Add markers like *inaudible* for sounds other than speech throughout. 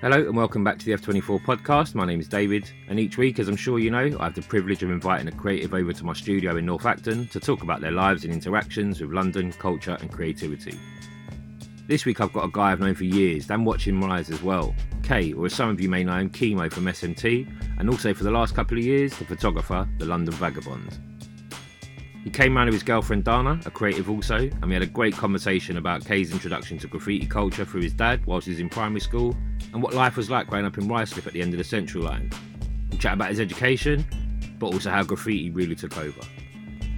Hello and welcome back to the F24 podcast. My name is David, and each week, as I'm sure you know, I have the privilege of inviting a creative over to my studio in North Acton to talk about their lives and interactions with London, culture, and creativity. This week, I've got a guy I've known for years and watching rise as well. Kay, or as some of you may know him, Chemo from SMT, and also for the last couple of years, the photographer, the London Vagabond. He came round with his girlfriend Dana, a creative also, and we had a great conversation about Kay's introduction to graffiti culture through his dad whilst he was in primary school and what life was like growing up in Ryslip at the end of the Central Line. We chat about his education, but also how graffiti really took over.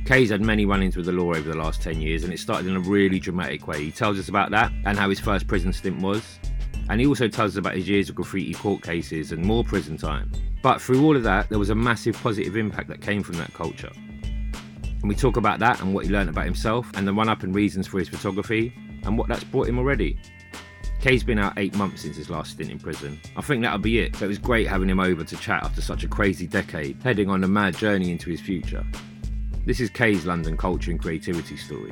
Kay's had many run ins with the law over the last 10 years, and it started in a really dramatic way. He tells us about that and how his first prison stint was, and he also tells us about his years of graffiti court cases and more prison time. But through all of that, there was a massive positive impact that came from that culture and we talk about that and what he learned about himself and the run up and reasons for his photography and what that's brought him already. Kay's been out eight months since his last stint in prison. I think that'll be it, so it was great having him over to chat after such a crazy decade, heading on a mad journey into his future. This is Kay's London culture and creativity story.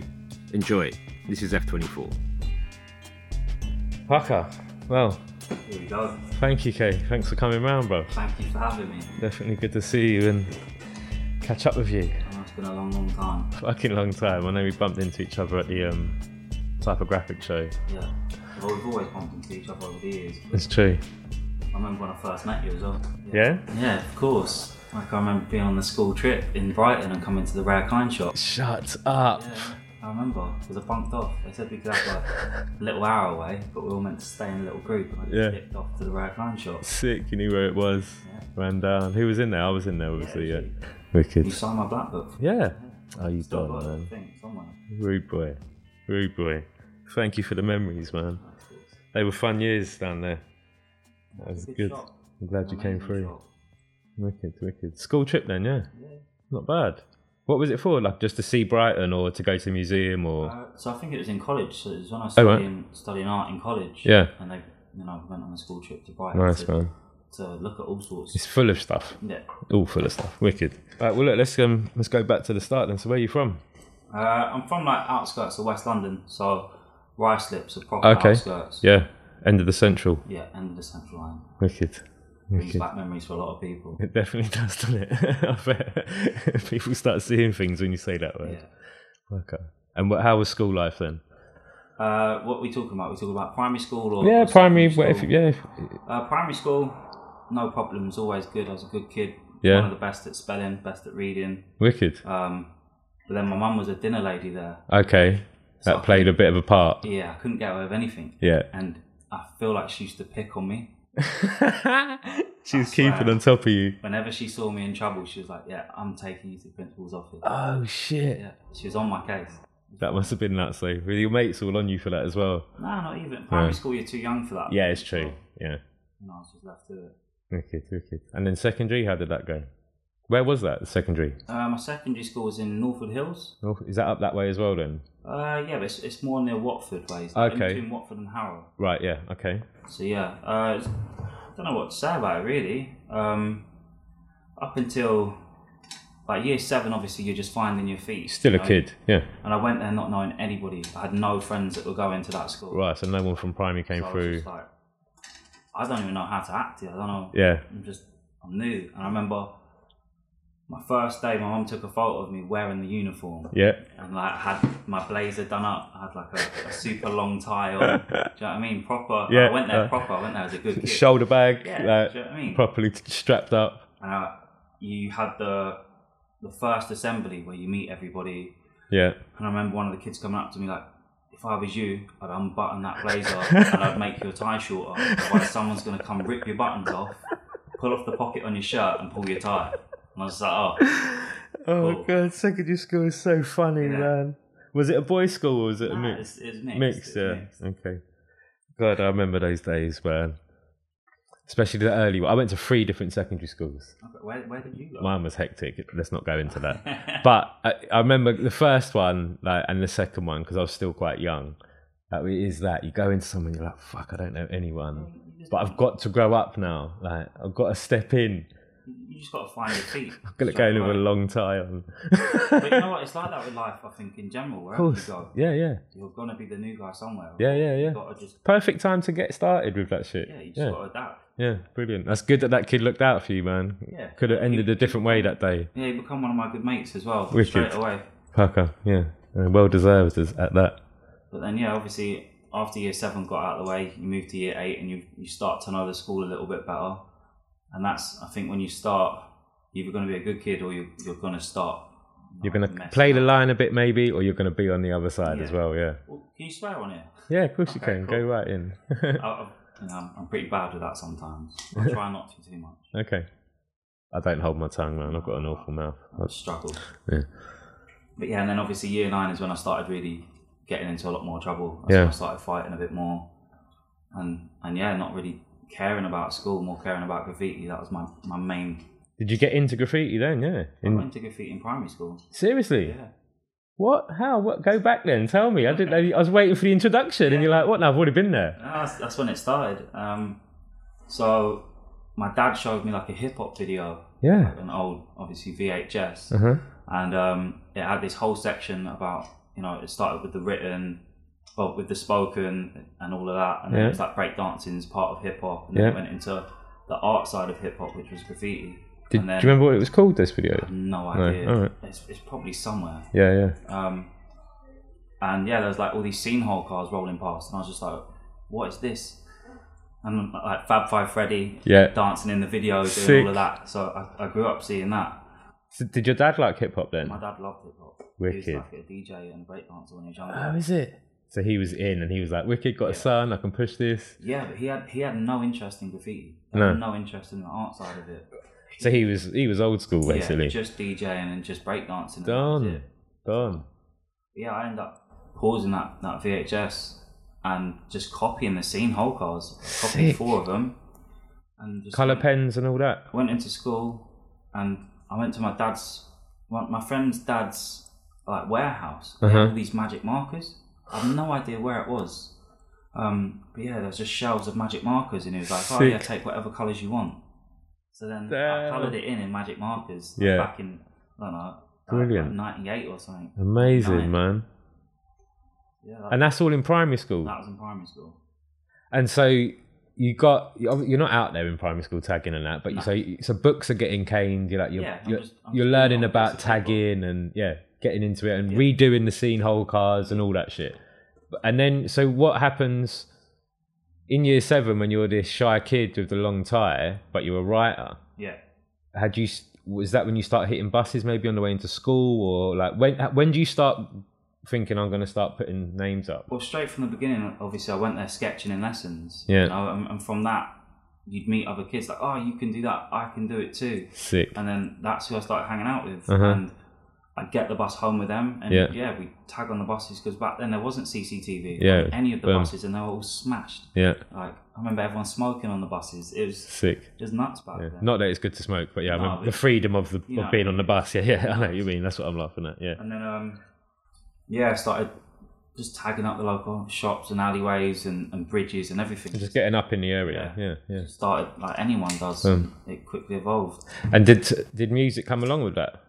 Enjoy it. This is F24. Pucker. Well, Here we go. thank you, Kay. Thanks for coming round, bro. Thank you for having me. Definitely good to see you and catch up with you. I know It's been a long, long time. Fucking long time. I know we bumped into each other at the um, typographic show. Yeah. Well, we've always bumped into each other over the years. It's true. I remember when I first met you as well. Yeah? Yeah, of course. Like I remember being on the school trip in Brighton and coming to the rare kind shop. Shut up. Yeah, I remember because I bunked off. They said we could have like a little hour away, but we were meant to stay in a little group. And I just Yeah. dipped off to the rare kind shop. Sick. You knew where it was. Ran down. Who was in there? I was in there, obviously. Yeah. You Wicked. signed my black book. Yeah. Oh, you Still done, got it, I man. think, somewhere. Rude boy. Rude boy. Thank you for the memories, man. They were fun years down there. That was Good good. shop. I'm glad Oh, you came Amazing through. shop. Wicked, wicked. School trip then, yeah. Yeah. Not bad. What was it for? Like just to see Brighton or to go to the museum or Uh, so I think it was in college. So it was when I was Oh, right. studying, studying art in college. Yeah. And they, you know, went on a school trip to Brighton. Nice to, man. to look at all sorts. It's full of stuff. yeah. All full of stuff. Wicked. Right, well look, let's um let's go back to the start then. So where are you from? Uh, I'm from like outskirts of West London, so rice lips are proper Okay. outskirts. Yeah. End of the central. Yeah, end of the central line. Wicked. Brings Wicked. back memories for a lot of people. It definitely *laughs* does, doesn't it? I bet *laughs* people start seeing things when you say that word. Yeah. Okay. And what, how was school life then? Uh, what are we talking about? We talking about primary school or Yeah, or primary. secondary What if, school? yeah, Uh, primary school, no problems. Always good. I was a good kid. Yeah. One of the best at spelling, best at reading. wicked. Um, but then my mum was a dinner lady there. Okay, that played a bit of a part. Yeah, I couldn't get away with anything. Yeah. And I feel like she used to pick on me. she was I swear. keeping on top of you. Whenever she saw me in trouble, she was like, Yeah, I'm taking you to the principal's office. Oh shit! Yeah, she was on my case. That must have been that. So were your mates all on you for that as well? No, not even. Primary school, you're too young for that. Yeah, it's Oh. true. Yeah, And I was just left to it. wicked, wicked. And then secondary, how did that go? Where was that secondary? Uh, my secondary school was in Northwood Hills. North, is that up that way as well then? Uh, yeah, but it's, it's more near Watford ways. like, Okay. In between Watford and Harrow. Right. Yeah. Okay. So yeah, uh, it's- I don't know what to say about it really. Um, up until like year seven, obviously you're just finding your feet. Um, Still you a know? kid. Yeah. And I went there not knowing anybody. I had no friends that were going to that school. Right. So no one from primary came So I was through. just like, I don't even know how to act here. I don't know. yeah. I'm just, I'm new. And I remember my first day, my mum took a photo of me wearing the uniform. Yeah. And like had my blazer done up. I had like a, a super long *laughs* tie on. do you know what I mean? Proper. Yeah, I went there uh, proper. I went there as a good kid. Shoulder bag. Yeah, like, do you know what I mean? Properly t- strapped up. And I, you had the the first assembly where you meet everybody Yeah. And I remember one of the kids coming up to me like, if I was you, I'd unbutton that blazer and I'd make your tie shorter. Otherwise, someone's going to come rip your buttons off, pull off the pocket on your shirt, and pull your tie. And I was like, oh, Oh Cool. god, secondary school is so funny, Yeah. man. Was it a boys' school or was it a nah, mix? it's, it's mixed. Mixed, it's yeah. mixed. Okay. God, I remember those days, man. Especially the early one. I went to three different secondary schools. Okay, Where, where did you go? Mine was hectic. Let's not go into *laughs* that. but I, I remember the first one like, and the second one because I was still quite young. Like, it is that you go into someone, you're like, fuck, I don't know anyone. But I've got to grow up now. Like, I've got to step in. you You just got to find your *laughs* feet. I'm gonna go in with a long tie on. But you know what? It's like that with life. I think in general, Of wherever you course. go, Yeah, yeah, you're gonna be the new guy somewhere. yeah, yeah, You yeah. gotta just Perfect time to get started with that shit. yeah, you just Yeah, gotta adapt. yeah, brilliant. That's good that that kid looked out for you, man. Yeah. Could have ended a different way that day. Yeah, you become one of my good mates as well Wicked. straight away. Pucker, yeah. Uh, Well deserved as- at that. But then yeah, obviously after year seven got out of the way, you move to year eight and you you start to know the school a little bit better. And that's I think when you start, you're either gonna be a good kid or you're you're gonna start. You're like, going to messing play the up. line a bit, maybe, or you're going to be on the other side as Yeah. well, yeah. Well, can you swear on *laughs* it? Yeah, of course you Okay, can. cool. Go right in. *laughs* I, I, you know, I'm- I'm pretty bad with that sometimes. I *laughs* try not to too much. okay. I don't hold my tongue, man. I've got an awful mouth. I struggled. Yeah. But yeah, and then obviously year nine is when I started really getting into a lot more trouble. That's Yeah. when I started fighting a bit more, and and yeah, not really caring about school, more caring about graffiti. That was my my main. Did you get into graffiti then? Yeah. I In- went to graffiti in primary school. Seriously? Yeah, What? How? What? Go back then. Tell me. I didn't know. you- I was waiting for the introduction, and you're like, "What? No, I've already been there." that's, that's when it started. Um, so my dad showed me like a hip hop video, Yeah. like an old obviously VHS, Uh huh. and um, it had this whole section about you know it started with the written well with the spoken and all of that and then Yeah. it was like breakdancing's part of hip-hop and then Yeah. it went into the art side of hip-hop which was graffiti Did, and then Um, do you remember what it was called? This video. no No, idea alright. it's, it's probably somewhere Yeah, yeah. um, and yeah, there was like all these scene hall cars rolling past, and I was just like, "What is this?" And like Fab Five Freddy, Yeah. dancing in the video, doing Sick. all of that. So I, I grew up seeing that. So did your dad like hip hop then? My dad loved hip hop. He Wicked. was like a DJ and a breakdancer when he was younger. Oh, is it? So he was in, and he was like, "Wicked, got a son. I can push this." yeah, but he had he had no interest in graffiti. He No. had no interest in the art side of it. So he was he was old school Yeah, basically. just DJing and just breakdancing. and that was Done, it. done. yeah, I ended up pausing that, that VHS and just copying the scene whole cars, copying Sick. four of them, and just Color went, pens and all that. went into school, and I went to my dad's, my, my friend's dad's like warehouse. They had Uh-huh. all these magic markers. I have no idea where it was. Um, but yeah, there was just shelves of magic markers, and he was like, "Oh yeah, Sick. take whatever colours you want." So then I Damn. coloured it in in magic markers. Yeah. back in I don't know, Brilliant. Um, '98 or something. Amazing, Nine. man. Yeah, that, And that's all in primary school. that was in primary school. And so you got you're not out there in primary school tagging and that, but you No. so you- so books are getting caned. You're like you're Yeah, I'm you're, just- I'm you're just learning doing it on about bits of paper. tagging and yeah, getting into it and Yeah. redoing the scene whole cars and all that shit. But- And then so what happens in year seven when you're this shy kid with the long tie, but you're a writer? Yeah. Had you s- was that when you start hitting buses maybe on the way into school or like when when do you start thinking I'm going to start putting names up? Well, straight from the beginning, obviously, I went there sketching in lessons. Yeah. You know, and, and from that, you'd meet other kids like, oh, you can do that. I can do it too. Sick. And then that's who I started hanging out with. Uh-huh. And I'd get the bus home with them. And Yeah. yeah, we tag on the buses because back then there wasn't CCTV Yeah, on any of the boom. buses and they were all smashed. Yeah, Like, I remember everyone smoking on the buses. It was sick. just nuts back Yeah. then. Not that it's good to smoke, but yeah, I No, mean, but the freedom of the you know of being what I on the mean. bus. *laughs* Yeah, yeah, I know what you mean. That's what I'm laughing at. Yeah, And then, um, yeah, I started just tagging up the local shops and alleyways and, and bridges and everything. just getting up in the area. Yeah, yeah. started like anyone does. Um. it quickly evolved. And did did music come along with that,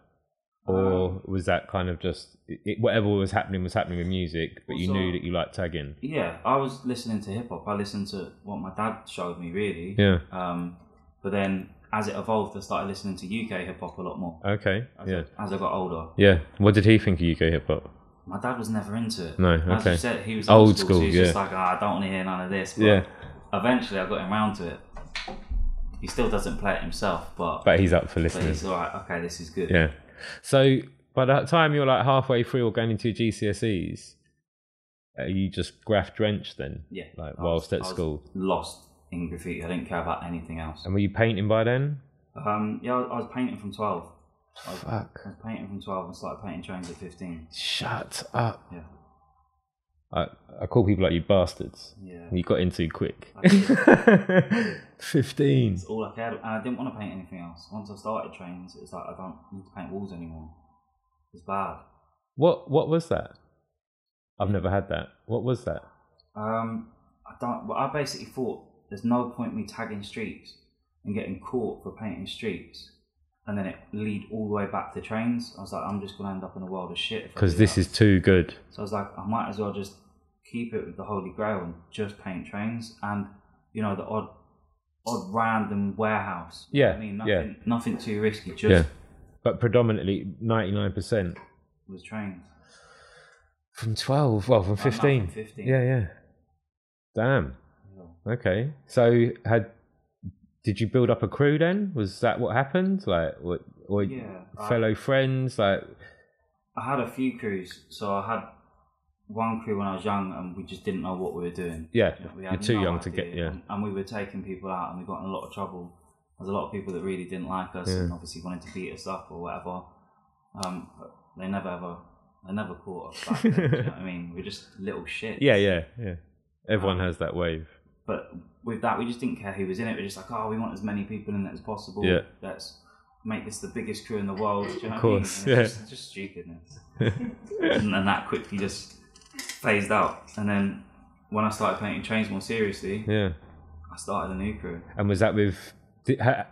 or Um, was that kind of just it, whatever was happening was happening with music, but you Also- knew that you liked tagging? Yeah, I was listening to hip hop. I listened to what my dad showed me, really. Yeah. Um, but then as it evolved, I started listening to UK hip hop a lot more Okay. Uh, as, Yeah. I, as I got older. Yeah. What did he think of UK hip hop? My dad was never into it. No, As okay. you said, he was Old old, school. so school, he was just yeah. like, ah, I don't want to hear none of this. But Yeah. Eventually, I got him round to it. He still doesn't play it himself, but, But he's up for but listening. he's all right. Okay, this is good. Yeah. So by the time you're like halfway through or going into your GCSEs, are uh, you just graph drenched then? Yeah. Like I whilst was- at I was school. Lost in graffiti. I didn't care about anything else. And were you painting by then? Um, yeah, I was, I was painting from 12. I was, Fuck. I was painting from 12 and started painting trains at 15. Shut up. Yeah. I, I call people like you bastards. Yeah. You got in too quick. I did. *laughs* 15. It's all I cared about. And I didn't want to paint anything else. Once I started trains, it was like, I don't need to paint walls anymore. It's bad. What, what was that? I've never had that. What was that? Um, I don't, but I basically thought there's no point me tagging streets and getting caught for painting streets. and then it lead all the way back to trains. I was like, I'm just gonna end up in a world of shit if I because do this that. is too good. So I was like, I might as well just keep it with the Holy Grail and just paint trains and you know the odd, odd random warehouse. You know Yeah, what I mean, yeah. nothing, nothing too risky. Just Yeah. But predominantly 99% with trains. from 12, well, from Like, not 15. from 15. Yeah, yeah. Oh, Damn. Okay. So had did you build up a crew then? Was that what happened? Like what or Yeah, I- fellow friends like I had a few crews, so I had one crew when I was young, and we just didn't know what we were doing. Yeah, You know, we you're had too no young to idea, get- yeah. and, and we were taking people out, and we got in a lot of trouble. There's a lot of people that really didn't like us, and obviously wanted to beat us up or whatever. Um, but they never ever, they never caught us. Back then, do you know what I mean, we're just little shit. Yeah, yeah, yeah. Everyone has that wave. But with that, we just didn't care who was in it. We're just like, oh, we want as many people in it as possible. Yeah. Let's make this the biggest crew in the world. Do you know Of what I mean? course, And yeah. it's just, just stupidness. and then that quickly just phased out. And then when I started painting trains more seriously, Yeah. I started a new crew. And was that with? Did, ha,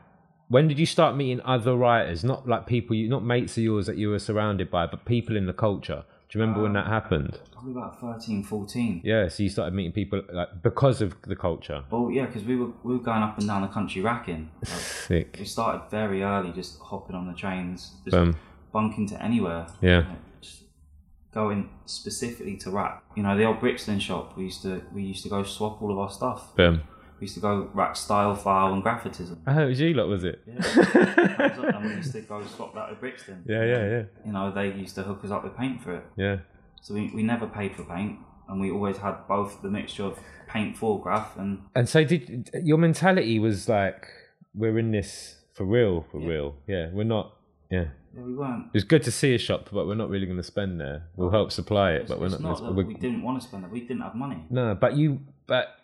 when did you start meeting other writers? Not like people, you, not mates of yours that you were surrounded by, but people in the culture. Do you remember when that happened? Probably about 13, 14. Yeah. So you started meeting people like because of the culture. Well, yeah, because we were, we were going up and down the country racking. Like, we Sick. started very early, just hopping on the trains, just Boom. bunking to anywhere. Yeah. Like, just going specifically to rack. You know, the old Brixton shop. We used to we used to go swap all of our stuff. Boom. *laughs* We used to go rack style file and graphitism. Oh, it was you lot, was it? and we used to go swap that with Brixton. Yeah, yeah, yeah, You know, they used to hook us up with paint for it. yeah. So we, we never paid for paint, and we always had both the mixture of paint for graph and And so, did your mentality was like, we're in this for real, for Yeah. real. Yeah, we're not. Yeah. yeah, we weren't. It was good to see a shop, but we're not really going to spend there. We'll help supply it, It's, but we're it's not. not, gonna, that we're- we didn't want to spend it. We didn't have money. No, but you, but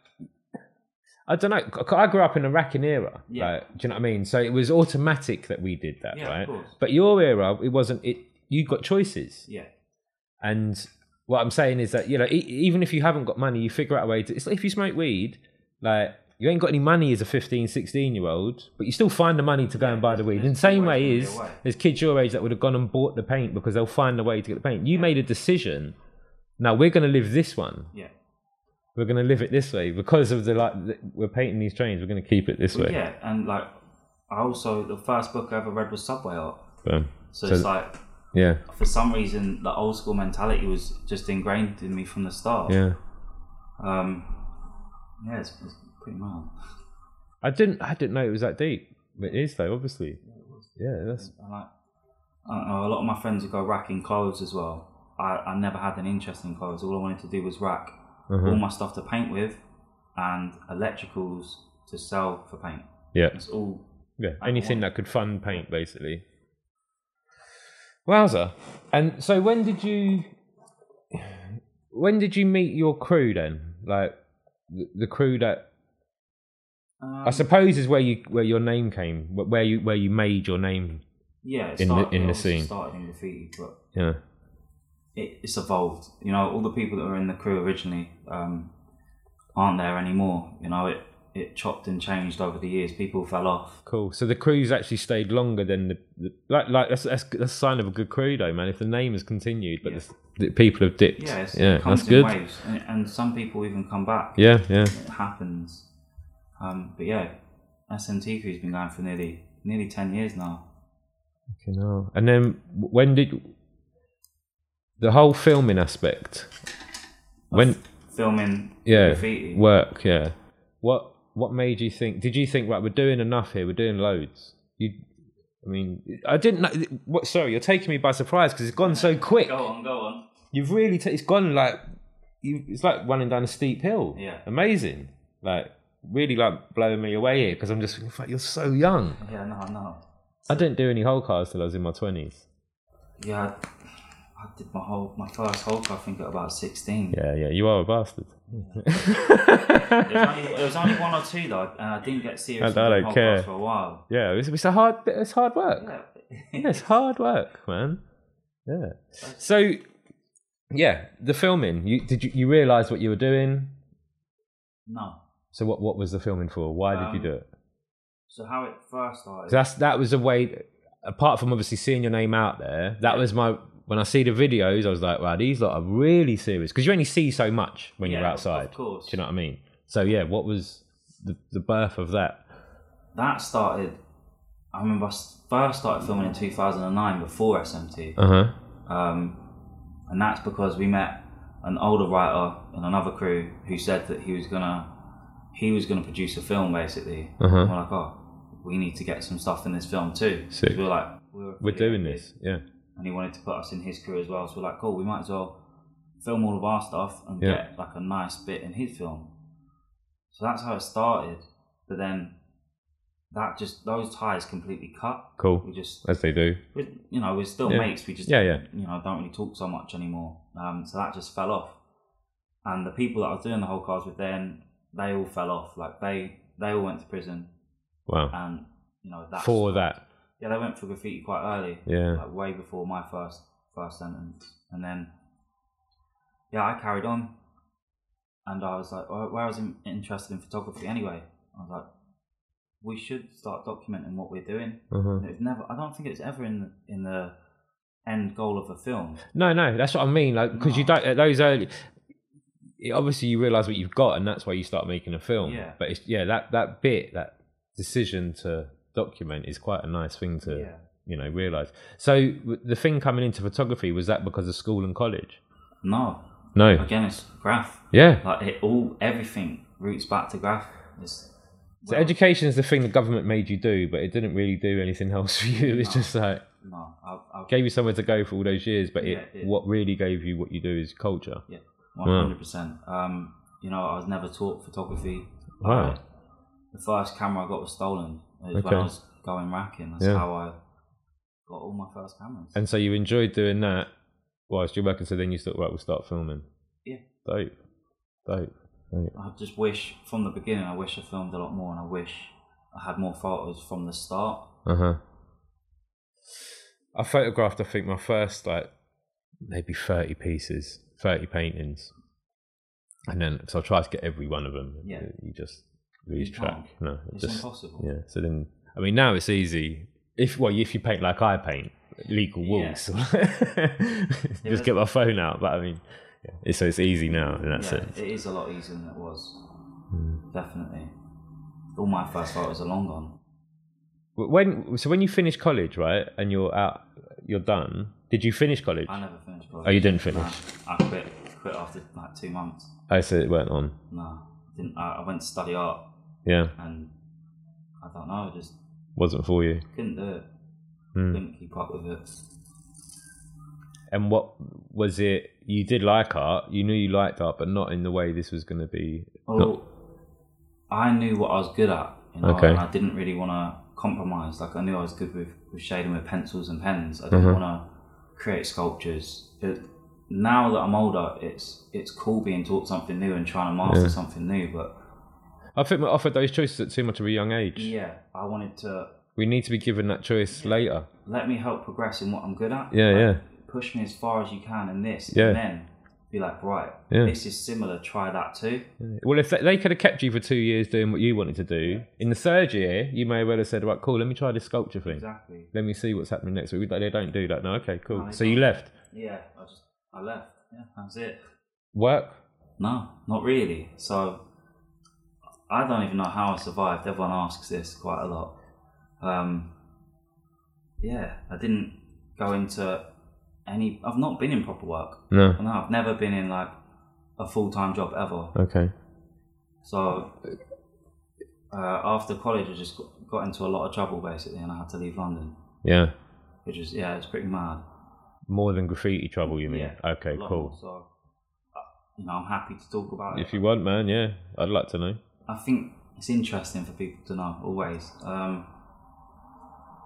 I don't know. I grew up in a racking era. Yeah. like, do you know what I mean? So it was automatic that we did that, Yeah, of right? course. But your era, it wasn't. It you got choices, Yeah, and what I'm saying is that you know, e- even if you haven't got money, you figure out a way to. It's like if you smoke weed, like. You ain't got any money as a 15, 16 year old, but you still find the money to go and buy the weed. In the there's same always way gonna be is a way. there's kids your age that would have gone and bought the paint because they'll find a way to get the paint. You made a decision. Now we're going to live this one yeah. we're going to live it this way because of the like th- we're painting these trains we're going to keep it this But way yeah, and like I also the first book I ever read was Subway Art. Boom. So, So- it's like yeah for some reason the old school mentality was just ingrained in me from the start. yeah Um, yeah, it's, it's pretty mild. i didn't i didn't know it was that deep but it is though obviously yeah that's And like, I don't know, a lot of my friends would go racking clothes as well. I, I never had an interest in clothes. All I wanted to do was rack Uh-huh. all my stuff to paint with and electricals to sell for paint. yeah It's all yeah anything that could fund paint basically wowza and so when did you when did you meet your crew then like the, the crew that um, i suppose is where you where your name came wh- where you where you made your name yeah, it in the- started, in it the obviously scene. started in graffiti, but yeah it, it's evolved. You know, all the people that were in the crew originally um, aren't there anymore. You know, it it chopped and changed over the years. People fell off. Cool. So the crew's actually stayed longer than the, the like like that's, that's that's a sign of a good crew though, man. If the name has continued, but Yeah. the, the people have dipped. Yeah, it's, yeah, it comes that's in good. waves, and, and some people even come back. Yeah, yeah, It happens. Um, but yeah, SMT crew's been going for nearly nearly ten years now. Fucking hell. And then when did the whole filming aspect? When Filming yeah, graffiti. work yeah. What what made you think? Did you think right? We're doing enough here. We're doing loads. You, I mean, I didn't know. What? Sorry, you're taking me by surprise because it's gone so quick. go on, go on. you've really t- it's gone like you it's like running down a steep hill Yeah. amazing like really like blowing me away here because i'm just thinking "Fuck, you're so young Yeah, no, no. i didn't do any whole cars till i was in my 20s Yeah, I, I did my whole my first whole I think at about sixteen. yeah yeah you are a bastard There was only- there was only one or two though, and I didn't get serious I into don't podcasts care. for a while. yeah it's, it's a hard it's hard work Yeah. yeah, it's hard work, man. Yeah. So, yeah, the filming. You did you, you realize what you were doing? no. So what what was the filming for? Why did Um, you do it? So how it first started? That's that was a way. apart from obviously seeing your name out there, that was my when I see the videos, I was like, wow, these lot are really serious because you only see so much when you're Yeah, of- outside. of course. do you know what I mean? So yeah, what was the, the birth of that? That started. I remember I s- first started filming in 2009 before SMT, Uh huh. um, and that's because we met an older writer in another crew who said that he was gonna he was gonna produce a film basically. Uh-huh. And we're like, oh, we need to get some stuff in this film too. 'Cause Sick. we were like, we were We're doing this, yeah. and he wanted to put us in his crew as well. So we're like, cool, we might as well film all of our stuff and Yeah. get like a nice bit in his film. So that's how it started. But then that just those ties completely cut. Cool. We just As they do. we, you know we're still Yeah. mates. We just Yeah, yeah. you know don't really talk so much anymore. Um, so that just fell off. And the people that I was doing the whole cars with then they all fell off. Like they they all went to prison Wow. and you know that's For that. yeah, they went for graffiti quite early. Yeah. Like way before my first first sentence. And then yeah, I carried on. And I was like, well, where I was in, interested in photography anyway. I was like, we should start documenting what we're doing. Uh-huh. And it was never. I don't think it's ever in the, in the end goal of a film. No, no, that's what I mean. Like, because you No. don't at those early. it- obviously, you realize what you've got, and that's why you start making a film. Yeah. But it's yeah, that that bit, that decision to document is quite a nice thing to Yeah. you know realize. So w- the thing coming into photography was that because of school and college. No. No. Again, it's graph. Yeah. Like it all, everything roots back to graph. It's, So education is the thing the government made you do, but it didn't really do anything *laughs* else for you. It's just like no, I, I, gave you somewhere to go for all those years, but it, Yeah, it- what really gave you what you do is culture. Yeah, one hundred percent. Um, you know, I was never taught photography. Wow. Uh, the first camera I got was stolen. It was when Okay. I was going racking. That's Yeah. how I got all my first cameras. And so you enjoyed doing that whilst you're working. So then you thought, right, we'll start filming. Yeah. Dope. Dope. Dope. I just wish from the beginning. I wish I filmed a lot more, and I wish I had more photos from the start. Uh huh. I photographed, I think, my first like maybe 30 pieces, 30 paintings. And then, so I tried to get every one of them. Yeah. You just lose You track. can't. No, it It's just, impossible. Yeah. So then, I mean, now it's easy. If well, if you paint like I paint, legal walls. *laughs* Just get my phone out. But I mean, yeah, it's, so it's easy now, and that's Yeah, it. it is a lot easier than it was. Hmm. Definitely. All my first photos are long gone. But When so when you finish college, right, and you're out, you're done. Did you finish college? I never finished. Oh, you didn't finish. I, I quit. Quit after like two months. I said it went on. No, didn't. I, I went to study art. Yeah, and I don't know, I just wasn't for you. couldn't do it. Hmm. Couldn't keep up with it. And what was it? You did like art. You knew you liked art, but not in the way this was going to be. Well, Oh, I knew what I was good at, you know, Okay. and I didn't really want to compromise. Like I knew I was good with, with shading with pencils and pens. I didn't Mm-hmm. want to create sculptures. It, now that I'm older, it's it's cool being taught something new and trying to master something new. But I think we offered those choices at too much of a young age. yeah, I wanted to We need to be given that choice later. let me help progress in what I'm good at. Yeah, Like, yeah. Push me as far as you can in this, Yeah. and then be like, right, Yeah. this is similar. Try that too. Well, if they, they could have kept you for two years doing what you wanted to do, in the third year, you may well have said, right, cool, let me try this sculpture thing. Exactly. Let me see what's happening next week. Like, They don't do that. No, okay, cool. they so you left. Yeah, I just I left. Yeah, that's it. Work? No, not really. So I don't even know how I survived. Everyone asks this quite a lot. Um, yeah, I didn't go into any. I've not been in proper work. No. No, I've never been in like a full time job ever. Okay. So uh, after college, I just got, got into a lot of trouble basically, and I had to leave London, Yeah. which is yeah, it's pretty mad. More than graffiti trouble, you mean? Yeah, a okay, lot more. cool. So uh, you know, I'm happy to talk about it. If you want, man, yeah. I'd like to know. I think it's interesting for people to know always. Um,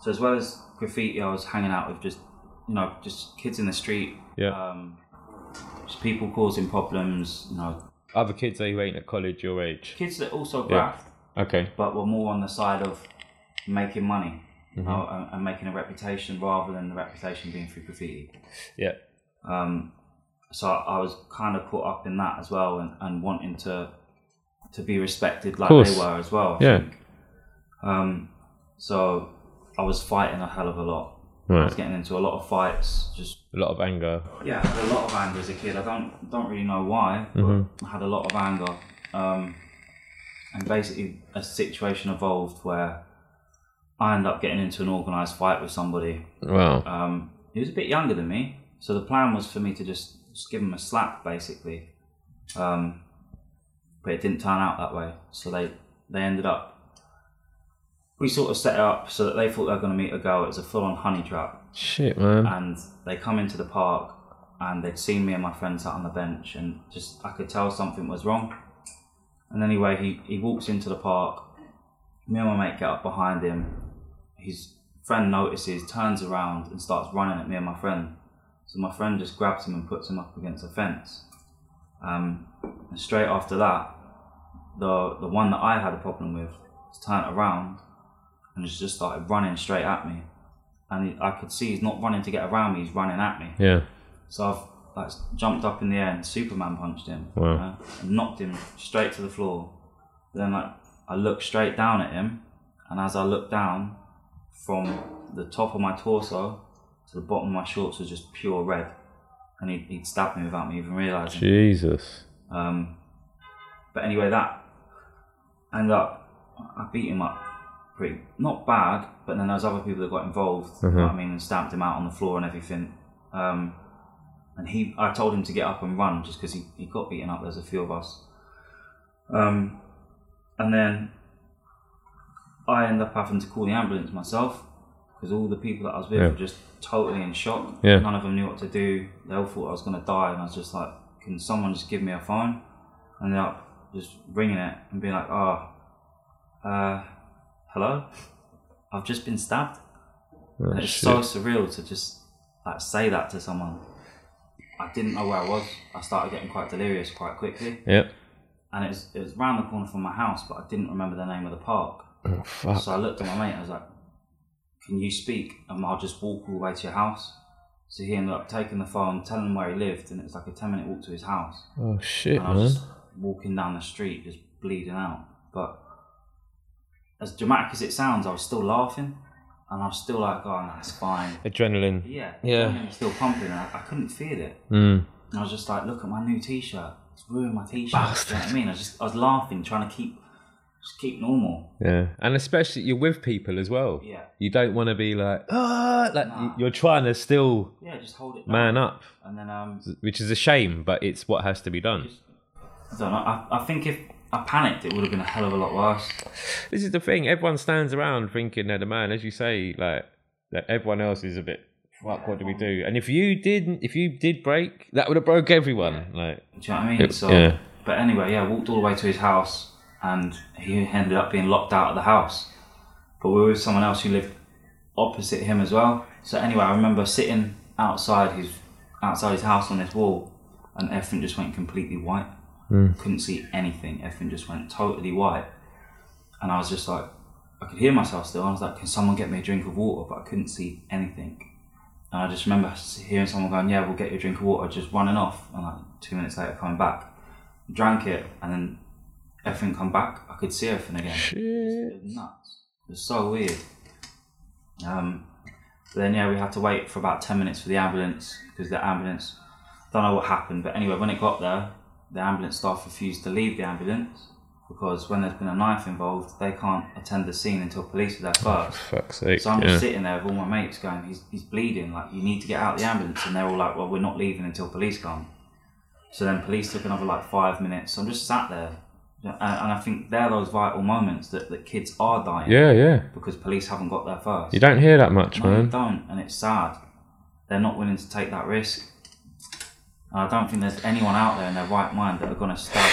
so as well as graffiti, I was hanging out with just you know just kids in the street, Yeah. um, just people causing problems. You know, Other kids they who ain't at college your age. kids that also graft, Okay. but were more on the side of making money. You Mm-hmm. know, and, and making a reputation rather than the reputation being through graffiti. Yeah. Um, so I I was kind of caught up in that as well, and, and wanting to to be respected like Course. they were as well. I Yeah. think. Um, so I was fighting a hell of a lot. I was Right. getting into a lot of fights. Just A lot of anger. yeah, I had a lot of anger as a kid. I don't don't really know why, but I had a lot of anger. Um, and basically, a situation evolved where I ended up getting into an organised fight with somebody. Wow. Um, he was a bit younger than me, so the plan was for me to just, just give him a slap, basically. Um, but it didn't turn out that way. So they they ended up. We sort of set it up so that they thought they were going to meet a girl. It was a full-on honey trap Shit, man. and they come into the park and they'd seen me and my friend sat on the bench and just I could tell something was wrong. And anyway, he, he walks into the park. Me and my mate get up behind him. His friend notices, turns around and starts running at me and my friend. So my friend just grabs him and puts him up against a fence. Um, and straight after that, the the one that I had a problem with has turned around and has just started running straight at me. And he, I could see he's not running to get around me; he's running at me. Yeah. So I've like jumped up in the air and Superman punched him, you Wow. know, and knocked him straight to the floor. Then like I looked straight down at him, and as I looked down, from the top of my torso to the bottom of my shorts was just pure red, and he'd, he'd stabbed me without me even realizing. Jesus. Um, but anyway, that ended up I beat him up pretty not bad, but then there's other people that got involved. you know Mhm. what I mean, and stamped him out on the floor and everything. Um, and he, I told him to get up and run just because he, he got beaten up. There's a few of us. Um, and then I ended up having to call the ambulance myself because all the people that I was with Yeah. were just totally in shock. Yeah. None of them knew what to do. They all thought I was going to die, and I was just like, "Can someone just give me a phone?" And they're like, just ringing it and being like, "Oh, uh, hello, I've just been stabbed." Oh, it's shit. so surreal to just like say that to someone. I didn't know where I was. I started getting quite delirious quite quickly, Yep. and it was it was round the corner from my house, but I didn't remember the name of the park. Oh, fuck. So I looked at my mate. I was like, "Can you speak?" And I'll just walk all the way to your house. So he ended up taking the phone, telling him where he lived, and it was like a ten minute walk to his house. Oh, shit, And I was man. just walking down the street, just bleeding out. But as dramatic as it sounds, I was still laughing, and I was still like, "Oh, no, it's fine." Adrenaline. Yeah, Yeah. adrenaline was still pumping. And I, I couldn't feel it. Mm. And I was just like, "Look at my new T-shirt. It's ruined my T-shirt." You know what I mean? I was just I was laughing, trying to keep just keep normal. Yeah. And especially you're with people as well. Yeah, You don't want to be like, ah, like Nah. you're trying to still yeah, just hold it. Down. man up, And then um, which is a shame, but it's what has to be done. I don't know. I, I think if I panicked, it would have been a hell of a lot worse. This is the thing. Everyone stands around thinking they're the man, as you say. Like that everyone else is a bit. Fuck. What do we do? And if you didn't, if you did break, that would have broke everyone. Like Do you know what I mean? So, yeah. but anyway, yeah, walked all the way to his house, and he ended up being locked out of the house. But we were with someone else who lived opposite him as well. So anyway, I remember sitting outside his outside his house on this wall, and everything just went completely white. Couldn't see anything. Everything just went totally white, and I was just like, I could hear myself still. I was like, "Can someone get me a drink of water?" But I couldn't see anything. And I just remember s- hearing someone going, "Yeah, we'll get you a drink of water," just running off, and like two minutes later coming back, drank it, and then everything come back. I could see everything again. It was nuts. It was so weird. Um, but then yeah, we had to wait for about ten minutes for the ambulance because the ambulance. Don't know what happened, but anyway, when it got there, the ambulance staff refused to leave the ambulance because when there's been a knife involved, they can't attend the scene until police are there first. Fuck's sake. So I'm yeah. just sitting there with all my mates going, he's, he's bleeding, like, you need to get out the ambulance. And they're all like, well, we're not leaving until police come. So then police took another like five minutes. So I'm just sat there. And, and I think they're those vital moments that, that kids are dying yeah. Yeah. because police haven't got there first. You don't hear that much, no, you man. don't. And it's sad. They're not willing to take that risk. And I don't think there's anyone out there in their right mind that are going to stab,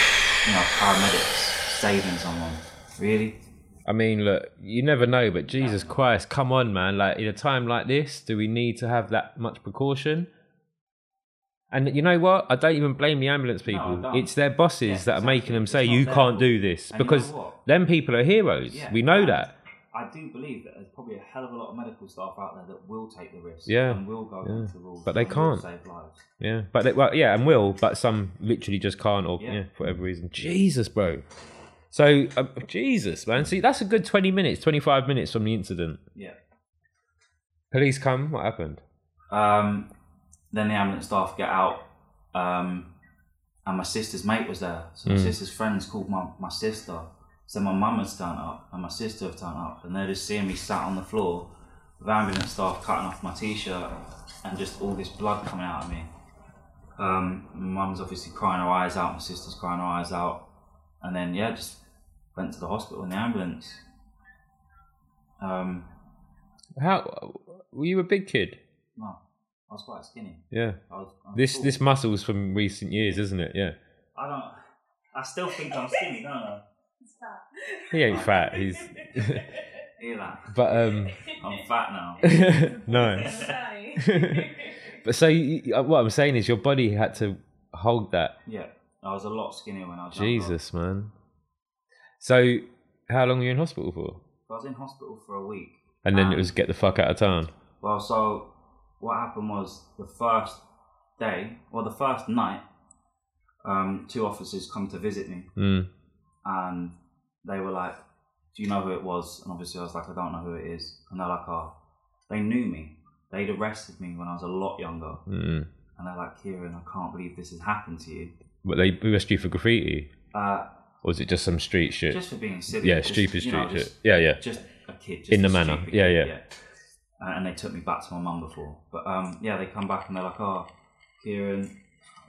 you know, paramedics saving someone. Really? I mean, look, you never know, but Jesus Christ, come on, man. Like, in a time like this, do we need to have that much precaution? And you know what? I don't even blame the ambulance people. don't. it's their bosses Yeah, that are exactly. making them It's say, not you their can't fault. do this. And you know because what? them people are heroes. Yeah, we know and that. I do believe that there's probably a hell of a lot of medical staff out there that will take the risk. Yeah, And will go yeah. against the rules. But they and will can't. save lives. Yeah. But, they, well, yeah, and will, but some literally just can't or, yeah, Yeah. for whatever reason. Jesus, bro. So, um, Jesus, man. See, that's a good 20 minutes, 25 minutes from the incident. Yeah. Police come. What happened? Um, then the ambulance staff get out, um, and my sister's mate was there. So Hmm. my sister's friends called my, my sister. So my mum had turned up, and my sister had turned up, and they're just seeing me sat on the floor with ambulance staff cutting off my t shirt and just all this blood coming out of me. Um, my mum's obviously crying her eyes out, my sister's crying her eyes out, and then, yeah, just went to the hospital in the ambulance. Um, How were you a big kid? no, I was quite skinny. Yeah. I was, I was This tall. this muscle's from recent years, isn't it? Yeah. I don't. I still think I'm skinny, don't I? He ain't fat. He's. *laughs* Hear that? but um. *laughs* *laughs* I'm fat now. no. *laughs* But so you, you- what I'm saying is your body had to hold that. Yeah, I was a lot skinnier when I was younger. Jesus, man. So how long were you in hospital for? I was in hospital for a week. And Ah. then it was get the fuck out of town. Well, so what happened was the first day, or the first night, um, two officers come to visit me, Mm. and they were like, "Do you know who it was?" And obviously, I was like, "I don't know who it is." And they're like, "Oh, they knew me. They'd arrested me when I was a lot younger." Mm. And they're like, "Kieran, I can't believe this has happened to you." But they arrested you for graffiti, Uh, or was it just some street shit? just for being silly. yeah, just, stupid you street know, shit. just- Yeah, yeah. just a kid just In the a manor. stupid Yeah, kid, yeah. Uh, and they took me back to my mum before but um, yeah they come back and they're like oh Kieran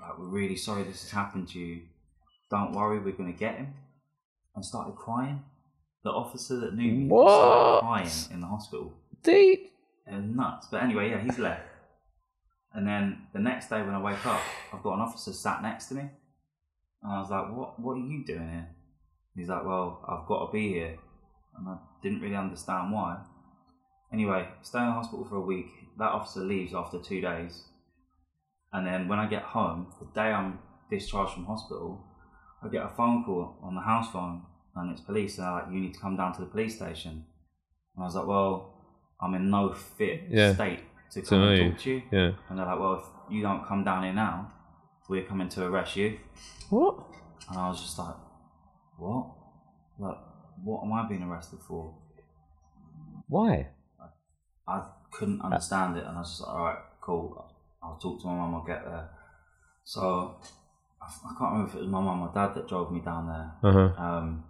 like, we're really sorry this has happened to you don't worry we're going to get him and started crying the officer that knew me What? started crying in the hospital Deep. it was nuts but anyway yeah he's left and then the next day when I wake up I've got an officer sat next to me and I was like what what are you doing here He's like, well, I've got to be here. And I didn't really understand why. Anyway, stay in the hospital for a week. That officer leaves after two days. And then when I get home, the day I'm discharged from hospital, I get a phone call on the house phone and it's police. And they're like, you need to come down to the police station. And I was like, well, I'm in no fit Yeah. state to So come and you- talk to you. Yeah. And they're like, well, if you don't come down here now, we're coming to arrest you. What? And I was just like, what? Like, what am I being arrested for? Why? I couldn't understand it. And I was just like, all right, cool. I'll talk to my mum, I'll get there. So I, I can't remember if it was my mum or dad that drove me down there. Uh huh. Um,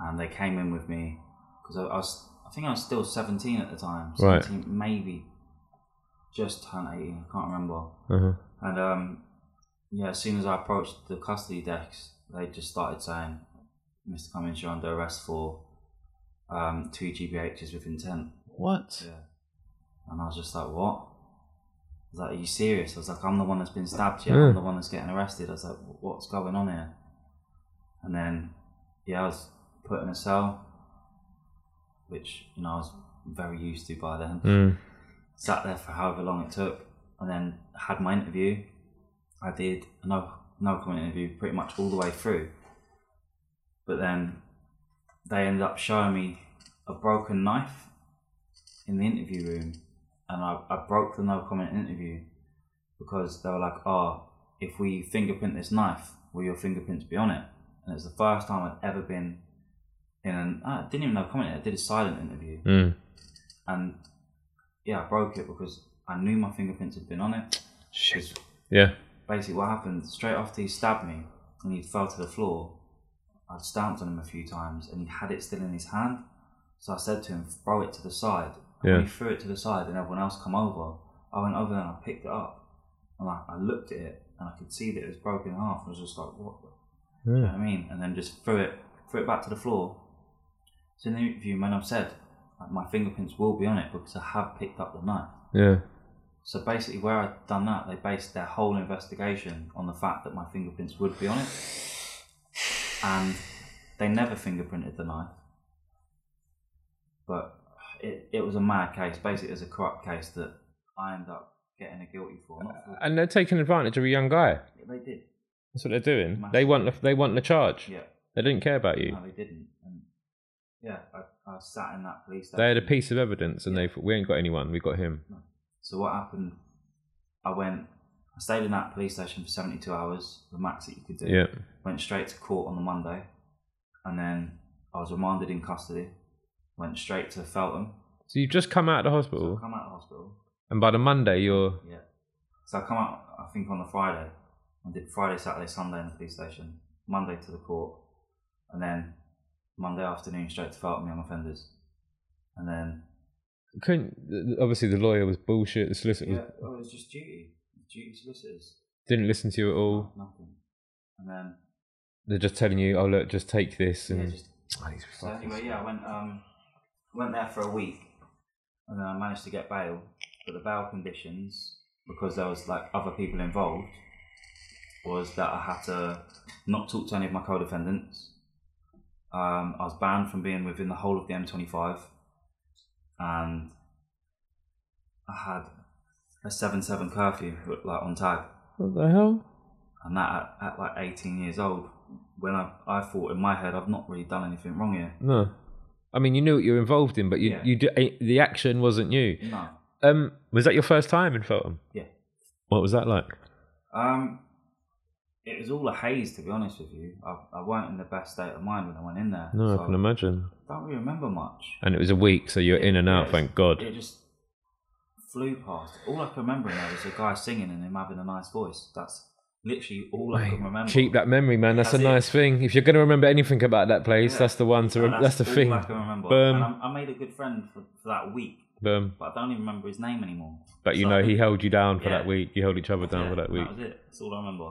and they came in with me because I, I was, I think I was still 17 at the time. Right. 17, maybe just turned 18, I can't remember. Uh huh. And um, yeah, as soon as I approached the custody decks, they just started saying, "Mr. Cummings, you're under arrest for um, two GBHs with intent." What? Yeah. And I was just like, "What?" I was like, "Are you serious?" I was like, "I'm the one that's been stabbed. Yeah, Yeah. I'm the one that's getting arrested." I was like, "Wh- "What's going on here?" And then, yeah, I was put in a cell, which you know I was very used to by then Mm. sat there for however long it took, and then had my interview. I did a no no comment interview pretty much all the way through, but then they ended up showing me a broken knife in the interview room, and I, I broke the no comment interview because they were like, "Oh, if we fingerprint this knife, will your fingerprints be on it?" And it's the first time I'd ever been in an. I didn't even know comment. I did a silent interview Mm. and yeah, I broke it because I knew my fingerprints had been on it. Shit. Yeah. Basically, what happened straight after he stabbed me and he fell to the floor, I'd stamped on him a few times and he had it still in his hand. So I said to him, throw it to the side. And Yeah. When he threw it to the side and everyone else come over, I went over there and I picked it up. And I, I looked at it and I could see that it was broken in half. I was just like, what the you know Yeah. what I mean? And then just threw it, threw it back to the floor. So in the interview, when I've said like, my fingerprints will be on it because I have picked up the knife. Yeah. So basically, where I'd done that, they based their whole investigation on the fact that my fingerprints would be on it, and they never fingerprinted the knife. But it, it was a mad case. Basically, it was a corrupt case that I ended up getting a guilty for. Not for And they're taking advantage of a young guy. they did. That's what they're doing. Massive. They want the, they want the charge. Yeah. They didn't care about you. No, they didn't. And yeah, I, I sat in that police station. They had a piece of evidence, and they thought, we ain't got anyone. We got him. So what happened? I went. I stayed in that police station for seventy-two hours, the max that you could do. Yeah. Went straight to court on the Monday, and then I was remanded in custody. Went straight to Feltham, So you've just come out of the So I hospital, come out of hospital. and by the Monday you're Yeah. So I come out, I think, on the Friday. I did Friday, Saturday, Sunday in the police station. Monday to the court. And then Monday afternoon straight to Felton Young Offenders. And then, couldn't. Obviously, the lawyer was bullshit. The solicitor yeah, was, oh, it was just duty. Duty solicitors. didn't listen to you at all. Nothing. And then, They're just telling you, "Oh look, just take this." yeah, And just Oh, these So fuckers. anyway, yeah, I went um, went there for a week, and then I managed to get bail. But the bail conditions, because there was like other people involved, was that I had to not talk to any of my co-defendants. Um, I was banned from being within the whole of the M25, and I had a seven-seven curfew like on tag What the hell? and that at, at like 18 years old when I, I thought in my head i've not really done anything wrong here No, I mean you knew what you were involved in, but you Yeah. you do, eh, the action wasn't you. no Um, was that your first time in Feltham? yeah What was that like? um it was all a haze to be honest with you i, I weren't in the best state of mind when i went in there No, so I can imagine. I don't really remember much And it was a week, so you're in and out. Yeah, Thank God. it just flew past all i can remember in there was a guy singing and him having a nice voice that's literally all i can remember Keep that memory, man. That's, That's a it. nice thing. If you're going to remember anything about that place, Yeah. that's the one to. And Rem- that's, the all thing. I can remember. Boom. and I, I made a good friend for, for that week, Boom. but I don't even remember his name anymore. But you So- know, he held you down for Yeah. that week. You held each other down Yeah, for that week. was it. That's all I remember.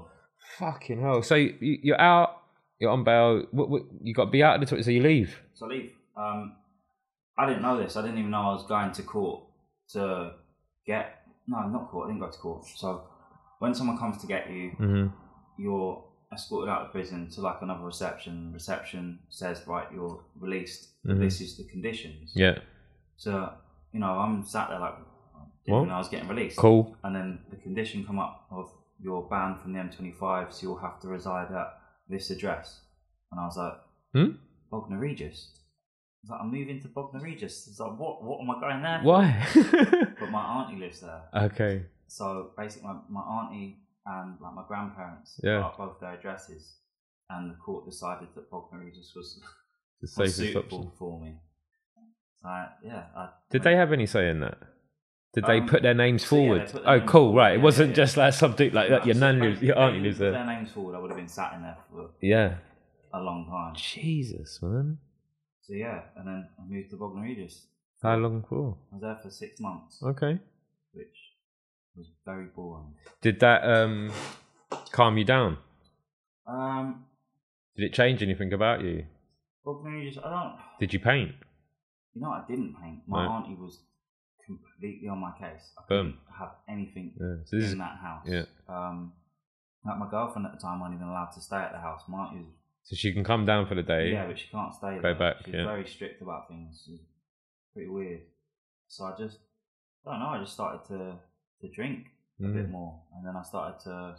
Fucking hell. So you, you're out. You're on bail. What, what, you got to be out of the toilet, so you leave. So I leave. Um, I didn't know this. I didn't even know I was going to court to get. No, not court. I didn't go to court. So when someone comes to get you, Mm-hmm. you're escorted out of prison to like another reception. Reception says, right, you're released. Mhm. This is the conditions. Yeah. So you know, I'm sat there like, What? when I was getting released. Cool. and then the condition come up of you're banned from the M25, so you'll have to reside at this address. And I was like, Hmm? Bognor Regis. I was like, I'm moving to Bognor Regis. It's like, what? What am I going there? for? Why? But my auntie lives there, okay. so basically, my, my auntie and like my grandparents Yeah. got both their addresses, and the court decided that Bognor Regis was, The *laughs* was safest suitable option. for me. So I, yeah, I, Did they have any say in that? Did they Um, put their names so yeah, they forward? put their oh, names cool. forward. Right. It Yeah, wasn't yeah, yeah. just like something like that. Your nan lives, your auntie lives Their *laughs* there. names forward, I would have been sat in there for Yeah. a long time. Jesus, man. So yeah, and then I moved to Bognor Regis. How long for? I was there for six months, Okay. which was very boring. Did that um, calm you down? Um, Did it change anything about you? Bognor Regis, I don't. Did you paint? You know, I didn't paint. My Right. auntie was completely on my case. I Boom. couldn't have anything Yeah. So Oh. this is in that house. yeah. Um, like my girlfriend at the time wasn't even allowed to stay at the house. My auntie was so she can come down for the day. Yeah, but she can't stay Go there. back, She's yeah. very strict about things. She's pretty weird. So I just, I don't know, I just started to, to drink a Mm. bit more. And then I started to,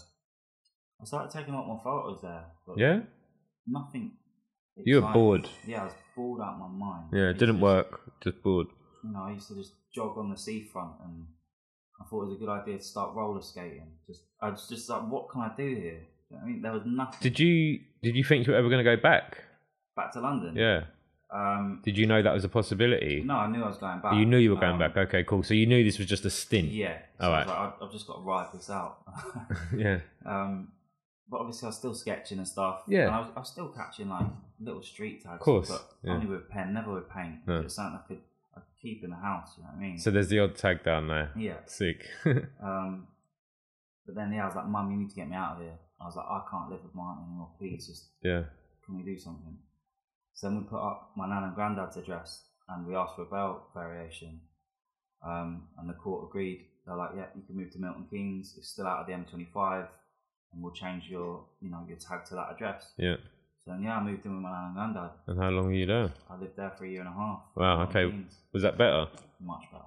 I started taking a lot more photos there. But Yeah. Nothing. You were exciting. bored. Yeah, I was bored out of my mind. I Yeah. It used to didn't just- work. Just bored. You know, I used to just jog on the seafront and I thought it was a good idea to start roller skating. Just, I was just like, what can I do here? You know what I mean, there was nothing. Did you Did you think you were ever going to go back? Back to London. Yeah. Um, Did you know that was a possibility? Oh, no, I knew I was going back. You knew you were going Um, back. Okay. Cool. So you knew this was just a stint. Yeah. All I was right. like, I've- I've just got to ride this out. *laughs* *laughs* yeah. um, but obviously, I was still sketching and stuff. Yeah. And I was, I was still catching like little street tags. Of course, But yeah. only with pen, never with paint. No. It's something I could, I could keep in the house. You know what I mean? So there's the odd tag down there. yeah. Sick. Um, but then yeah, I was like, Mum, you need to get me out of here. I was like, I can't live with my aunt anymore. Please, just yeah. can we do something? So then we put up my nan and granddad's address and we asked for a bail variation. Um, and the court agreed. They're like, yeah, you can move to Milton Keynes. It's still out of the M25, and we'll change your, you know, your tag to that address. Yeah. So then, yeah, I moved in with my nan and granddad. And how long were you there? I lived there for a year and a half. Wow, Milton okay. Keynes. Was that better? much better.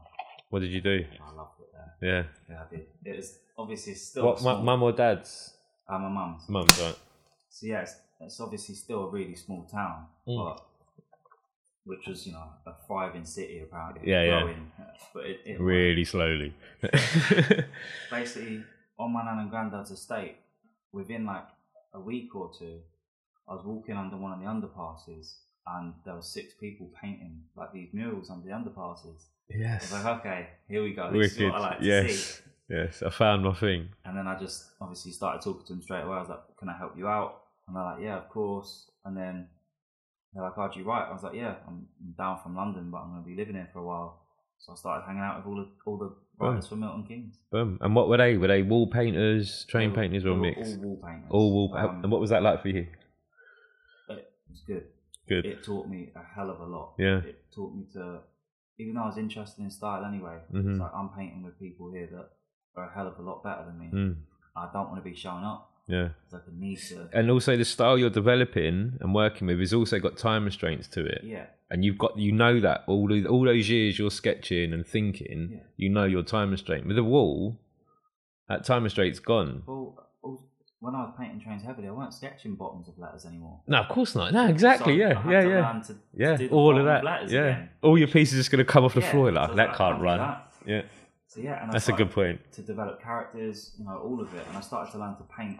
What did you do? I loved it there. Yeah. Yeah, I did. It was obviously still What? small. mu- Mum or dad's? uh, my mum's. Mum's right. So yeah, it's, it's obviously still a really small town, Mm. but which was you know a thriving city apparently. Yeah, yeah. growing, yeah. But it, it Really slowly. *laughs* basically on my nan and granddad's estate, within like a week or two, I was walking under one of the underpasses, and there were six people painting like these murals under the underpasses. Yes. I was like, okay, here we go. This is Wicked. what I like to see. yes. Yes. I found my thing. And then I just obviously started talking to him straight away. I was like, "Can I help you out?" And they're like, "Yeah, of course." And then they're like, "Oh, do you write?" I was like, "Yeah, I'm, I'm down from London, but I'm going to be living here for a while." So I started hanging out with all the all the writers from Milton Keynes. Boom. And what were they? Were they wall painters, train They were- painters, they or a were mix? All wall painters. All wall. Um, and what was that like for you? It was good. Good. It taught me a hell of a lot. Yeah. It taught me to, even though I was interested in style anyway, Mhm. it's like I'm painting with people here that are a hell of a lot better than me. Mm, I don't want to be shown up. yeah. 'cause I can need to. And also, the style you're developing and working with has also got time restraints to it. Yeah. and you've got you know that all those, all those years you're sketching and thinking, Yeah. you know your time restraint. With a wall, that time restraint's gone. Well, al- uh, when I was painting trains heavily, I weren't sketching bottoms of letters anymore. No, of course not. No, Ah, exactly. So I yeah, had yeah, to yeah, learn to- to yeah. do the all bottom of that. letters yeah, again. all your pieces just going to come off the Yeah, floor. so I Like was that like, I can't do run. that. Yeah, So yeah, and I that's a started good point. to develop characters, you know, all of it, and I started to learn to paint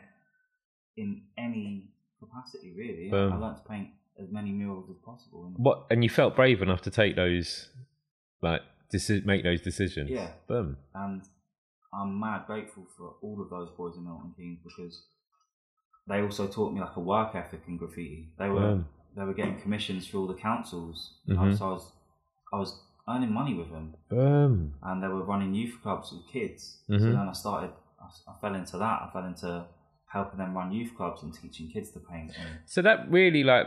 in any capacity really. Boom. I learned to paint as many murals as possible. And What and you felt brave enough to take those, like deci- make those decisions. Yeah. boom. and I'm mad grateful for all of those boys in Milton Keynes because they also taught me like a work ethic in graffiti. They were Wow. they were getting commissions for all the councils, Mhm. so I was I was earning money with them, Boom. and they were running youth clubs with kids. So Mhm. then I started, I, s- I fell into that. I fell into helping them run youth clubs and teaching kids to paint. And So that really like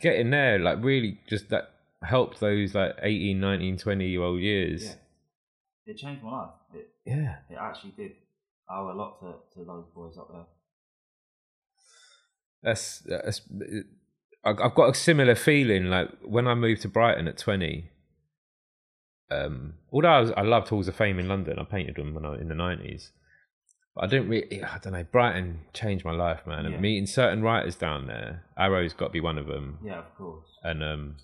getting there, like really just that helped those like 18, 19, 20 year old years. yeah, it changed my life. It yeah. it actually did. I owe a lot to, to those boys up there. that's that's I've I've got a similar feeling like when I moved to Brighton at 20 um although I, was, I loved Halls of Fame in London I painted them when I was in the 90s but I don't really I don't know Brighton changed my life man and Yeah. meeting certain writers down there Arrow's got to be one of them Yeah, of course. and um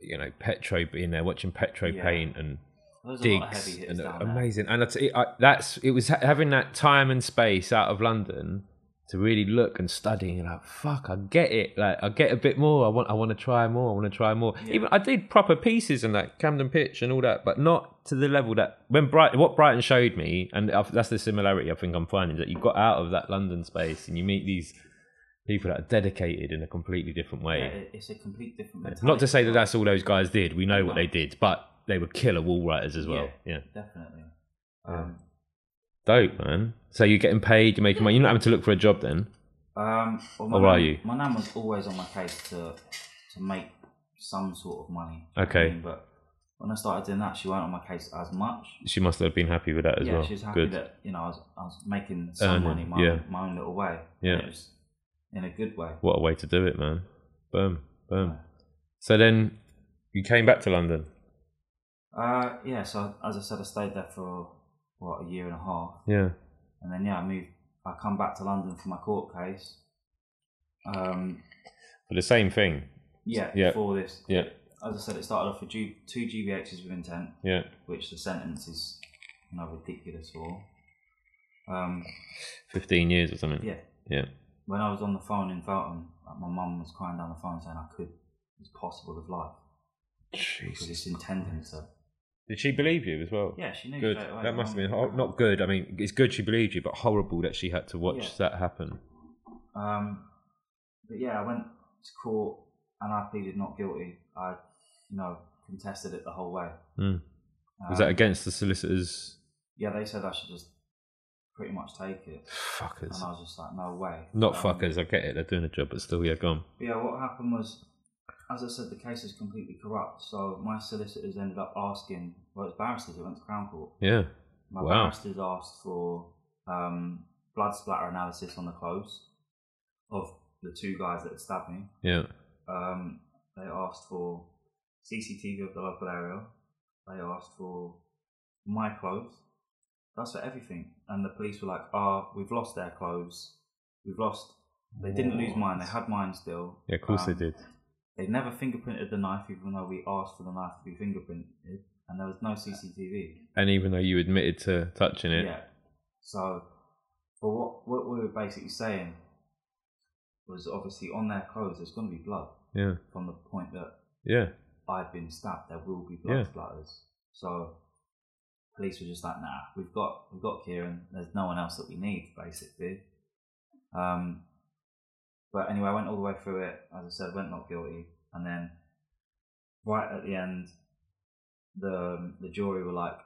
you know Petro being there watching Petro Yeah. paint and There's a lot of digs heavy hitters and down there. amazing and that's, it, I, that's it was ha- having that time and space out of london to really look and study and you're like fuck i get it like i get a bit more i want i want to try more i want to try more Yeah. even i did proper pieces and like camden pitch and all that but not to the level that when brighton what brighton showed me and i that's the similarity i think i'm finding that you got out of that london space and you meet these people that are dedicated in a completely different way Yeah, it- it's a complete different mentality. not to say that that's all those guys did. We know what No. they did, but they were killer wall writers as well. Yeah. Definitely. Yeah. Um, Dope, man. So you're getting paid, you're making money. You're not having to look for a job then. um, well, my Or are nan- you? My nan was always on my case to to make some sort of money. Okay. I mean, but when I started doing that, she weren't on my case as much. She must have been happy with that as yeah, well. she was happy Good. that you know I was, I was making some Earning, money, my, yeah. my own little way. Yeah. And it was in a good way. What a way to do it, man. Boom, boom. So then you came back to London. Uh, yeah. So as I said, I stayed there for what a year and a half, Yeah. and then yeah, I moved. I come back to London for my court case. Um, For the same thing. yeah, Yeah. for this. Yeah. As I said, it started off with G- two GBHs with intent, Yeah. which the sentence is you know, ridiculous for. Um, 15 years or something. yeah, Yeah. when I was on the phone in Feltham, like, my mum was crying down the phone saying I could, it's possible of life because Jesus. it's intending to. Did she believe you as well? Yeah, she knew Good. straight away. That must have been hor- not good. I mean, it's good she believed you, but horrible that she had to watch Yeah. that happen. Um, but yeah, I went to court and I pleaded not guilty. I, you know, contested it the whole way. Mm. Was Um, that against the solicitor's Yeah, they said I should just pretty much take it. And fuckers? I was just like, no way. Not Um, fuckers. I get it. They're doing a job, but still, yeah, gone. Yeah, what happened was, as I said, the case is completely corrupt. So my solicitors ended up asking, well, it's barristers, it went to Crown Court. Yeah. My Wow. barristers asked for um, blood splatter analysis on the clothes of the two guys that had stabbed me. Yeah. Um, they asked for CCTV of the local area. They asked for my clothes. That's for everything. And the police were like, ah, we've lost their clothes. We've lost. They didn't lose mine. They had mine still. Yeah, of course they Um, did. They never fingerprinted the knife, even though we asked for the knife to be fingerprinted, and there was no CCTV. And even though you admitted to touching it, Yeah. So, but what what we were basically saying was obviously on their clothes, there's going to be blood yeah, from the point that yeah, I've been stabbed. There will be blood Yeah. splatters. So police were just like, nah, we've got we've got Kieran. There's no one else that we need, basically. Um, but anyway, I went all the way through it. As I said, went not guilty, and then right at the end, the um, the jury were like,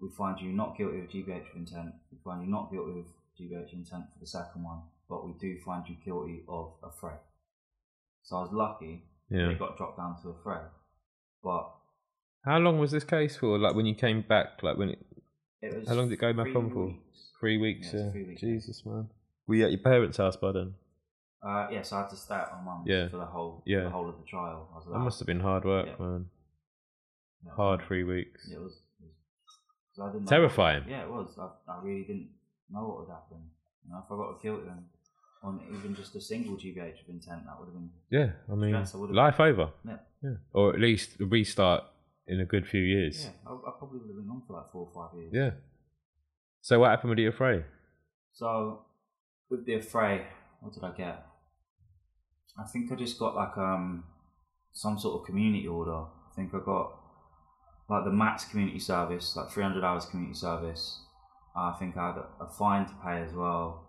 "We find you not guilty of GBH of intent. We find you not guilty of GBH intent for the second one, but we do find you guilty of a threat." So I was lucky. Yeah. It got dropped down to a threat, but How long was this case for? Like when you came back, like when it, it was. how long did it go back three on for? weeks. Three weeks. Yeah, Yeah, it's a three-week Jesus, man. Were you at your parents' house by then? Uh, yeah, so I had to stay at my mum's Yeah. for the whole Yeah. for the whole of the trial. I was That like, must have been hard work, Yeah. man. yeah. Hard three weeks. Yeah, It was. It was 'cause I didn't know- Terrifying. Yeah, it was. I, I really didn't know what would happen. You know, if I got a guilty on, on even just a single GBH of intent, that would have been Yeah, I mean, Stress, I would've- life over. yeah. Yeah, or at least a restart in a good few years. Yeah, I, I probably would have been on for like four or five years. Yeah. So what happened with the fray? So with the affray, what did I get? I think I just got like um some sort of community order. I think I got like the max community service, like 300 hours community service. Uh, I think I had a fine to pay as well.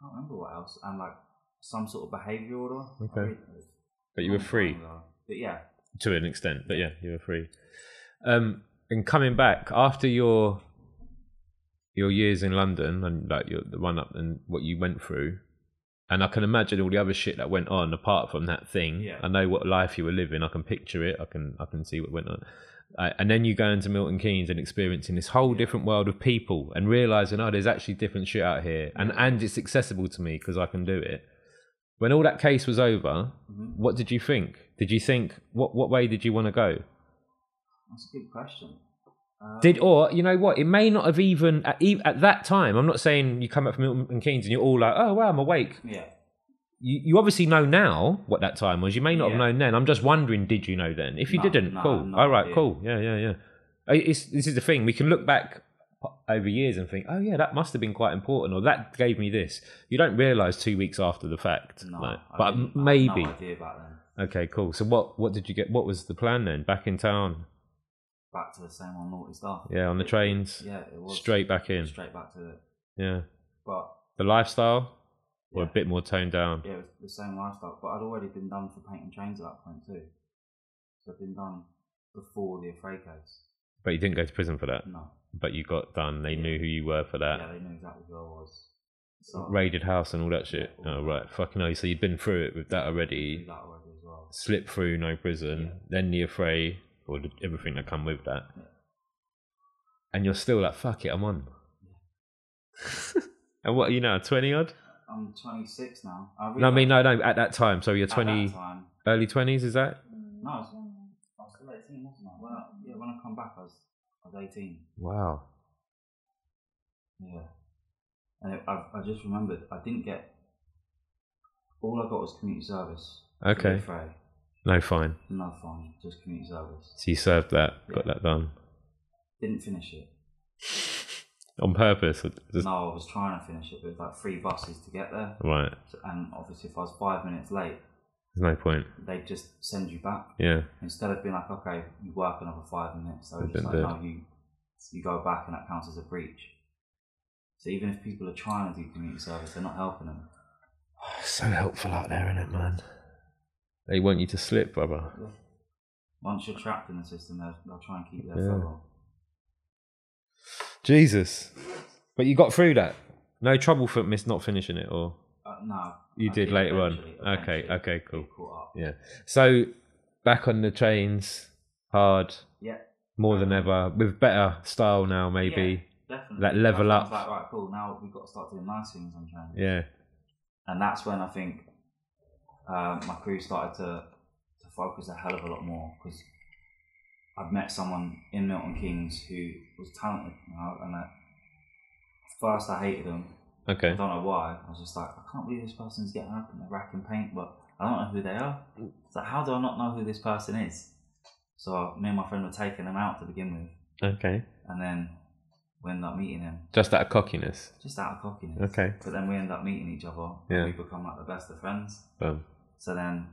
I can't remember what else. And like some sort of behaviour order. I Okay. read those. But you were Long time free ago. But yeah, to an extent. But yeah, you were free. Um, and coming back after your your years in London and like your the run up and what you went through, and I can imagine all the other shit that went on apart from that thing. Yeah. I know what life you were living. I can picture it. I can I can see what went on. Uh, and then you go into Milton Keynes and experiencing this whole different world of people and realizing, oh, there's actually different shit out here, and and it's accessible to me because I can do it. When all that case was over, what did you think? Did you think what what way did you want to go? that's a good question. Uh, Did or you know what? It may not have even at, e- at that time. I'm not saying you come up from Milton Keynes and you're all like, oh wow, I'm awake. yeah. You, you obviously know now what that time was. You may not have Yeah. known then. I'm just wondering, did you know then? If you No, didn't, no, cool. no all right, idea. cool. Yeah, yeah, yeah. Uh, It's, this is the thing. We can look back po- over years and think, oh yeah, that must have been quite important, or that gave me this. You don't realize two weeks after the fact, No, like, I but didn't- I had maybe. no idea back then. Okay, cool. So what what did you get? What was the plan then? Back in town? Back to the same old naughty stuff. Yeah, on the trains? Yeah, it was Straight back in? straight back to it. Yeah. But The lifestyle? Or a Yeah. bit more toned down? yeah, it was the same lifestyle. But I'd already been done for painting trains at that point too. So I'd been done before the Afraid case. But you didn't go to prison for that. No. But you got done. They knew who you were for that. yeah, they knew exactly who I was. So Raided house and all that shit. Yeah, all Oh, that. right. Fucking hell. So you'd been through it with that I knew already. that already as well. Slip through, no prison. Yeah. Then the affray, or the, everything that come with that. Yeah. And you're still like, fuck it, I'm *laughs* on. and what are you now, 20 odd? I'm 26 now. I, No, I mean, realised no, no, at that time. So you're at that 20, time, early 20s, is that? no, I was, I was still 18, wasn't I? When I yeah, when I come back, I was, I was 18. Wow. Yeah. And I, I, I just remembered, I didn't get. All I got was community service. for the Okay. Afraid. No fine. No fun, just community service. So you served that, got Yeah. that done Didn't finish it. on purpose. or Just, No, I was trying to finish it, but it was like three buses to get there. Right. So- And obviously, if I was five minutes late, There's no point. they'd just send you back. Yeah. Instead of being like, okay, you work another five minutes, so They've been just like, dead. no, you, you go back and that counts as a breach. So even if people are trying to do community service, they're not helping them. So helpful out there, isn't it, man? They want you to slip, brother. Once you're trapped in the system, they'll, they'll try and keep you there Yeah. for long. Jesus. But you got through that. No trouble for miss not finishing it, or Uh, no. You I did later on. eventually- Okay, eventually okay, get cool. Caught up. yeah. So back on the trains, hard Yeah. more than ever, with better style now, maybe. Yeah, definitely. Like, level That's- up. Like, right, cool. Now we've got to start doing nice things on trains. Yeah. and that's when I think um, my crew started to to focus a hell of a lot more because I'd met someone in Milton Keynes who was talented, you know, and at first I hated him. I Okay. don't know why. I was just like, I can't believe this person's getting up and they're racking paint, but I don't know who they are. So how do I not know who this person is? So me and my friend were taking him out to begin with, Okay. and then we ended up meeting him Just that cockiness. just out of cockiness. Okay. But then we end up meeting each other. Yeah. And we become like the best of friends. Boom. So then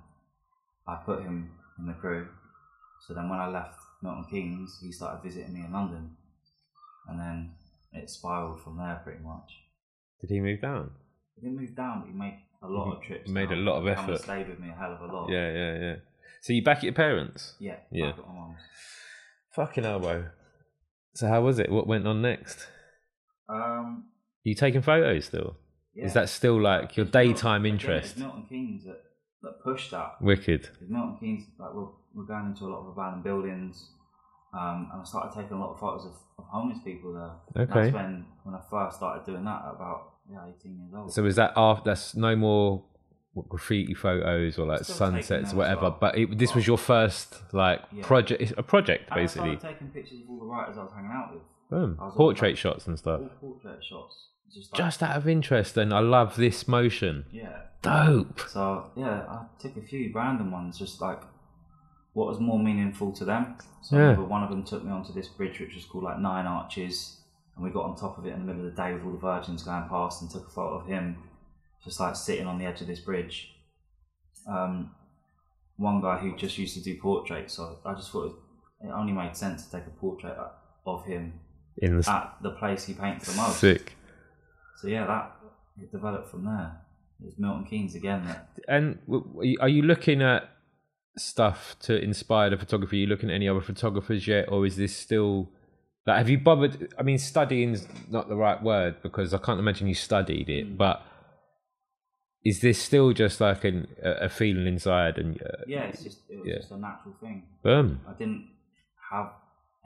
I put him in the crew. So then when I left Milton Keynes, he started visiting me in London, and then it spiraled from there pretty much. Did he move down? He didn't move down, but he made a lot of trips. He made a down. lot of He come and effort. Stayed with me a hell of a lot. Yeah, yeah, yeah. So you back at your parents? yeah, Yeah. I've got my mum. Fucking elbow. So how was it? What went on next? Um, You taking photos still? yeah. Is that still like your It's Milton- daytime again, interest? It's Milton Keynes that, that pushed that. Wicked. Because Milton Keynes, like we're, we're going into a lot of abandoned buildings, um, and I started taking a lot of photos of, of homeless people there. And Okay. That's when, when I first started doing that at about yeah, 18 years old. So is that after? That's no more what, graffiti photos or like Still taking sunsets, those whatever. well. But it, this was your first like Yeah. project. it's A project And I basically. started taking pictures of all the writers I was hanging out with. Boom. I was Portrait always shots and stuff. All portrait shots. Just, like, Just out of interest, then I love this motion. Yeah. Dope. So yeah, I took a few random ones, just like what was more meaningful to them. So I Yeah. remember one of them took me onto this bridge, which was called like Nine Arches, and we got on top of it in the middle of the day with all the virgins going past, and took a photo of him just like sitting on the edge of this bridge. Um, one guy who just used to do portraits, so I just thought it only made sense to take a portrait uh, of him In the at the place he paints the most. sick. So yeah, that it developed from there. It was Milton Keynes again that And w- w- are you looking at stuff to inspire the photography? Are you looking at any other photographers yet, or is this still? Like, have you bothered? I mean, studying's not the right word because I can't imagine you studied it. But is this still just like an, a a feeling inside? And uh, Yeah, it's just it was Yeah. just a natural thing. boom, I didn't have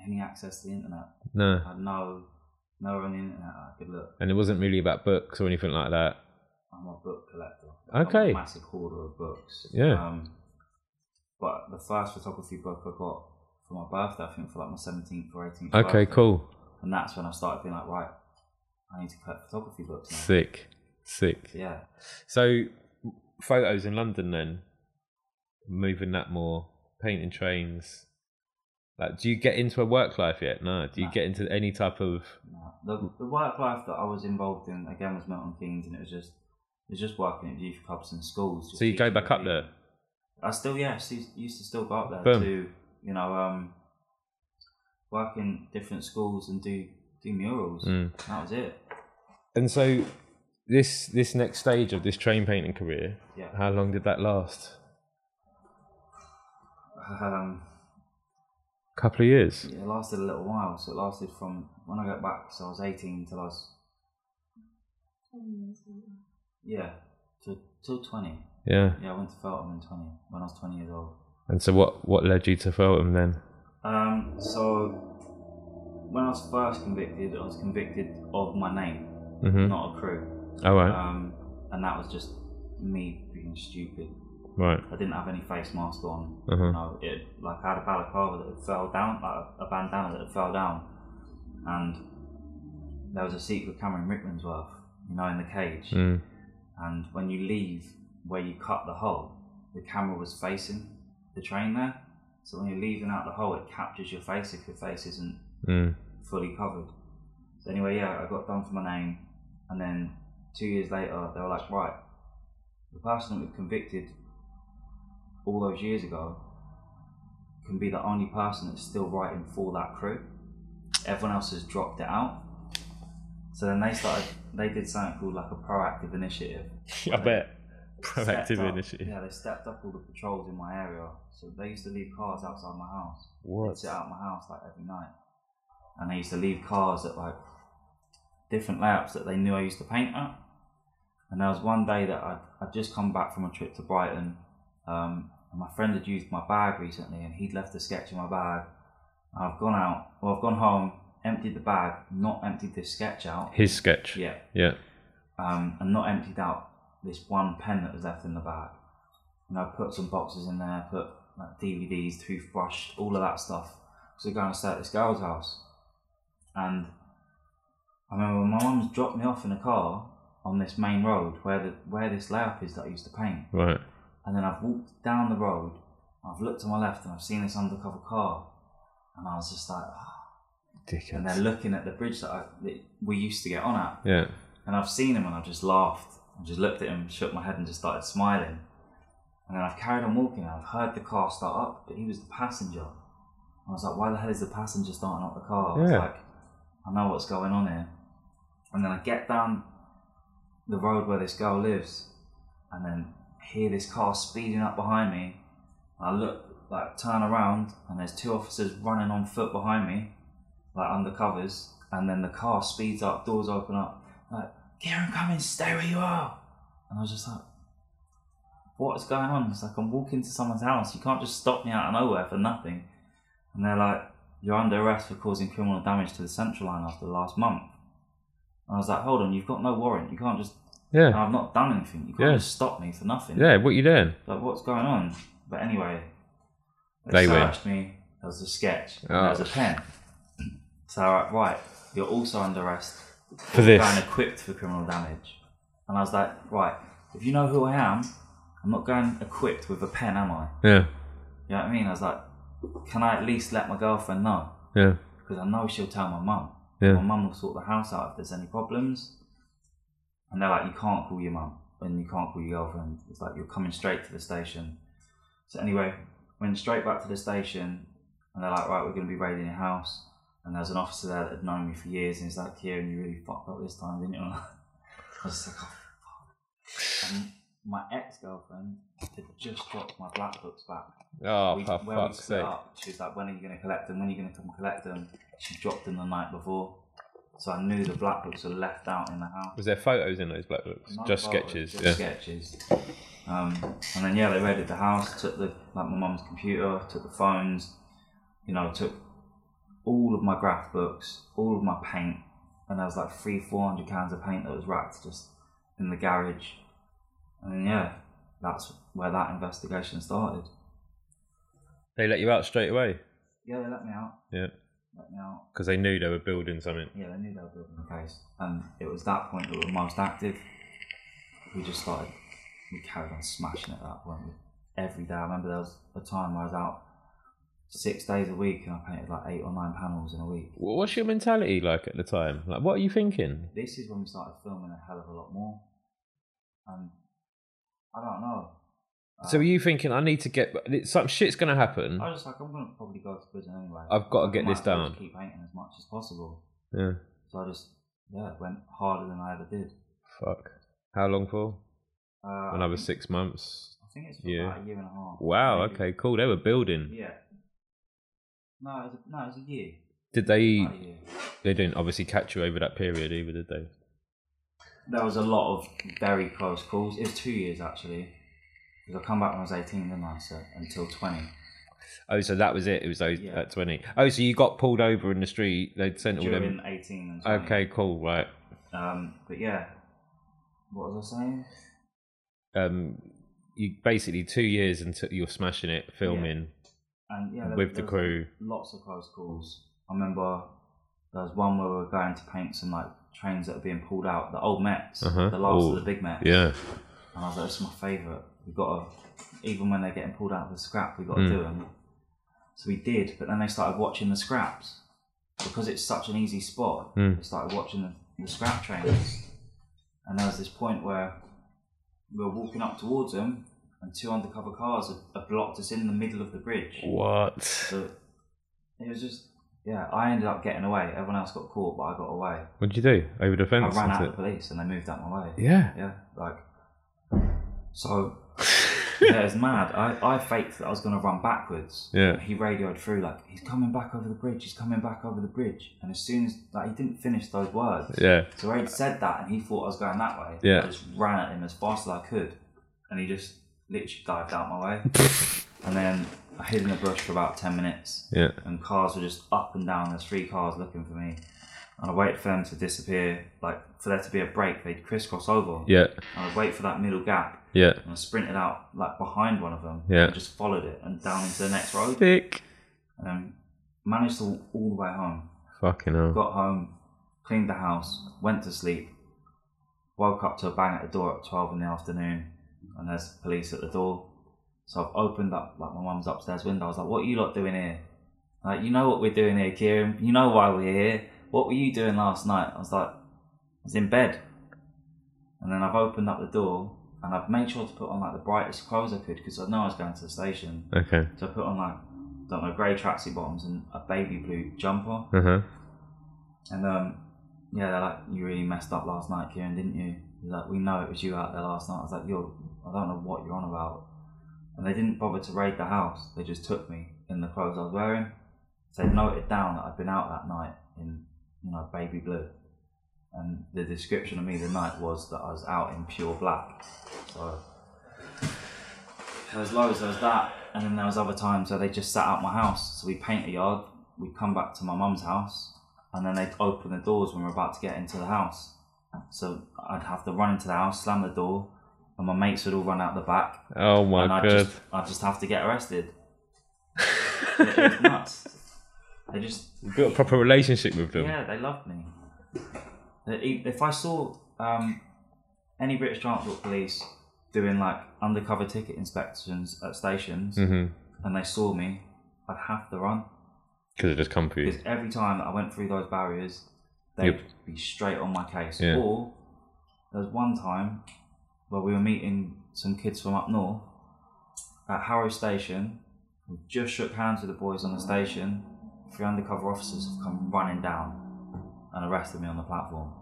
any access to the internet. no. I had no nowhere on the internet I could look. And it wasn't really about books or anything like that. I'm a book collector. I'm Okay. a massive hoarder of books. Yeah. Um, but the first photography book I got for my birthday, I think for like my seventeenth or eighteenth. Okay, cool, And that's when I started being like, right, I need to collect photography books now. sick, sick. Yeah. So photos in London then moving that more painting trains like do you get into a work life yet no do you No. get into any type of No. The, the work life that I was involved in again was Milton Keynes, and it was just it was just working at youth clubs and schools. just so you go teaching back up people. there I still, yeah, she used to still go up there Boom. to, you know, um, work in different schools and do do murals. Mm. That was it. and so this this next stage of this train painting career Yeah. how long did that last Um, a couple of years it lasted a little while, so it lasted from when I got back, so I was 18 till I was, yeah, till, till 20. yeah Yeah, I went to Feltham in 20, when I was 20 years old. and so what what led you to Feltham then Um, so when I was first convicted, I was convicted of my name, mm-hmm. not a crew. all right Um, and that was just me being stupid. right I didn't have any face mask on. Uh-huh. You know, it like I had a balaclava that had fell down, like a bandana that had fell down, and there was a seat with Cameron Rickmansworth, you know, in the cage. mm. And when you leave where you cut the hole, the camera was facing the train there. So when you're leaving out the hole, it captures your face if your face isn't Mm. fully covered. So anyway, yeah, I got done for my name, and then two years later, they were like, right, the person that was convicted all those years ago can be the only person that's still writing for that crew. Everyone else has dropped it out. So then they started. They did something called like a proactive initiative. i bet Stepped proactive up- initiative Yeah, they stepped up all the patrols in my area. So they used to leave cars outside my house. I'd what sit out my house like every night. And I used to leave cars at like different layouts that they knew I used to paint at. And there was one day that I'd, I'd just come back from a trip to Brighton. Um, and my friend had used my bag recently and he'd left a sketch in my bag. And I've gone out, well, I've gone home, emptied the bag, not emptied this sketch *laughs* out. his sketch Yeah. yeah Um, and not emptied out this one pen that was left in the bag. And I put some boxes in there, put like DVDs, toothbrush, all of that stuff. So we're going to stay at this girl's house. And I remember when my mum's dropped me off in a car on this main road where the where this layup is that I used to paint. right And then I've walked down the road, I've looked to my left and I've seen this undercover car. And I was just like, "Ah." and they're dickens looking at the bridge that, I, that we used to get on at. yeah And I've seen him and I've just laughed. I just looked at him, shook my head, and just started smiling. And then I've carried on walking and I've heard the car start up, but he was the passenger. I I was like, why the hell is the passenger starting up the car? I was Yeah. like, I know what's going on here. And then I get down the road where this girl lives and then hear this car speeding up behind me. I look, like, turn around and there's two officers running on foot behind me, like, under covers. And then the car speeds up, doors open up. Like, Kieran Cummins, stay where you are. And I was just like, what's going on? It's like, I'm walking to someone's house. You can't just stop me out of nowhere for nothing. And they're like, you're under arrest for causing criminal damage to the central line after the last month. And I was like, hold on, you've got no warrant. You can't just, and Yeah. I've not done anything. You can't Yeah. just stop me for nothing. Yeah. What you doing? Like, what's going on? But anyway, They they win. searched me. There was a sketch. and There was a Oh. pen. So I wrote, right, you're also under arrest For this. Going equipped for criminal damage. And I was like, right, if you know who I am, I'm not going equipped with a pen, am I? Yeah. You know what I mean? I was like, can I at least let my girlfriend know? Yeah. Because I know she'll tell my mum. Yeah. My mum will sort the house out if there's any problems. And they're like, you can't call your mum and you can't call your girlfriend. It's like you're coming straight to the station. So anyway, went straight back to the station and they're like, right, we're going to be raiding your house. And there was an officer there that had known me for years and he's like, Kieran, you really fucked up this time, didn't you? *laughs* I was just like, oh, fuck. And my ex-girlfriend had just dropped my black books back Oh, we, for when we fuck's split sake. up, she was like, "When are you going to collect them? When are you going to come collect them?" She dropped them the night before, so I knew the black books were left out in the house. Was there photos in those black books? Not Just photos, sketches. just Yeah. sketches. Um, and then yeah, they raided the house, took the like my mum's computer, took the phones, you know, took all of my graph books, all of my paint, and there was like three, four hundred cans of paint that was racked just in the garage. And then, yeah, that's where that investigation started. They let you out straight away. Yeah, they let me out. Yeah. Let me out. Because they knew they were building something. Yeah, they knew they were building the case, and it was that point that we were most active. We just started, we carried on smashing at that point. Every day, I remember there was a time where I was out six days a week, and I painted like eight or nine panels in a week. Wh- What's your mentality like at the time? Like, what are you thinking? This is when we started filming a hell of a lot more, and I don't know. So Uh, are you thinking, I need to get some shit's gonna happen? I was just like, I'm gonna probably go to prison anyway. I've gotta I get might this as well just down. Keep painting as much as possible. Yeah. So I just yeah went harder than I ever did. Fuck. How long for? Uh, I Another think- six months. I think it's for Yeah. about a year and a half. Wow. maybe. Okay. Cool. They were building. Yeah. No, it was a, no, it was a year. Did they? About a year. They didn't obviously catch you over that period either, did they? There was a lot of very close calls. It was two years actually. Because I come back when I was eighteen, didn't I? So until twenty. Oh, so that was it. It was those Yeah. at twenty. Oh, so you got pulled over in the street. They'd sent all During them. eighteen and 20. Okay. Cool. Right. Um, but yeah. What was I saying? Um, you basically two years until you're smashing it, filming. And yeah, With the was crew. Lots of close calls. I remember there was one where we were going to paint some like trains that were being pulled out, the old Mets, Uh-huh. the last Oh, of the big Mets. Yeah. And I was like, this is my favourite. We've got to, even when they're getting pulled out of the scrap, we've got to Mm. do them. So we did, but then they started watching the scraps. Because it's such an easy spot, Mm. they started watching the, the scrap trains. And there was this point where we were walking up towards them, and two undercover cars had, had blocked us in the middle of the bridge. What? So it was just, yeah, I ended up getting away. Everyone else got caught, but I got away. What'd you do over the I fence? ran out into of the police and they moved out my way. it? Yeah. Yeah, like so. yeah, it's mad. I, I faked that I was gonna run backwards. Yeah. He radioed through like he's coming back over the bridge. He's coming back over the bridge. And as soon as like he didn't finish those words, Yeah. so he'd said that and he thought I was going that way. Yeah. I just ran at him as fast as I could, and he just literally dived out *laughs* my way. and then I hid in the bush for about ten minutes Yeah. and cars were just up and down. There's three cars looking for me, and I waited for them to disappear. Like for there to be a break, they'd crisscross over. Yeah. And I'd wait for that middle gap, Yeah. and I sprinted out like behind one of them. Yeah. and just followed it and down into the next road, Sick. and then managed to walk all the way home. Fucking hell. Got home, cleaned the house, went to sleep. Woke up to a bang at the door at twelve in the afternoon, and there's police at the door. So I've opened up like my mum's upstairs window. I was like, "What are you lot doing here? Like, you know what we're doing here, Kieran. You know why we're here. What were you doing last night?" I was like, "I was in bed." And then I've opened up the door and I've made sure to put on like the brightest clothes I could because I know I was going to the station. Okay. So I put on like don't know, grey tracksuit bottoms and a baby blue jumper. Uh huh. And um, yeah, they're like, you really messed up last night, Kieran, didn't you? He's like, we know it was you out there last night. I was like, you're, I don't know what you're on about. And they didn't bother to raid the house. They just took me in the clothes I was wearing. So they noted down that I'd been out that night in, you know, baby blue. And the description of me the night was that I was out in pure black. So there was loads, there was that. And then there was other times where they just sat out my house. So we paint a yard, we come back to my mum's house, and then they'd open the doors when we we're about to get into the house. So I'd have to run into the house, slam the door, and my mates would all run out the back. Oh my and I god. just I just have to get arrested. it, it was nuts. They just You built a proper relationship with them. yeah, they loved me. They- e- If I saw um, any British Transport Police doing like undercover ticket inspections at stations Mhm. and they saw me, I'd have to run Because it just come for you. because every time that I went through those barriers, they'd Yep. be straight on my case. Yeah. Or there was one time where we were meeting some kids from up north at Harrow Station. We just shook hands with the boys on the station. Three undercover officers have come running down and arrested me on the platform.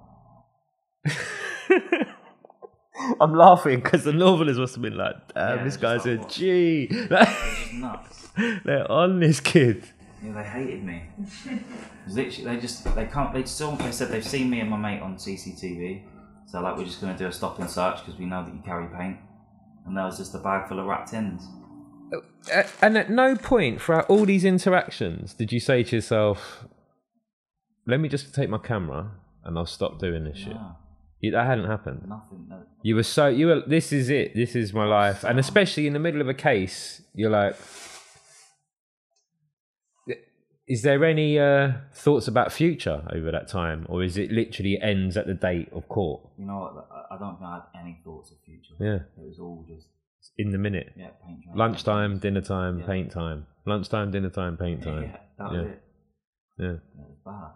I'm laughing because the novelist must have been like, damn, Yeah, this it's guy's like, a what? G. It was nuts. *laughs* they're on this kid. Yeah, they hated me. It was Literally, they just they can't. They still they said they've seen me and my mate on CCTV, so like we're just gonna do a stop and search because we know that you carry paint, and there was just a bag full of rat tins. And at no point throughout all these interactions did you say to yourself, let me just take my camera and I'll stop doing this shit. Yeah, You- That hadn't happened. nothing. No, You were so you were. This is it. This is my life. And especially in the middle of a case, you're like, is there any uh, thoughts about future over that time, or is it literally ends at the date of court? you know what? I, I don't think I had any thoughts of future. Yeah, It was all just it's in the minute. yeah, paint. dry. Lunchtime, dinner time, Yeah. paint time. Lunchtime, dinner time, paint time. Yeah, that was Yeah. it. Yeah. It was bad.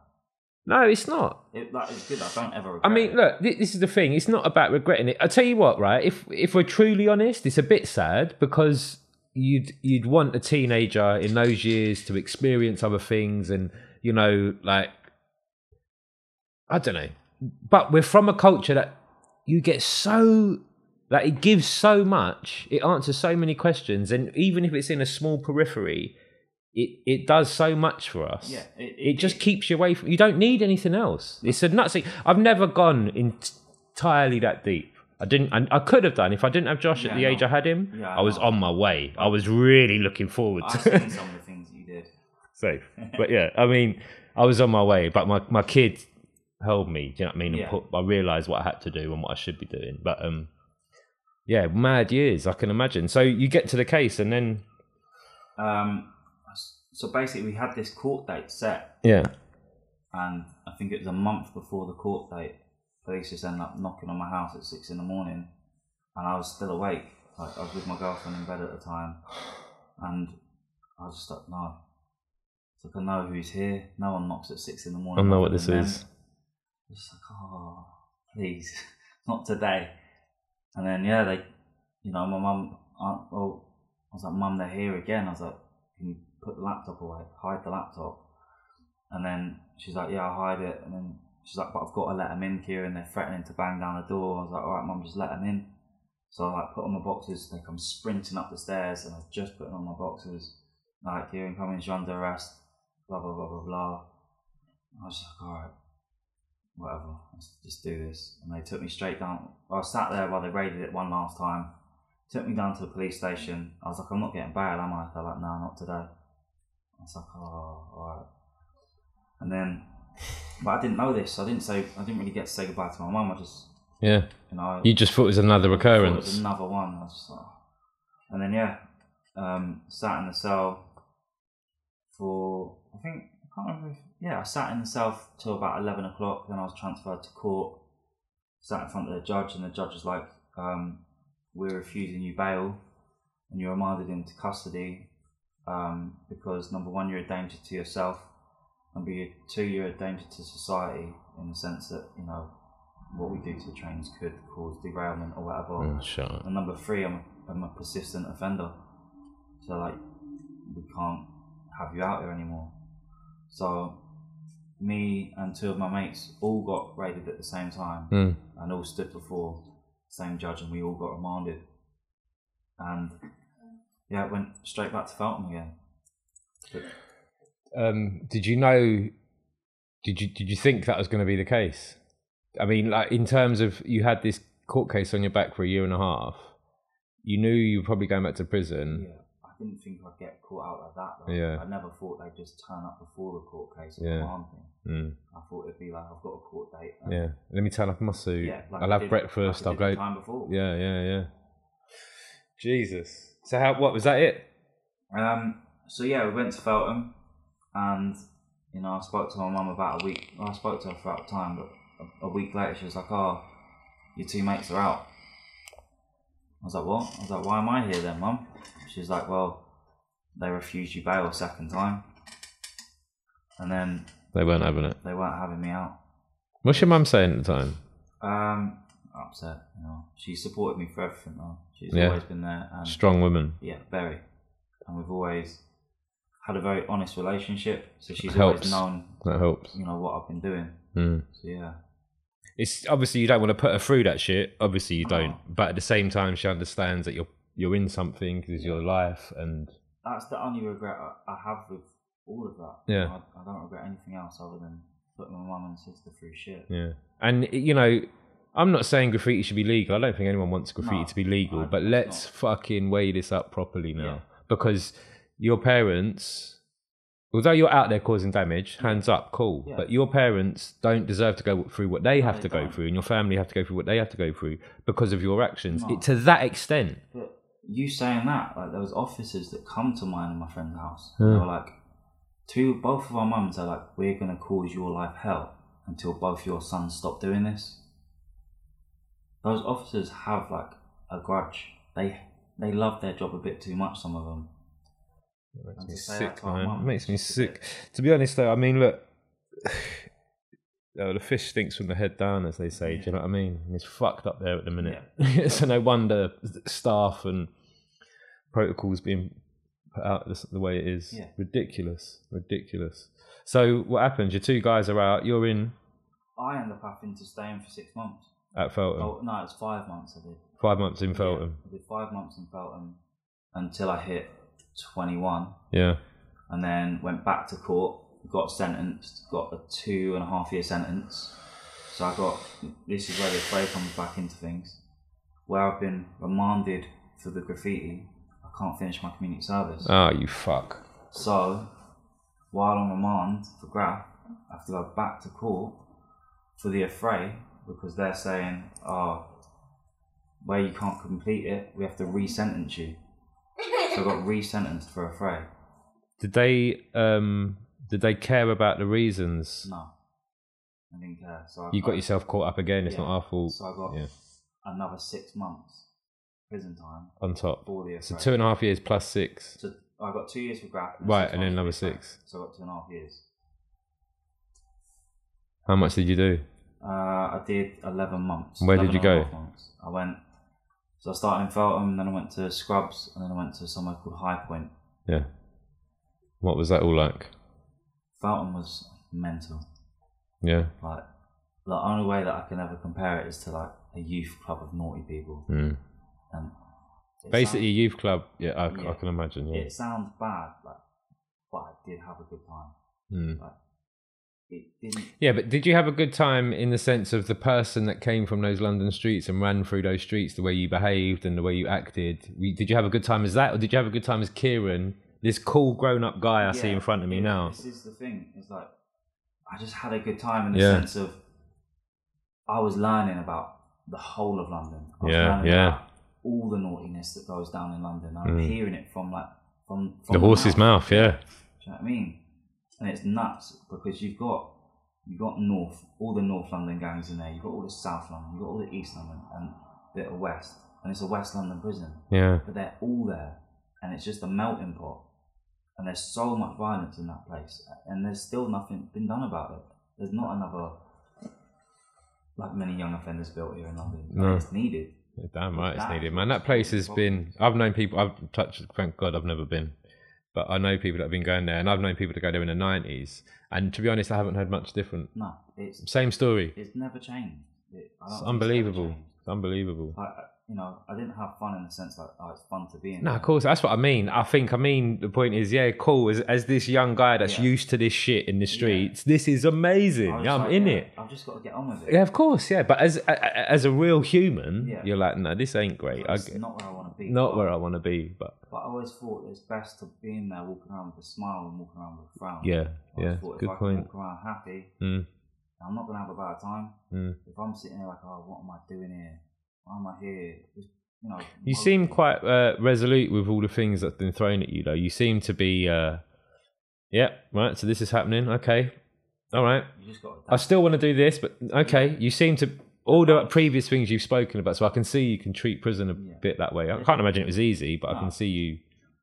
No, it's not. It, that is good. I don't ever. I Regret mean, it. look, thi- this is the thing. It's not about regretting it. I tell you what, right? If if we're truly honest, it's a bit sad because you'd you'd want a teenager in those years to experience other things and you know, like I don't know. But we're from a culture that you get so like it gives so much. It answers so many questions, and even if it's in a small periphery, it it does so much for us yeah, it, it, it just keeps you away from you don't need anything else it's a nuts thing. i've never gone entirely that deep i didn't i, I could have done if i didn't have josh at Yeah, the no. age i had him Yeah, I i was know. on my way i was really looking forward I've to *laughs* seen some of the things that you did. safe but yeah i mean i was on my way but my, my kid held me do you know what i mean and Yeah. put, i realized what i had to do and what i should be doing but um yeah mad years i can imagine so you get to the case and then Um, so basically, we had this court date set yeah and I think it was a month before the court date, police just ended up knocking on my house at six in the morning, and I was still awake. Like I was with my girlfriend in bed at the time, and I was just like, no. It's like I know who's here. No one knocks at six in the i morning. know what other this than them. is Just like, oh, please, *laughs* not today. And then yeah, they, you know, my mum, I, well, I was like, mum, they're here again. I was like, can you put the laptop away? Hide the laptop. And then she's like, yeah, I'll hide it. And then she's like, but I've got to let them in, Kieran. They're threatening to bang down the door. I was like, all right, mum, just let them in. So I like put on my boxes. They come sprinting up the stairs, and I was just putting on my boxes. Like, Kieran, come in, you're under arrest. Blah blah blah blah blah. I was just like, all right whatever, let's just do this. And they took me straight down. I was sat there while they raided it one last time. Took me down to the police station. I was like, I'm not getting bail, am I? They're like, no, not today. I was like, oh, alright. And then, but I didn't know this. So I didn't say, I didn't really get to say goodbye to my mum. I just, yeah you know, you just thought it was another I thought it was recurrence another one. I was just like, "Oh." and then yeah, um, sat in the cell for I think I can't remember. If, yeah, I sat in the cell till about eleven o'clock. Then I was transferred to court. Sat in front of the judge, and the judge was like, um, "We're refusing you bail, and you're remanded into custody um, because number one, you're a danger to yourself." And be two, you're a danger to society in the sense that you know what we do to the trains could cause derailment or whatever. Oh, shut up. And number three, I'm, I'm a persistent offender. So, like, we can't have you out here anymore. So, me and two of my mates all got raided at the same time Mm. and all stood before the same judge and we all got remanded. And yeah, it went straight back to Feltham again. Um, did you know? Did you did you think that was going to be the case? I mean, like in terms of you had this court case on your back for a year and a half. You knew you were probably going back to prison. Yeah, I didn't think I'd get caught out like that. Though. Yeah. I never thought they'd just turn up before the court case and Yeah. demand me. Mm, I thought it'd be like, I've got a court date. Yeah. Let me turn up in my suit. Yeah, like I'll I have did- breakfast. like I I'll did the go. Time before. Yeah, yeah, yeah. Jesus. So how? What was that? It? Um, so yeah, we went to Feltham, and you know, I spoke to my mum about a week. I spoke to her throughout the time, but a, a week later, she was like, "Oh, your two mates are out." I was like, "What?" I was like, "Why am I here then, mum?" She was like, "Well, they refused you bail a second time, and then They weren't having it. they weren't having me out." What's your mum saying at the time? Um, upset, you know. She supported me for everything, though. She's Yeah. always been there, and Strong woman. Yeah, very. And we've always had a very honest relationship, so she's Helps. always known, That helps. you know, what I've been doing. Mm. So yeah, it's obviously you don't want to put her through that shit. Obviously you don't, but at the same time she understands that you're you're in something because it's your life, and that's the only regret I- I have with all of that. Yeah. You know, I, I don't regret anything else other than putting my mum and sister through shit. yeah, and you know, I'm not saying graffiti should be legal. I don't think anyone wants graffiti No, to be legal, I- but it's let's fucking weigh this up properly now Yeah. because your parents. Although you're out there causing damage, hands up, cool. Yeah. But your parents don't deserve to go through what they have to they go don't. through, and your family have to go through what they have to go through because of your actions. No. It, to that extent, But you saying that, like there was officers that come to mine and my friend's house. Hmm. They were like, two, both of our mums are like, we're gonna cause your life hell until both your sons stop doing this. Those officers have like a grudge. They they love their job a bit too much. Some of them. Makes And me to say sick, that to our man. mum, makes me it's just a sick. To be honest, though, I mean, look, *sighs* oh, the fish stinks from the head down, as they say. Do you know what I mean? And it's fucked up there at the minute. *laughs* so no wonder staff and protocols being put out this, the way it is. Yeah. Ridiculous, ridiculous. So what happens? Your two guys are out. You're in I ended up having to stay in for six months. at Felton. Oh no, it's five months. I did. Five months in Felton. I did five months in Feltham until I hit twenty one. Yeah. and then went back to court, got sentenced, got a two and a half year sentence. So I got this is where the play comes back into things, where I've been remanded for the graffiti. I can't finish my community service. Ah, you fuck. So while on remand for graff, I have to go back to court for the affray because they're saying, oh, where you can't complete it, we have to re-sentence you. So I got re-sentenced for affray. Did they? um Did they care about the reasons? No. I didn't care. So I You got yourself caught up again. It's Yeah. not our fault. So I got Yeah. another six months prison time on top. for the So affray. two and a half years plus six. So I got two years for graft. Right, six and then months for another affray. six. So I got two and a half years. How much did you do? Uh, I did 11 months. Where did 11 you and go? a half months. I went, so I started in Feltham, then I went to Scrubs, and then I went to somewhere called High Point. Yeah. What was that all like? Feltham was mental. Yeah. Like, the only way that I can ever compare it is to like a youth club of naughty people. Mm. And it Basically, a youth club. Yeah, I, I Yeah. can imagine. sounds- Yeah. it sounds bad, like, but I did have a good time. Mm. Like, it didn't. Yeah, but did you have a good time in the sense of the person that came from those London streets and ran through those streets, the way you behaved and the way you acted? We- Did you have a good time as that, or did you have a good time as Kieran, this cool grown-up guy I see yeah, in front of me yeah, now? This is the thing. It's like I just had a good time in the Yeah. sense of I was learning about the whole of London. I was Yeah, learning yeah. about all the naughtiness that goes down in London. I'm Mm. hearing it from like from, from The horse's mouth. Yeah. Do you know what I mean? And it's nuts because you've got you've got North, all the North London gangs in there. You've got all the South London. You've got all the East London and a bit of West. And it's a West London prison, Yeah. but they're all there, and it's just a melting pot. And there's so much violence in that place, and there's still nothing been done about it. There's not another like many young offenders built here in London. No. It's needed. Yeah, Damn right, it's That needed, is man. That what's place causing has the been. I've known people. I've touched. Thank God, I've never been. But I know people that have been going there, and I've known people to go there in the nineties. And to be honest, I haven't heard much different. No, it's Same story. it's never changed. It, I don't It's think unbelievable. It's ever changed. It's unbelievable. I, I- you know, I didn't have fun in the sense like, oh, it's fun to be in. No, there. of course. That's what I mean. I think I mean the point is, yeah, cool. As, as this young guy that's Yeah. used to this shit in the Yeah. streets, this is I amazing. Yeah, was just I'm like, in yeah, it. I've just got to get on with it. Yeah, of course. Yeah, but as a- a- as a real human, Yeah. you're like, no, this ain't great. I, It's not where I want to be. not but- where I want to be, but But I always thought it's best to be in there, walking around with a smile and walking around with a frown. yeah, I yeah, thought good if I point. Can walk around happy, Mm. I'm not gonna have a bad time. Mm. If I'm sitting there like, oh, what am I doing here? Why am I here? Just, you know. You why- seem quite uh, resolute with all the things that's been thrown at you, though. You seem to be, uh, yeah, right. So this is happening. Okay, all right. You just got. I still want to do this, but okay. You seem to all the previous things you've spoken about, so I can see you can treat prison a Yeah. bit that way. I Yeah. can't imagine it was easy, but I No. can see you.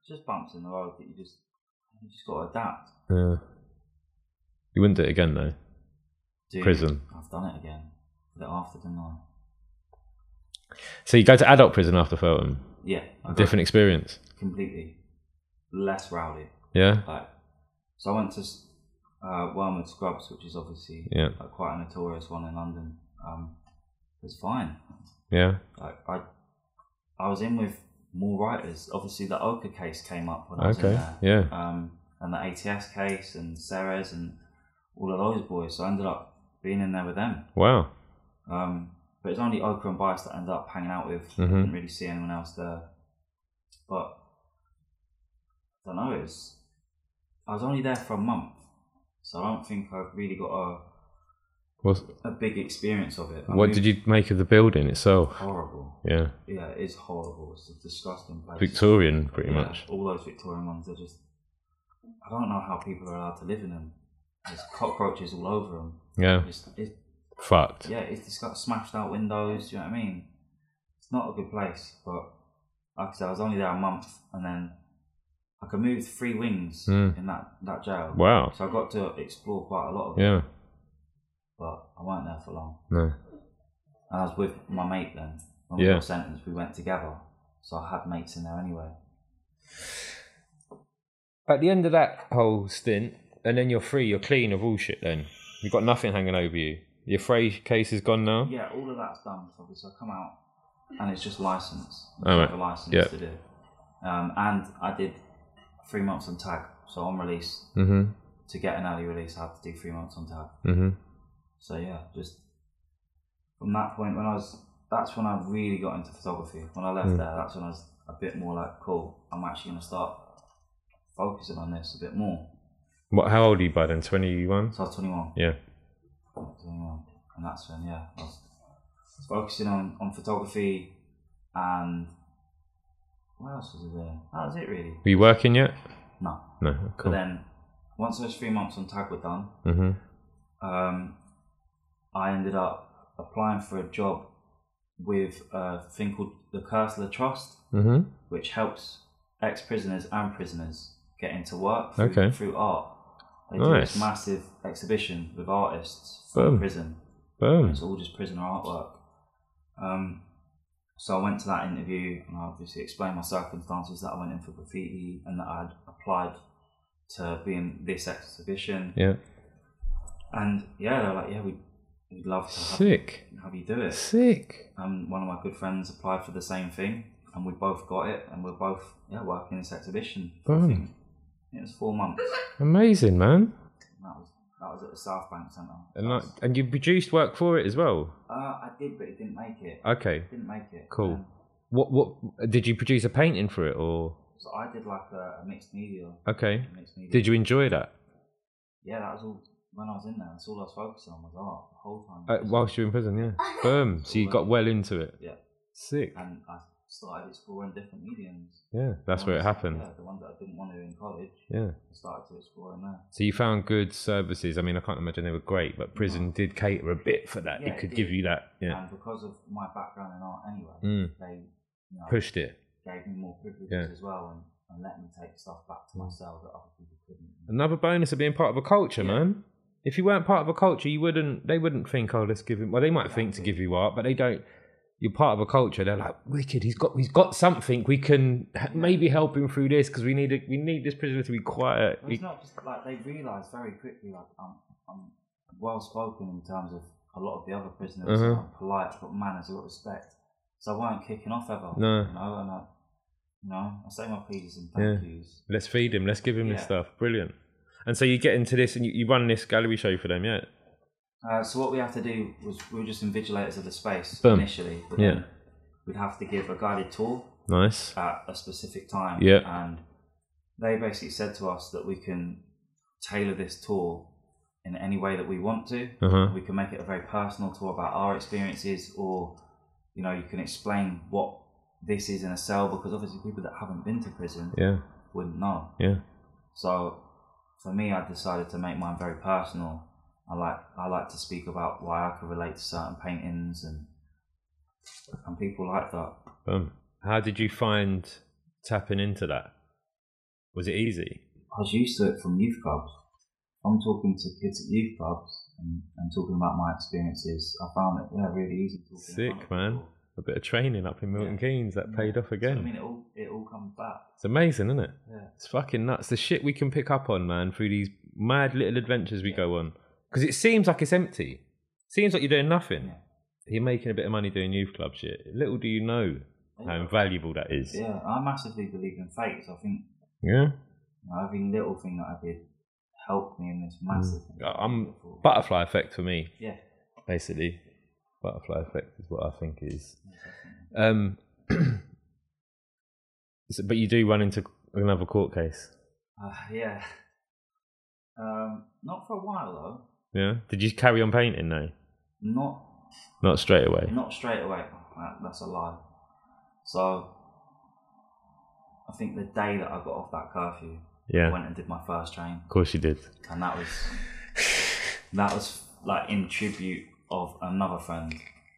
Just bumps in the road that you just. You just got to adapt. Uh, you wouldn't do it again, though. Dude, Prison. I've done it again. Did it after didn't I? So you go to adult prison after Feltham. Yeah. I got Different experience. Completely. Less rowdy. Yeah. Like, so I went to s- uh, Wormwood Scrubs, which is obviously Yeah. like, quite a notorious one in London. Um, it was fine. Yeah. Like, I, I was in with more writers. Obviously, the Oka case came up when I was in Okay, there. yeah. Um, and the ATS case and Ceres and all of those boys. So I ended up being in there with them. Wow. Um, but it's only Oka and Bias that I ended up hanging out with. Mhm. Didn't really see anyone else there. But I don't know. It's I was only there for a month, so I don't think I've really got What's, a, a big experience of it. I what mean, did you make of the building itself? Horrible. Yeah. Yeah, it's horrible. It's a disgusting place. Victorian, pretty Yeah, much. All those Victorian ones are just. I don't know how people are allowed to live in them. There's cockroaches all over them. Yeah. It's, it's, Fucked. yeah, it's just got smashed out windows. Do you know what I mean? It's not a good place, but like I said, I was only there a month, and then like I moved three wings Mm. in that that jail. Wow. So I got to explore quite a lot of it, Yeah. but I weren't there for long. No. And I was with my mate then. When we Yeah. were sentenced, we went together, so I had mates in there anyway. At the end of that whole stint, and then you're free, you're clean of all shit then. You've got nothing hanging over you. Your fray case is gone now? Yeah, all of that's done. Obviously, I come out, and it's just license. Oh, right. I have a license Yeah. to do. Um, and I did three months on tag, so on release Mm-hmm. to get an early release, I had to do three months on tag. Mm-hmm. So yeah, just from that point when I was, that's when I really got into photography. When I left Hmm. there, that's when I was a bit more like, cool, I'm actually gonna start focusing on this a bit more. What how old are you by then? Twenty one? So I was 21, Yeah. 21, and that's when yeah, I was focusing on on photography and what else was there? That was it really. Were you working yet? No, No. but Cool. then once those three months on tag were done, Mm-hmm. um, I ended up applying for a job with a thing called the Kersler Trust, Mm-hmm. which helps ex prisoners and prisoners get into work through, Okay. through art. They do this Nice. massive exhibition with artists from Boom. prison. Boom. It's all just prisoner artwork. Um, so I went to that interview and I obviously explained my circumstances that I went in for graffiti and that I'd applied to be in this exhibition. Yeah. And yeah, they're like, yeah, we, we'd love to have, Sick. have you do it. Sick. Um, one of my good friends applied for the same thing, and we both got it, and we're both yeah working this exhibition. for, I Boom. think, It was four months. *laughs* Amazing, man. And that was that was at the South Bank Centre. And like, and you produced work for it as well. uh, I did, but it didn't make it. Okay. It didn't make it. Uh, Cool. Um, What what did you produce a painting for it or so I did like a, a mixed media. okay? a mixed media. Uh, Did you enjoy that Yeah, that was all. When I was in there, that's all I was focusing on was art the whole time. uh, whilst you were in prison? *laughs* Yeah. Boom. So you got well into it. Yeah. Sick. And I started exploring different mediums. Yeah. That's where it happened. Yeah, the ones that I didn't want to do in college. Yeah. I started to explore in there. So you found good services. I mean, I can't imagine they were great, but prison did cater a bit for that. Yeah, it it could did. give you that. Yeah. And because of my background in art anyway, Mm. they you know, Pushed it. gave me more privileges Yeah. Mm. as well and, and let me take stuff back to myself that other people couldn't. Another bonus of being part of a culture, Yeah. man. If you weren't part of a culture, you wouldn't. They wouldn't think, oh, let's give him. Well, they might think to give you art, but they don't. you're part of a culture. They're like, wicked. He's got he's got something. We can h- maybe help him through this because we need a, we need this prisoner to be quiet. But We- it's not just like they realise very quickly like I'm I'm well spoken in terms of a lot of the other prisoners. Uh-huh. I'm polite, I've got manners, I've got respect. So I weren't kicking off ever. No. You know, and I you know, I say my pleases and thank Yeah. yous. Let's feed him. Let's give him this Yeah. stuff. Brilliant. And so you get into this and you, you run this gallery show for them, yeah? Uh, so what we had to do was we were just invigilators of the space Boom. initially, but Yeah. then we'd have to give a guided tour Nice. at a specific time. Yeah. And they basically said to us that we can tailor this tour in any way that we want to. Uh-huh. We can make it a very personal tour about our experiences, or you know, you can explain what this is in a cell because obviously people that haven't been to prison Yeah. wouldn't know. Yeah. So for me, I decided to make mine very personal. I like I like to speak about why I could relate to certain paintings and and people like that. Boom. How did you find tapping into that? Was it easy? I was used to it from youth clubs. I'm talking to kids at youth clubs and, and talking about my experiences. I found it yeah really easy. Talking Sick, about it. man. A bit of training up in Milton Keynes that paid off So, I again. mean, it all it all comes back. It's amazing, isn't it? Yeah. It's fucking nuts. The shit we can pick up on, man, through these mad little adventures we go on. Because it seems like it's empty. Seems like you're doing nothing. Yeah. You're making a bit of money doing youth club shit. Little do you know how Yeah. valuable that is. Yeah, I massively believe in fate. So I think yeah? you know, every little thing that I did helped me in this massive. Mm. I'm butterfly effect for me, yeah. basically. Butterfly effect is what I think is. Um, *clears throat* so- but you do run into another court case. Uh, *laughs* yeah. Um, not for a while though. Yeah. Did you carry on painting though? Not Not straight away. Not straight away. That, that's a lie. So, I think the day that I got off that curfew, I Yeah. went and did my first train, Of course you did. and that was that was like in tribute of another friend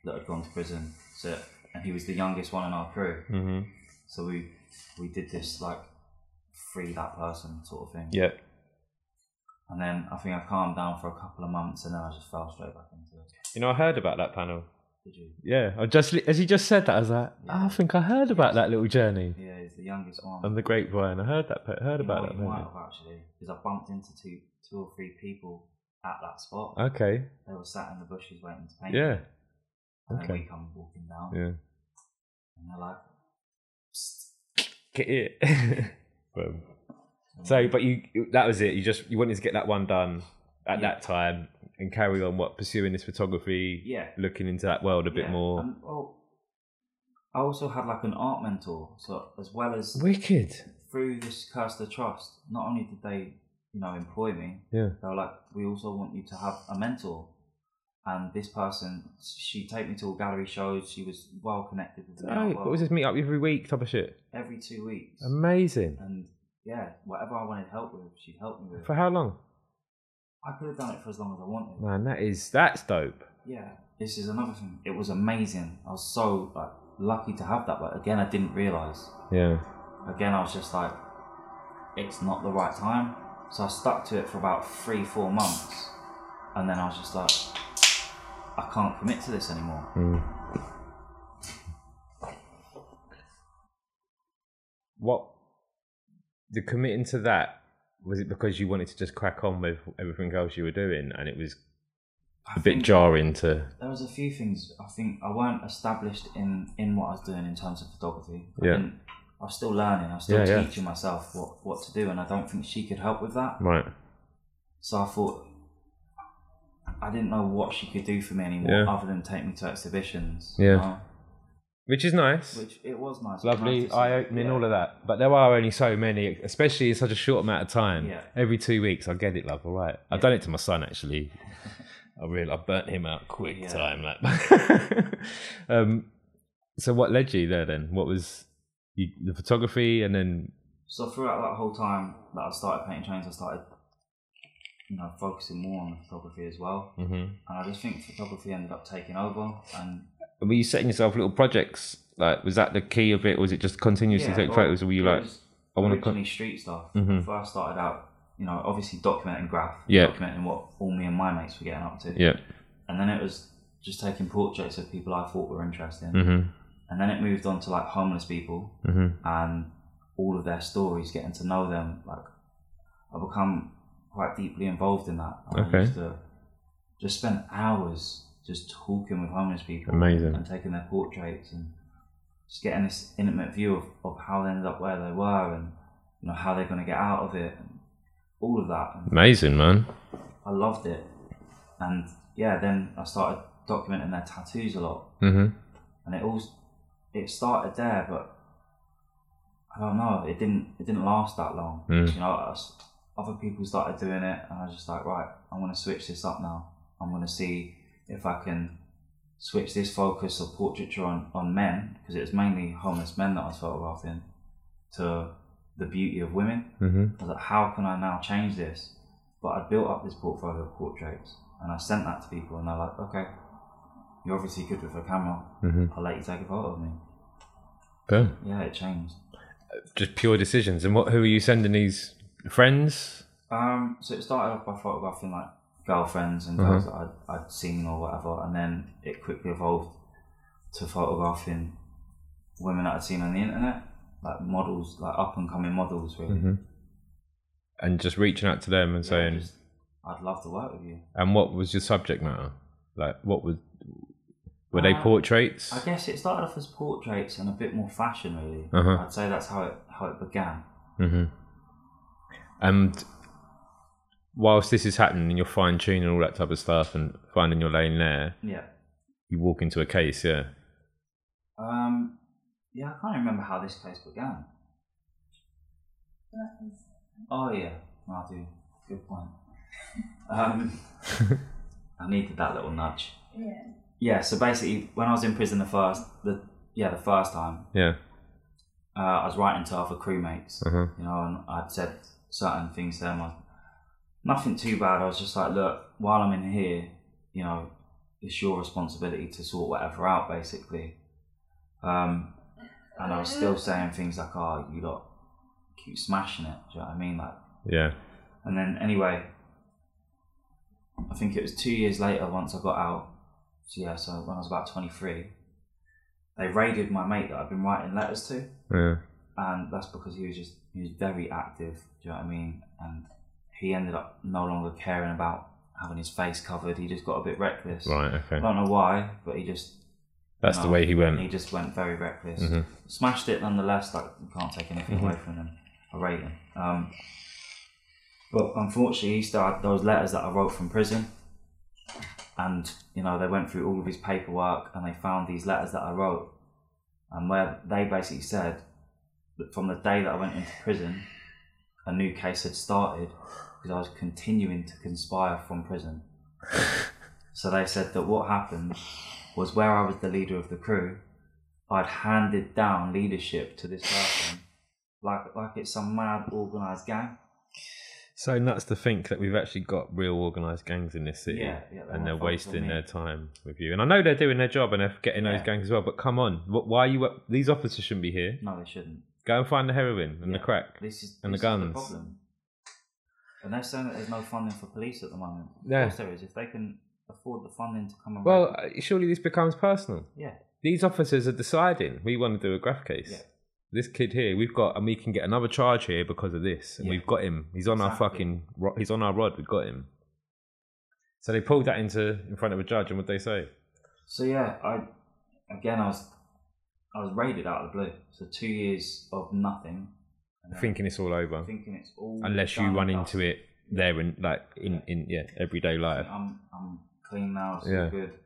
that had gone to prison. So, and he was the youngest one in our crew. Mm-hmm. So we we did this like free that person sort of thing. Yeah. And then I think I calmed down for a couple of months, and then I just fell straight back into it. You know, I heard about that panel. Did you? Yeah. I just as you just said that, I was like, "Ah, I think I heard about that little journey Yeah, he's the youngest one. and the grapevine. I heard that. Heard You know about what that. you might Maybe. have actually, because I bumped into two, two or three people at that spot. Okay. they were sat in the bushes waiting to paint. Oh. Yeah. And then okay. we come walking down, Yeah. and they're like, Get it. *laughs* Boom. So, but you that was it. You just you wanted to get that one done at Yeah. that time and carry on what pursuing this photography, yeah, looking into that world a bit yeah. Um, more. And, well, I also had like an art mentor, so as well as Wicked. through this Curse the Trust, not only did they, you know, employ me, Yeah. they were like, we also want you to have a mentor. And this person, she'd take me to all gallery shows. She was well connected with the art Right. What was world. this meet up every week type of shit? every two weeks. Amazing. and yeah, whatever I wanted help with, she helped me with. For how long? I could have done it for as long as I wanted. Man, that is that's dope. Yeah, this is another thing. It was amazing. I was so like lucky to have that, but again, I didn't realize. Yeah. Again, I was just like, it's not the right time. So I stuck to it for about three, four months, and then I was just like, I can't commit to this anymore. Mm. What the committing to that was it because you wanted to just crack on with everything else you were doing and it was I a bit think- jarring to there was a few things I think I weren't established in in what I was doing in terms of photography. I Yeah. didn't- I was still learning. I was still Yeah, yeah. teaching myself what what to do, and I don't think she could help with that. Right. So I thought I didn't know what she could do for me anymore, Yeah. other than take me to exhibitions. Yeah. you know? Which is nice. which it was nice. Lovely, nice to see. eye opening, Yeah. all of that. But there are only so many, especially in such a short amount of time. Yeah. Every two weeks, I get it, love. All right, I've done it to my son actually. *laughs* I really, I burnt him out quick Yeah. time. Like, *laughs* um, so what led you there then? What was you, the photography, and then So throughout that whole time that I started painting trains, I started you know focusing more on the photography as well, Mm-hmm. and I just think photography ended up taking over and. were you setting yourself little projects? Like, was that the key of it? Was it just continuously Yeah, taking well, photos, or were you it like, was I wanna originally street stuff. Mhm. Before I started out, you know, obviously documenting graph, Yeah. documenting what all me and my mates were getting up to, yeah, and then it was just taking portraits of people I thought were interesting. Mm-hmm. And then it moved on to like homeless people Mm-hmm. and all of their stories, getting to know them. Like I've become quite deeply involved in that. Like, Okay. I used to just spend hours just talking with homeless people Amazing. and taking their portraits and just getting this intimate view of, of how they ended up where they were and you know how they're going to get out of it and all of that. And Amazing, man. I loved it. And yeah, then I started documenting their tattoos a lot Mm-hmm. and it all it started there, but I don't know. It didn't it didn't last that long. Mm. You know, I s other people started doing it, and I was just like, right, I'm gonna switch this up now. I'm gonna see if I can switch this focus of portraiture on on men because it was mainly homeless men that I was photographing to the beauty of women. Mm-hmm. I was like, how can I now change this? But I built up this portfolio of portraits and I sent that to people, and they're like, okay, you're obviously good with a camera. Mm-hmm. I'll let you take a photo of me. Boom. Yeah, it changed. Just pure decisions. And what? Who are you sending these? Friends? Um, so it started off by photographing like girlfriends and Uh-huh. girls that I'd, I'd seen or whatever, and then it quickly evolved to photographing women that I'd seen on the internet, like models, like up and coming models, really. Mm-hmm. And just reaching out to them and Yeah, saying, just, I'd love to work with you. and what was your subject matter? Like, what was? Were they Uh, portraits? I guess it started off as portraits and a bit more fashion, really. Uh-huh. I'd say that's how it how it began. Mm-hmm. And whilst this is happening and you're fine tuning all that type of stuff and finding your lane there, Yeah. you walk into a case, yeah. Um, yeah, I can't remember how this case began. Oh yeah, I do. Good point. Um, I needed that little nudge. Yeah. Yeah. So basically, when I was in prison the first, the yeah, the first time, Yeah. uh, I was writing to other crewmates, Uh-huh. you know, and I'd said certain things to them. I, nothing too bad. I was just like, look, while I'm in here, you know, it's your responsibility to sort whatever out, basically. Um, and I was still saying things like, oh, you lot keep smashing it. Do you know what I mean? Like, Yeah. and then anyway, I think it was two years later once I got out. So yeah, so when I was about 23, they raided my mate that I'd been writing letters to Yeah. and that's because he was just he was very active. Do you know what I mean? And he ended up no longer caring about having his face covered. He just got a bit reckless. Right. I Okay. don't know why, but he just That's the no, way he He went. just went very reckless. Mhm. Smashed it nonetheless. Like you can't take anything Mm-hmm. away from him. I rate him. Um, but unfortunately, he still had those letters that I wrote from prison. And you know they went through all of his paperwork and they found these letters that I wrote, and where they basically said that from the day that I went into prison, a new case had started because I was continuing to conspire from prison. So they said that what happened was where I was the leader of the crew, I'd handed down leadership to this person, like like it's some mad organised gang. So nuts to think that we've actually got real organised gangs in this city, Yeah, yeah, they and they're won't fuck with wasting me. their time with you. And I know they're doing their job and they're getting those Yeah. gangs as well. But come on, wh- why are you? Up? These officers shouldn't be here. No, they shouldn't. Go and find the heroin and the Yeah. crack. This is And the this Is guns. the problem. And they're saying that there's no funding for police at the moment. Yeah. Of course there is. If they can afford the funding to come and Well, uh, surely this becomes personal. yeah, These officers are deciding we want to do a graph case. Yeah. This kid here, we've got, and we can get another charge here because of this, and Yeah. we've got him. He's on Exactly. our fucking, ro- he's on our rod. We've got him. So they pulled that into in front of a judge, and what they say? So yeah, I again I was I was raided out of the blue. So two years of nothing. And then Thinking it's all over, Uh, thinking it's all unless you done run and into dusted. it there and like in in yeah everyday life. I'm I'm clean now, so Yeah. good.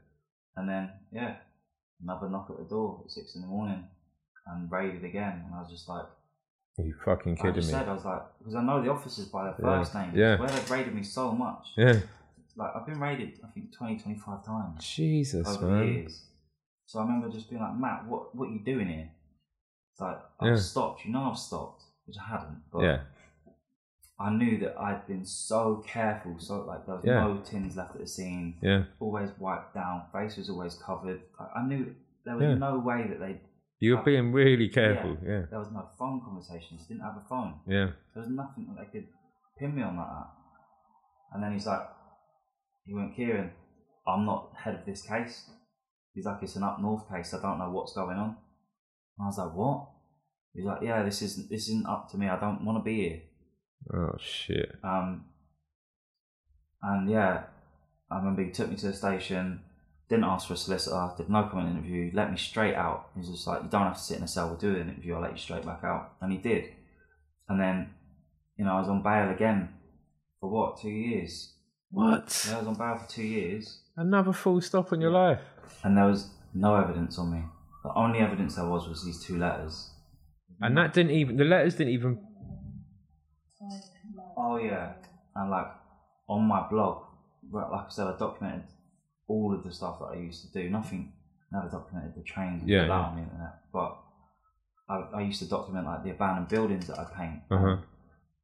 And then yeah, another knock at the door at six in the morning, and raided again. And I was just like, Are you fucking I kidding just me? said I was like, because I know the officers by their Yeah. first name. Yeah. where they've raided me so much. Yeah, Like I've been raided, I think 20, 25 times Jesus, over the man. years. So I remember just being like, Matt, what what you doing here? It's like I've Yeah. stopped. You know I've stopped, which I hadn't. But Yeah, I knew that I'd been so careful, so like there was Yeah. no tins left at the scene. yeah. always wiped down, face was always covered. I, I knew there was Yeah. no way that they You were being really careful. Yeah, there was no phone conversations. Didn't have a phone. yeah. There was nothing that they could pin me on like that. And then he's like, he went, Kieran, I'm not head of this case. He's like, it's an up north case. I don't know what's going on. And I was like, what? He's like, yeah, this isn't this isn't up to me. I don't want to be here. Oh shit. Um, and yeah, I remember he took me to the station, didn't ask for a solicitor, did no comment interview, let me straight out. He was just like, You don't have to sit in a cell, we'll do an interview, I'll let you straight back out. And he did. And then, you know, I was on bail again for what, two years? What? Yeah, I was on bail for two years, Another full stop on your life. and there was no evidence on me. The only evidence there was was these two letters. And that didn't even the letters didn't even Oh yeah, and like on my blog, right, like I said, I documented all of the stuff that I used to do. Nothing, never documented the trains and Yeah, all that yeah. on the internet, but I, I used to document like the abandoned buildings that I paint. uh-huh.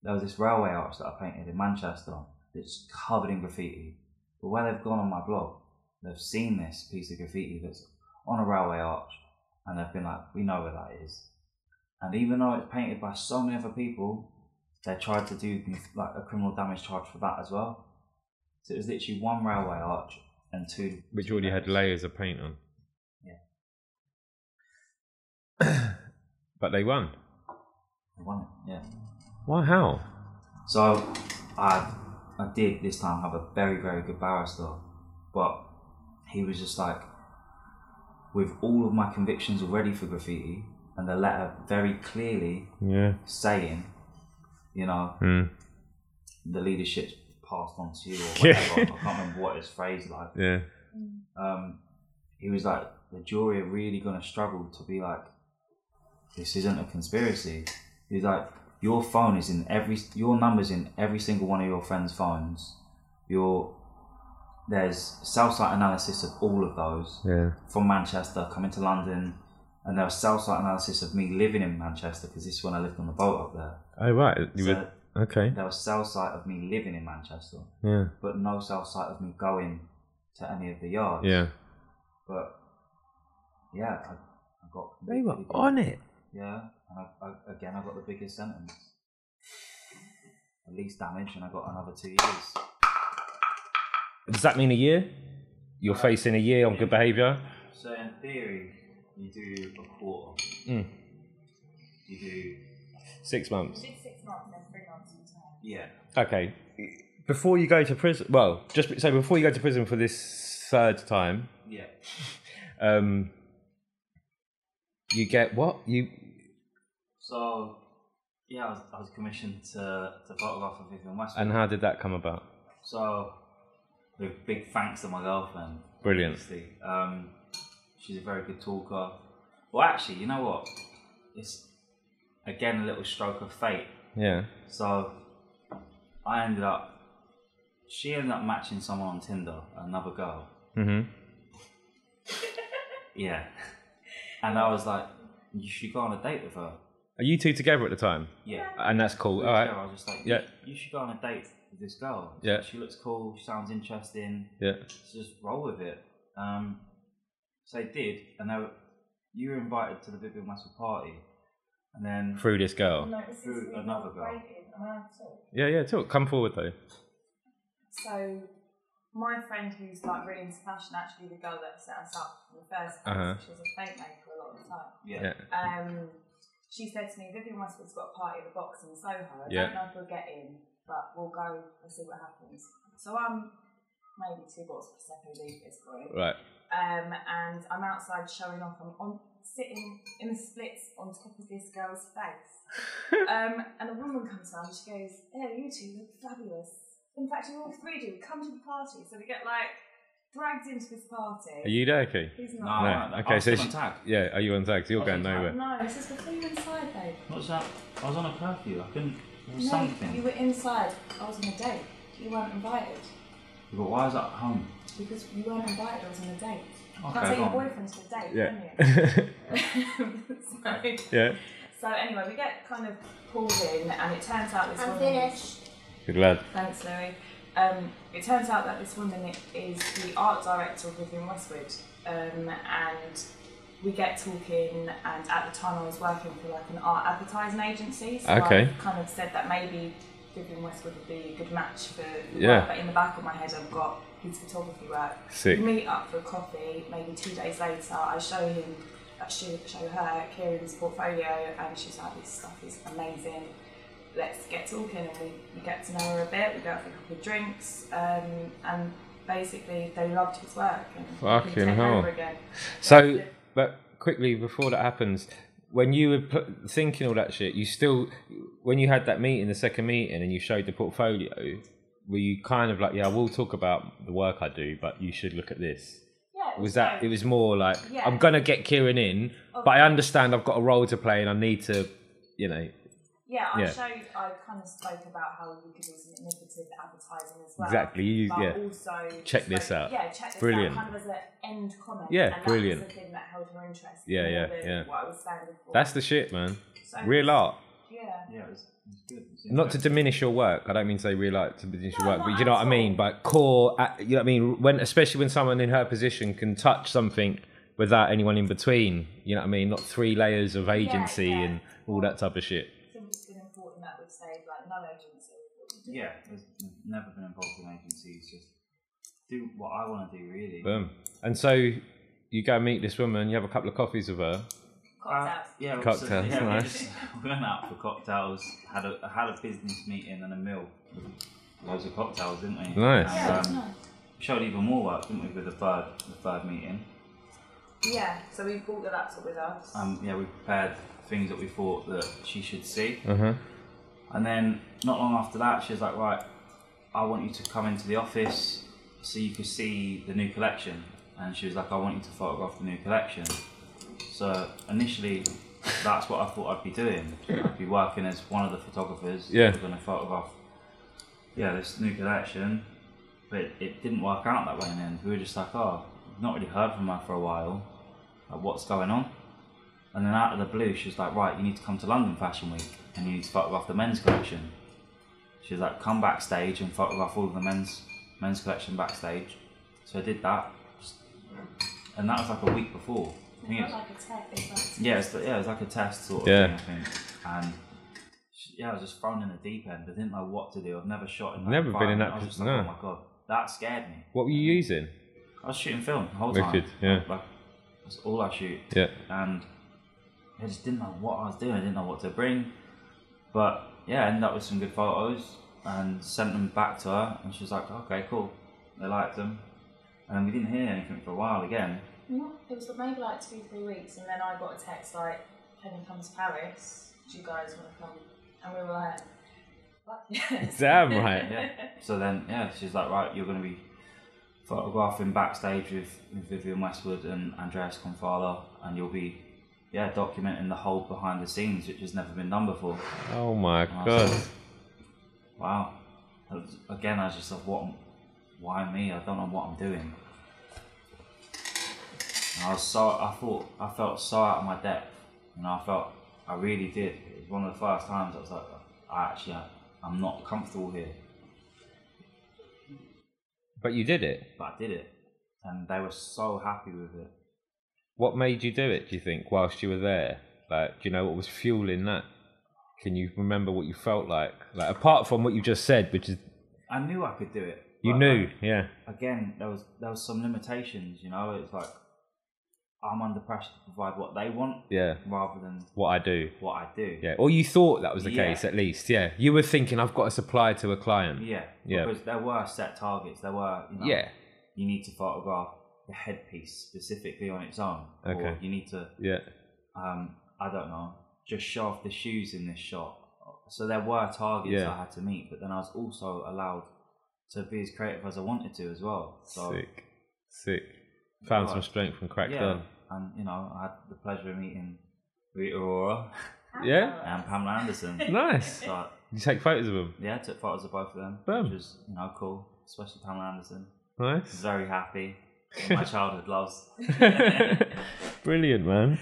There was this railway arch that I painted in Manchester that's covered in graffiti. But where they've gone on my blog, they've seen this piece of graffiti that's on a railway arch, and they've been like, "We know where that is." And even though it's painted by so many other people, they tried to do me like a criminal damage charge for that as well. So it was literally one railway arch and two. Which already had layers of paint on. Yeah. *coughs* but they won. I won it, Yeah. Why how? So I I did this time have a very, very good barrister, but he was just like, with all of my convictions already for graffiti and the letter very clearly Yeah. saying, you know, Hmm. the leadership's passed on to you or Yeah. whatever. I can't remember what his phrase like. Yeah. Um, he was like, the jury are really going to struggle to be like, this isn't a conspiracy. He's like, your phone is in every, your number's in every single one of your friends' phones. Your, there's cell site analysis of all of those Yeah. from Manchester coming to London. And there was cell site analysis of me living in Manchester because this is when I lived on the boat up there. Oh right. You So were, okay. there was cell site of me living in Manchester, Yeah. but no cell site of me going to any of the yards. Yeah. But yeah, I, I got. They were convicted on again. it. Yeah, and I, I, again, I got the biggest sentence, the least damage, and I got another two years. Does that mean a year? You're facing a year on good behaviour? So in theory, you do a quarter. Mm. You do Six months. did six months and then three months in time. yeah. Okay. Before you go to prison, well, just so before you go to prison for this third time, Yeah, um, you get what you? so yeah, I was, I was commissioned to, to photograph for Vivian Westwood. And how did that come about? so, with big thanks to my girlfriend, Brilliant. Honestly, um, she's a very good talker. Well, actually, you know what? It's again a little stroke of fate. Yeah. So I ended up, she ended up matching someone on Tinder, another girl. Mm-hmm. Yeah. *laughs* And I was like, you should go on a date with her. Are you two together at the time? Yeah. And that's cool. All Yeah, right. I was just like, Yeah. you should go on a date with this girl. Yeah. She looks cool, she sounds interesting. Yeah. to just roll with it. Um, so I did, and they were, you were invited to the Vivian Westwood party, and then Through this girl. No, this is Through another girl. breaking, and I talk. Yeah. Yeah. Talk. Come forward though. So my friend who's like really into fashion, actually the girl that set us up in the first place, Uh-huh. she was a fake maker a lot of the time. yeah, Yeah. Um, she said to me, Vivian Westwood's got a party at the box in Soho. I Yeah. don't know if we'll get in, but we'll go and see what happens. So I'm maybe two bottles of Prosecco deep at this point. Right. um, and I'm outside showing off. I'm on sitting in the splits on top of this girl's face, *laughs* um, and a woman comes around. She goes, "Oh, you two look fabulous. In fact, you all three do. Come to the party." So we get like dragged into this party. Are you there, Key? He's no, not. no, No, okay, okay, I was so Oh, still on she- tag. Yeah. Are you on tag? So you're Oh, going she's on nowhere. No, this is before you were inside, babe. What's that? I was on a curfew. I couldn't. There was No, something. you were inside. I was on a date. You weren't invited But why was that at home? because you weren't invited. I was on a date. You Okay, Can't take your go on. boyfriend to a date, can Yeah. you? *laughs* *laughs* so, yeah. So anyway, we get kind of pulled in, and it turns out this I'm woman. finished. Good lad. Thanks, Louis. Um, it turns out that this woman is the art director of Vivian Westwood, um, and we get talking. And at the time, I was working for like an art advertising agency, so Okay. I kind of said that maybe Vivian Westwood would be a good match for the Yeah. work, but in the back of my head I've got his photography work. Sick. We meet up for a coffee, maybe two days later I show him, I show, show her Kieran's portfolio and she's like, this stuff is amazing. Let's get talking and we, we get to know her a bit, we go out for a couple of drinks um, and basically they loved his work and he Fucking took hell. over again. So, but quickly before that happens, when you were pl- thinking all that shit, you still, when you had that meeting, the second meeting, and you showed the portfolio, were you kind of like, yeah, we'll talk about the work I do, but you should look at this? Yeah, Was that, great. it was more like, Yeah. I'm going to get Kieran in, but I understand I've got a role to play and I need to, you know, Yeah, I Yeah. showed. I kind of spoke about how you could do some innovative advertising as well. Exactly, you- but yeah. Also Check spoke- this out. Yeah, check this Brilliant. out. Kind of as an end comment. Yeah, and brilliant. That was the thing that held her interest. Yeah, more yeah, than yeah. What I was saying before. that's the shit, man. So- Real art. Yeah. Yeah, it was, it was good. It was Not to interesting. diminish your work. I don't mean to say real art to diminish your No, work, but not you know at what I mean. all. But core, uh, you know what I mean. When especially when someone in her position can touch something without anyone in between. You know what I mean. Not three layers of agency yeah. and all that type of shit. I think it's been important that we say like no agency. Yeah, there's I've never been involved in agencies. Just do what I want to do, really. Boom. And so you go meet this woman. You have a couple of coffees with her. Uh, Cocktails. yeah, we- Cocktails, so- yeah, we nice. just- *laughs* we went out for cocktails, had a had a business meeting and a meal. Loads of cocktails, didn't we? Nice. And, yeah, it was um, nice. showed even more work, didn't we, with the third the third meeting? Yeah. So we brought the laptop with us. Um, yeah, we prepared things that we thought that she should see, Uh huh. and then not long after that, she was like, "Right, I want you to come into the office so you could see the new collection." And she was like, "I want you to photograph the new collection." So initially, that's what I thought I'd be doing. I'd be working as one of the photographers. Yeah. going to photograph. Yeah, this new collection, but it didn't work out that way. In the end, we were just like, "Oh, I've not really heard from her for a while. Like, what's going on?" And then out of the blue, she was like, "Right, you need to come to London Fashion Week, and you need to photograph the men's collection." She was like, "Come backstage and photograph all of the men's men's collection backstage." So I did that, just- and that was like a week before. I think it was- Not like a tech. It's like yeah, it's, yeah, it was like a test sort of Yeah. thing, I think. And sh- yeah, I was just thrown in the deep end. I didn't know what to do. I've never shot in that Never been in environment. that I was pos- just like, no. oh my god, that scared me. What were you using? I was shooting film the whole Wicked, time. yeah. Like, that's all I shoot Yeah. and I just didn't know what I was doing. I didn't know what to bring, but yeah, I ended up with some good photos and sent them back to her, and she was like, "Okay, cool." They liked them, and we didn't hear anything for a while again. Not, it was maybe like two, three weeks, and then I got a text like, "Can you come to Paris? Do you guys want to come?" And we were like, "What?" *laughs* Yes. Damn right. Yeah. So then, yeah, she's like, "Right, you're going to be photographing backstage with, with Vivian Westwood and Andreas Confala, and you'll be." Yeah, documenting the whole behind the scenes, which has never been done before. Oh my Awesome. god. Wow. I was- Again, I was just like, what? am- Why me? I don't know what I'm doing. And I was so. I thought I felt so out of my depth, and I felt I really did. It was one of the first times I was like, I actually, I'm not comfortable here. But you did it. But I did it, and they were so happy with it. What made you do it? Do you think whilst you were there? Like, do you know what was fueling that? Can you remember what you felt like? Like apart from what you just said, which is I knew I could do it. You but, knew, like, yeah. again, there was there was some limitations. You know, it's like I'm under pressure to provide what they want Yeah. rather than What I do. what I do. Yeah. Or you thought that was the Yeah. case at least. Yeah. You were thinking I've got to supply to a client. Yeah, Yeah. Because there were set targets. There were, you know, Yeah. You need to photograph the headpiece specifically on its own. Or Okay. you need to, Yeah. um, I don't know, just show off the shoes in this shot. So there were targets Yeah. I had to meet, but then I was also allowed to be as creative as I wanted to as well. So Sick. Sick. Found some Right. strength and cracked yeah, on. and you know, I had the pleasure of meeting Rita Aurora Yeah. and Pamela Anderson. *laughs* Nice. So You take photos of them. yeah, I took photos of both of them, Boom. which was you know cool, especially Pamela Anderson. *laughs* Nice. very happy. *laughs* My childhood loves. Brilliant man.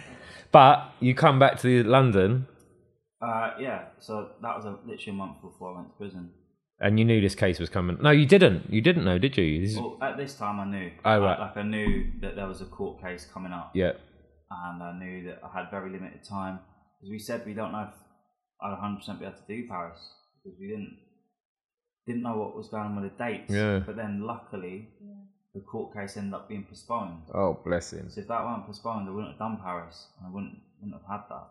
But you come back to the London Uh, yeah, so that was a, literally a month before I went to prison. and you knew this case was coming. No, you didn't. You didn't know, did you? This is, Well, at this time, I knew. Oh, right. Like, I knew that there was a court case coming up, yeah. and I knew that I had very limited time. As we said, we don't know if I'd 100% be able to do Paris because we didn't didn't know what was going on with the dates. Yeah. But then luckily, the court case ended up being postponed. Oh, bless him. So if that weren't postponed, I wouldn't have done Paris, and I wouldn't wouldn't have had that.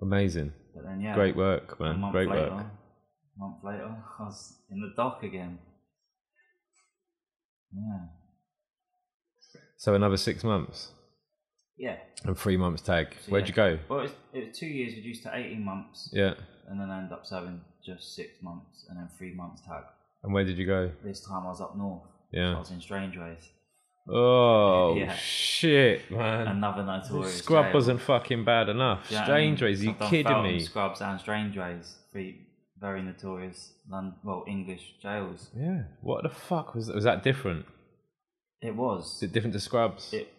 Amazing. But then yeah, Great work, A man. month Great later, work. A month later, I was in the dock again. Yeah. So another six months Yeah. and three months tag. So, Where'd yeah. you go? Well, it was, it was two years reduced to 18 months, Yeah. and then I ended up serving just six months and then three months tag. And where did you go? This time I was up north. Yeah. I was in Strange Ways. Oh Yeah. shit, man! Another notorious. Scrub jail. wasn't fucking bad enough. Do you know what I mean? Strange ways, you I've done kidding Feltham, me? Scrubs and Strange Ways, three very notorious, London, well, English jails. Yeah. What the fuck was was that different? It was. Is it different to Scrubs? it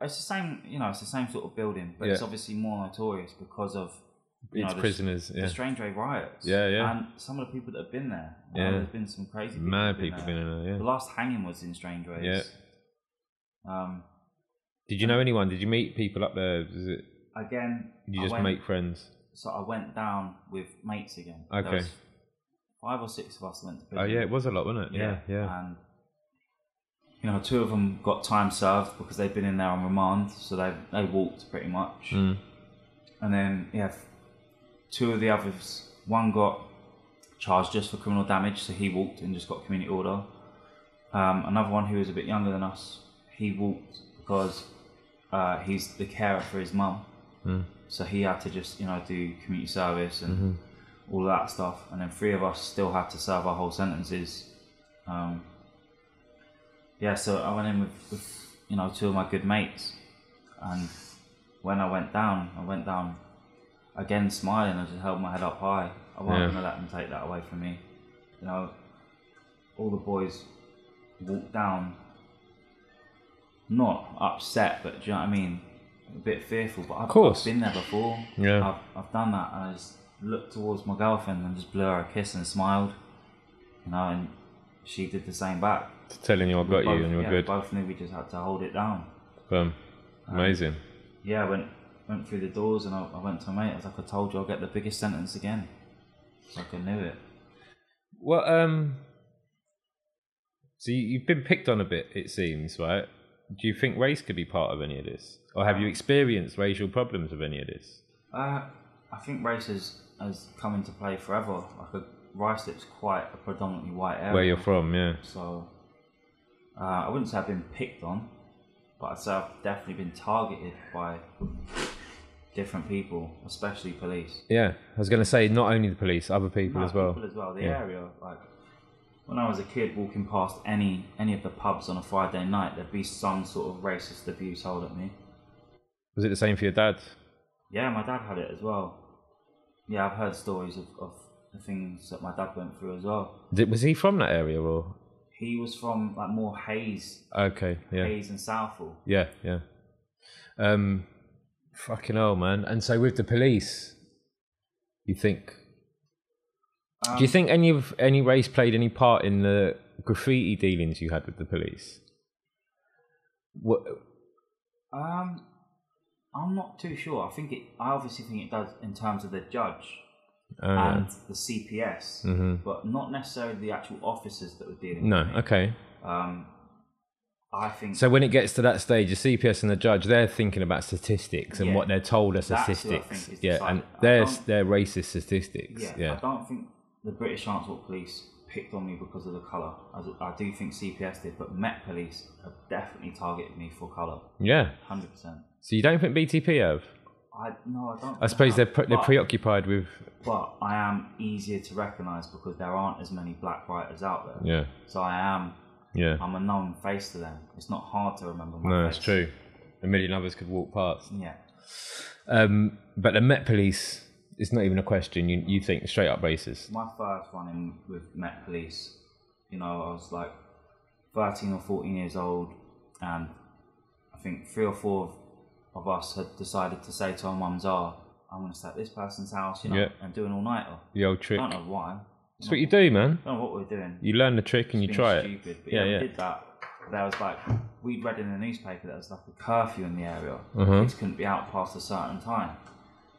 it's the same you know it's the same sort of building but it's Yeah. obviously more notorious because of you it's know, the- prisoners. the yeah. strange way riots Yeah, yeah. and some of the people that have been there Yeah. yeah there's been some crazy people Mad that've people been there. in there. the Yeah. last hanging was in strange ways um Did you know anyone? Did you meet people up there? Was it? again Did you I just went- make friends? so i went down with mates again There Okay. was five or six of us that went to Oh prison. yeah, it was a lot, wasn't it? Yeah, yeah. And you know, two of them got time served because they've been in there on remand, so they they walked pretty much. Mm. And then yeah, f- two of the others, one got charged just for criminal damage, so he walked and just got community order. Um, another one who was a bit younger than us, he walked because uh, he's the carer for his mum, Mm. so he had to just you know do community service and Mm-hmm. all that stuff. And then three of us still had to serve our whole sentences. Um, yeah, so I went in with, with you know two of my good mates, and when I went down, I went down again smiling. I just held my head up high. I wasn't Yeah. gonna let them take that away from me. You know, all the boys walked down, not upset, but do you know what I mean? A bit fearful, but I've, course. I've been there before. Yeah. I've, I've done that, and I just looked towards my girlfriend and just blew her a kiss and smiled. You know, and she did the same back. Telling you I got We you both- and you were yeah, good. Both knew we just had to hold it down. Boom. Amazing. Yeah, I went went through the doors and I, I went to my mate. I was like, I told you, I'll get the biggest sentence again. Like I knew it. Well, um, so you, you've been picked on a bit, it seems, right? Do you think race could be part of any of this, or have you experienced racial problems with any of this? Uh, I think race has, has come into play forever. Like a rice dip's quite a predominantly white area. Where you're from, yeah. So uh, I wouldn't say I've been picked on, but I'd say I've definitely been targeted by different people, especially police. Yeah, I was going to say not only the police, other people No, as well. People as well. The Yeah. area, like when I was a kid, walking past any any of the pubs on a Friday night, there'd be some sort of racist abuse hurled at me. Was it the same for your dad? Yeah, my dad had it as well. Yeah, I've heard stories of, of the things that my dad went through as well. Did, was he from that area or? He was from like more Hayes, Okay, yeah, Hayes and Southall. yeah, yeah. Um, fucking hell, man. And so with the police, you think? Um, do you think any of any race played any part in the graffiti dealings you had with the police? What? Um, I'm not too sure. I think it. I obviously think it does in terms of the judge Uh, and the CPS, Mhm. but not necessarily the actual officers that were dealing. no. With me. Okay. Um, I think So when it gets to that stage, the CPS and the judge, they're thinking about statistics and Yeah. what they're told are That's who I think statistics. is the Yeah, side- and I they're don't- they're racist statistics. yeah, Yeah. I don't think the British Transport Police picked on me because of the colour. I, I do think CPS did, but Met Police have definitely targeted me for colour, Yeah. hundred percent. So you don't think BTP have? I no, I don't. I suppose they're pre- they're But- preoccupied with But I am easier to recognise because there aren't as many black writers out there. yeah So I am yeah. I'm a known face to them. It's not hard to remember my No, face. that's true. A million others could walk past. Yeah. Um, but the Met Police, it's not even a question. You you think straight up racist? My first one in with Met Police, you know, I was like 13 or 14 years old, and I think three or four of us had decided to say to our mums, "Ah, I'm going to stay at this person's house, you know, Yeah. and do an all-nighter." The old I trick. don't know why. That's what you do, man. I don't know what we're doing. You learn the trick and you being try it. stupid, But Yeah, yeah, yeah. we did that. There was like we'd read in the newspaper that was like a curfew in the area. Mhm. Kids couldn't be out past a certain time.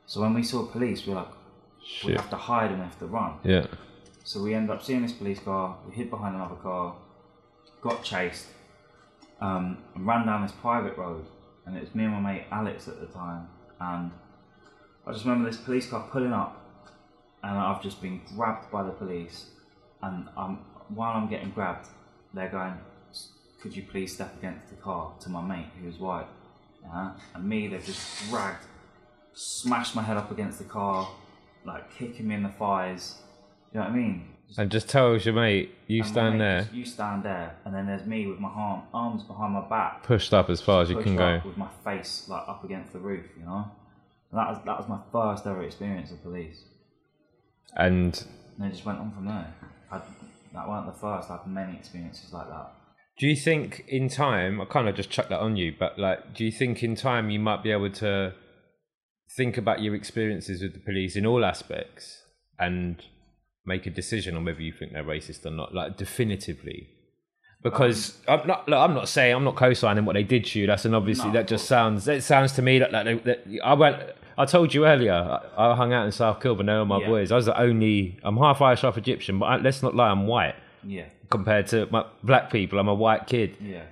So when we saw police, we were like, we Shit. have to hide and we have to run. Yeah. So we end up seeing this police car. We hid behind another car, got chased, um, and ran down this private road. And it was me and my mate Alex at the time. And I just remember this police car pulling up, and I've just been grabbed by the police. And um, while I'm getting grabbed, they're going, "Could you please step against the car?" To my mate who was white. Uh-huh. And me, they've just dragged, smashed my head up against the car, like kicking me in the thighs. Do you know what I mean? Just- And just tells your mate, you and my stand mate there, just, You stand there, and then there's me with my arm, arms behind my back, pushed up as far as you pushed can go. up with my face like up against the roof. You know, and that was that was my first ever experience of police, And and it just went on from there. I, that weren't the first. I had many experiences like that. do you think in time, I kind of just chucked that on you, but like, do you think in time you might be able to think about your experiences with the police in all aspects and make a decision on whether you think they're racist or not, like definitively? Because I'm not, look, I'm not saying I'm not co-signing what they did to you. That's an obviously No, that of just course. sounds. That sounds to me that, that, that I went. I told you earlier. I, I hung out in South Kilburn. They were my Yeah. boys. I was the only. I'm half Irish, half Egyptian. But I, let's not lie. I'm white Yeah, compared to my black people. I'm a white kid. yeah,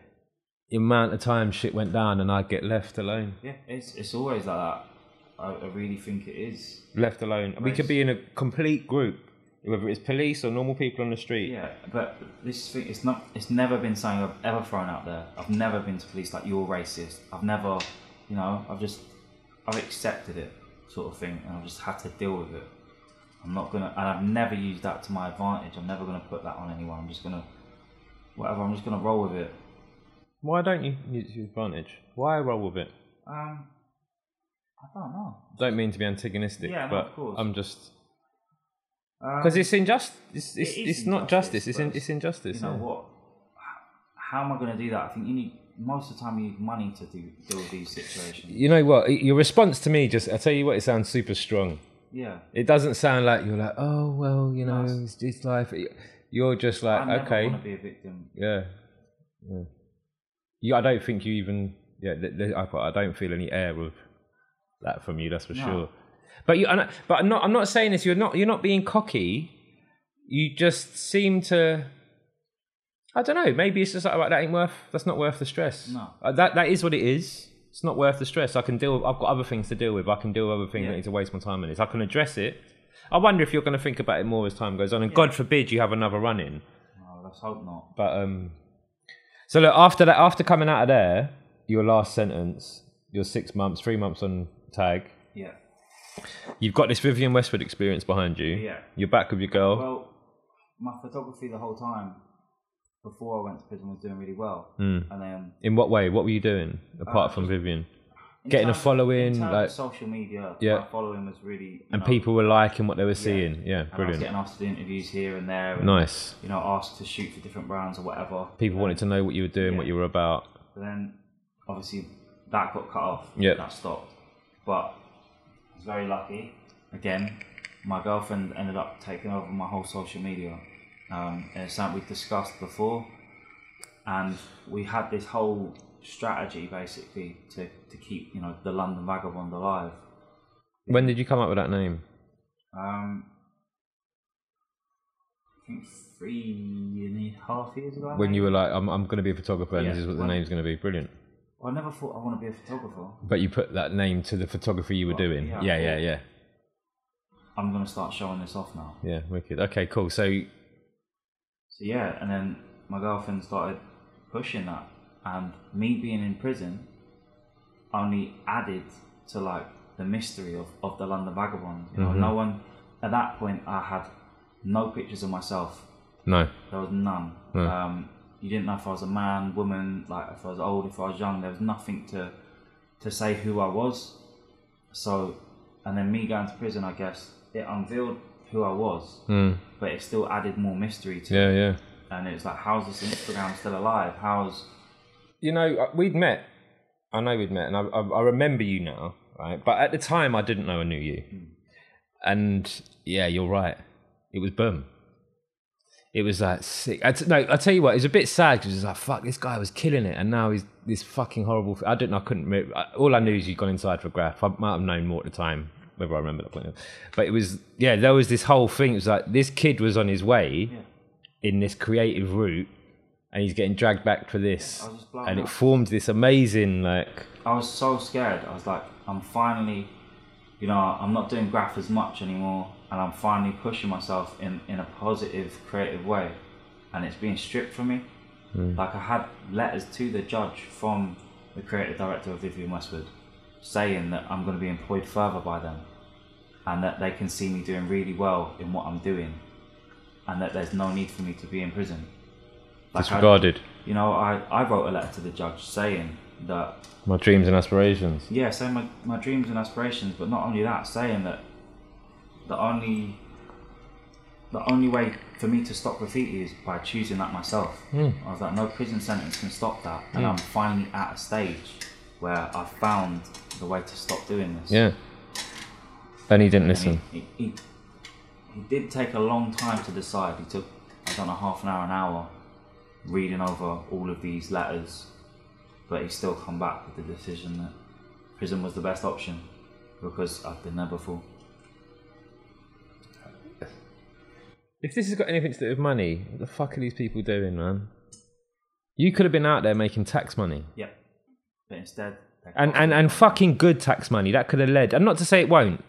The amount of time shit went down and I'd get left alone. yeah. It's it's always like that. I, I really think it is. Left alone. We could be in a complete group, whether it's police or normal people on the street. Yeah, but this thing it's not it's never been something I've ever thrown out there. I've never been to police like you're racist. I've never you know, I've just I've accepted it sort of thing and I've just had to deal with it. I'm not gonna and I've never used that to my advantage. I'm never gonna put that on anyone. I'm just gonna whatever, I'm just gonna roll with it. Why don't you use your advantage? Why roll with it? Um I don't know. Don't mean to be antagonistic, Yeah, no, but of course. I'm just Um, because it's injustice. It's, it it's, is it's not justice. It's in, but it's injustice. You know yeah. what? How am I gonna do that? I think you need most of the time you need money to do deal with these situations. You know what? Your response to me just—I tell you what—it sounds super strong. Yeah. It doesn't sound like you're like, oh well, you know, Nice. it's, it's life. You're just I never like, okay, want to be a victim yeah, yeah. You, I don't think you even, yeah. Th- th- I, I don't feel any air of that from you. That's for No. sure. But you, I know- but I'm not. I'm not saying this. You're not. You're not being cocky. You just seem to. I don't know. Maybe it's just like, right, that ain't worth. That's not worth the stress. No. Uh, that that is what it is. It's not worth the stress. I can deal. With, I've got other things to deal with. I can deal with other things. I Yeah. don't need to waste my time on this. I can address it. I wonder if you're going to think about it more as time goes on. And God forbid you have another run in. Oh, let's hope not. But um, so look after that. After coming out of there, your last sentence, your six months, three months on tag. Yeah. You've got this Vivian Westwood experience behind you. Yeah. You're back with your girl. Well, my photography the whole time before I went to prison was doing really well, Mm. and then In what way? What were you doing apart Uh, from Vivian? in Getting a terms- following, in terms of like- social media. Yeah. my following was really you And know, people were liking what they were seeing. Yeah, uh, and I was brilliant. getting asked to do interviews here and there, and, Nice. You know, asked to shoot for different brands or whatever. People wanted to know what you were doing, what Yeah. you were about. But then, obviously, that got cut off. Yep. That stopped. But I was very lucky. Again, my girlfriend ended up taking over my whole social media. Um, and it's something we've discussed before. And we had this whole strategy basically to, to keep, you know, the London Vagabond alive. When did you come up with that name? Um, I think three and a half years ago. I When think. you were like, I'm, I'm going to be a photographer and Yeah, this is what the when- name's going to be. Brilliant. I never thought I want to be a photographer. But you put that name to the photography you were Well, doing. yeah, yeah, yeah, cool. yeah. I'm going to start showing this off now. Yeah, wicked. Okay, cool. So So yeah, and then my girlfriend started pushing that, and me being in prison only added to like the mystery of, of the London Vagabond. You know, Mhm. no one at that point I had no pictures of myself. no, There was none. No. Um, you didn't know if I was a man, woman, like if I was old, if I was young. There was nothing to to say who I was. So, and then me going to prison, I guess it unveiled who I was, mm. but it still added more mystery to yeah, yeah. and it's like, how's this Instagram still alive? How's You know, uh, we'd met. I know we'd met, and I, I, I remember you now, right? But at the time, I didn't know I knew you. Hmm. And yeah, you're right. It was bum. It was like sick. I t- no, I tell you what, it was a bit sad because it was like, fuck, this guy was killing it, and now he's this fucking horrible. F- I didn't. I couldn't. Re- I, all I knew is you'd gone inside for graph. I might have known more at the time. whether I remember that point. now. But it was yeah, there was this whole thing. It was like this kid was on his way in this creative route, and he's getting dragged back for this, I was just blown and it up. formed this amazing like I was so scared. I was like, I'm finally, you know, I'm not doing graph as much anymore, and I'm finally pushing myself in in a positive, creative way, and it's being stripped from me. Hmm. Like I had letters to the judge from the creative director of Vivian Westwood, saying that I'm going to be employed further by them, and that they can see me doing really well in what I'm doing, and that there's no need for me to be in prison. Like I- disregarded you know, I, I wrote a letter to the judge saying that my dreams and aspirations. yeah, saying my, my dreams and aspirations, but not only that, saying that the only the only way for me to stop graffiti is by choosing that myself. I was like, no prison sentence can stop that, and I'm finally at a stage where I found the way to stop doing this. Yeah. Then he didn't And he- listen. He, he, he did take a long time to decide. He took, I don't know, half an hour, an hour, reading over all of these letters, but he still come back with the decision that prison was the best option because I've been there before. If this has got anything to do with money, what the fuck are these people doing, man? You could have been out there making tax money. Yep. But instead, they and cost and me and money. fucking good tax money that could have led. And not to say it won't.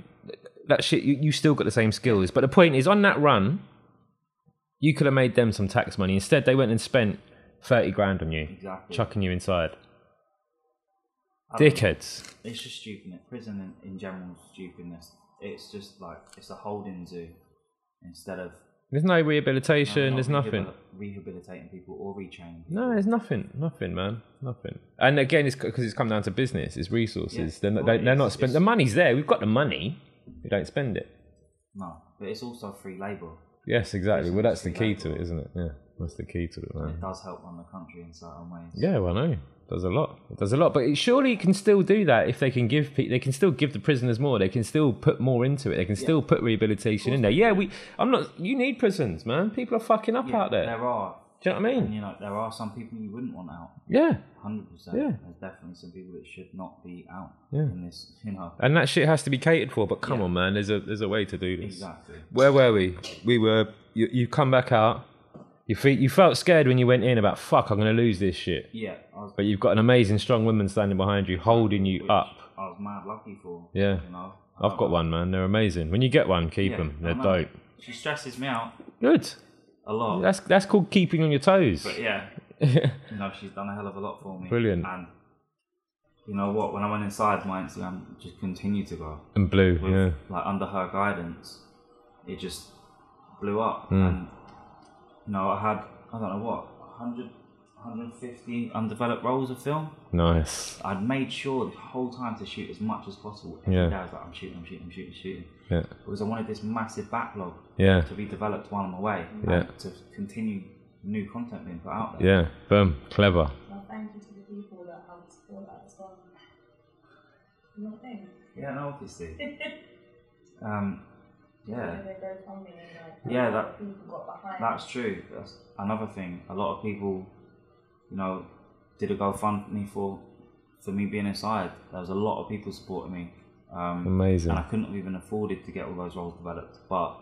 That shit, you, you still got the same skills. But the point is, on that run, you could have made them some tax money. Instead, they went and spent thirty grand on you, Exactly. chucking you inside. I don't know. Dickheads. It's just stupidness. Prison in, in general is stupidness. It's just like it's a holding zoo instead of There's no rehabilitation. not there's nothing. rehabil- rehabilitating people or retraining. No, there's nothing. Nothing, man. Nothing. And again, it's because it's come down to business. It's resources. Yeah, they're not, well, they, they're it's- not spent. it's- The money's there. We've got the money. We don't spend it. No, but it's also free labour. Yes, exactly. Well, that's the key to Exactly. it, isn't it? Yeah, that's the key to it, man. It does help run the country in certain ways. Yeah, well, no, does a lot. It does a lot, but it, surely it can still do that if they can give pe- they can still give the prisoners more. They can still put more into it. They can still put rehabilitation in there. Yeah, we. I'm not. You need prisons, man. People are fucking up Yeah, out there. There are, Do you know what I and mean? you know, there are some people you wouldn't want out. Yeah, Hundred percent. Yeah. There's definitely some people that should not be out Yeah. in this. *laughs* You know. and that shit has to be catered for. But come Yeah. on, man. There's a there's a way to do this. Exactly. Where were we? We were. You, you come back out. You fe you felt scared when you went in about fuck. I'm gonna lose this shit. Yeah. I was, But you've got an amazing, strong woman standing behind you, holding you which up. I was mad lucky for. Yeah. You know. I've got one, man. They're amazing. When you get one, keep Yeah, them. I They're know. dope. She stresses me out Good. a lot. That's that's called keeping on your toes. *laughs* But yeah, you know, she's done a hell of a lot for me. Brilliant. And you know what? When I went inside, my Instagram just continued to grow. And blue. with, Yeah. like under her guidance, it just blew up. Mm. And you know, I had I don't know what 100, 150 undeveloped rolls of film. Nice. I'd made sure the whole time to shoot as much as possible. Every Yeah. day I was like, I'm shooting, I'm shooting, I'm shooting, shooting. Yeah. Because I wanted this massive backlog Yeah. to be developed while I'm away. Yeah. And to continue new content being put out there. Yeah. Boom. Clever. Well, thank you to the people that helped support that as well. Nothing. Yeah, no, obviously. *laughs* um, yeah. They go from me and like, Yeah, a lot that- of people got behind. That's true. That's another thing. A lot of people, you know, did a GoFundMe for for me being inside. There was a lot of people supporting me, um, and I Amazing. couldn't have even afforded to get all those roles developed. But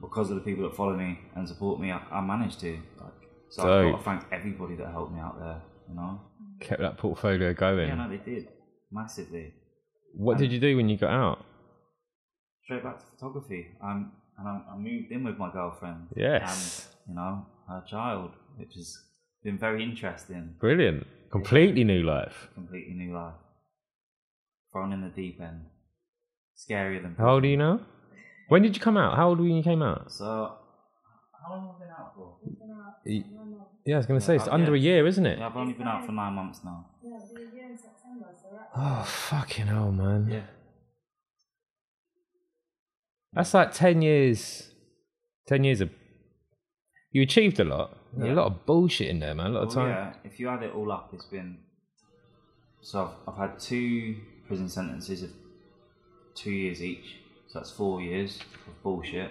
because of the people that follow me and support me, I, I managed to. Like, so I've Dope. got to thank everybody that helped me out there. You know, Kept that portfolio going. yeah, no, they did massively. what did you do when you got out? Straight back to photography. Um, and I, I moved in with my girlfriend. Yes. And, you know, her child, which has been very interesting. Brilliant. Completely new life. completely new life. Thrown in the deep end. Scarier than. How old are you now? When did you come out? How old were you when you came out? So, how long have I been out for? Y- Yeah, I was going to say, it's Uh, under a yeah. year, isn't it? Yeah, I've only been out for nine months now. Yeah, it'll be a year in September, so that's Oh, fucking hell, man. Yeah. That's like 10 years. 10 years of. You achieved a lot. There's A Yeah. lot of bullshit in there, man. A lot of Well, time. yeah, if you add it all up, it's been. So I've, I've had two prison sentences of two years each. So that's four years of bullshit.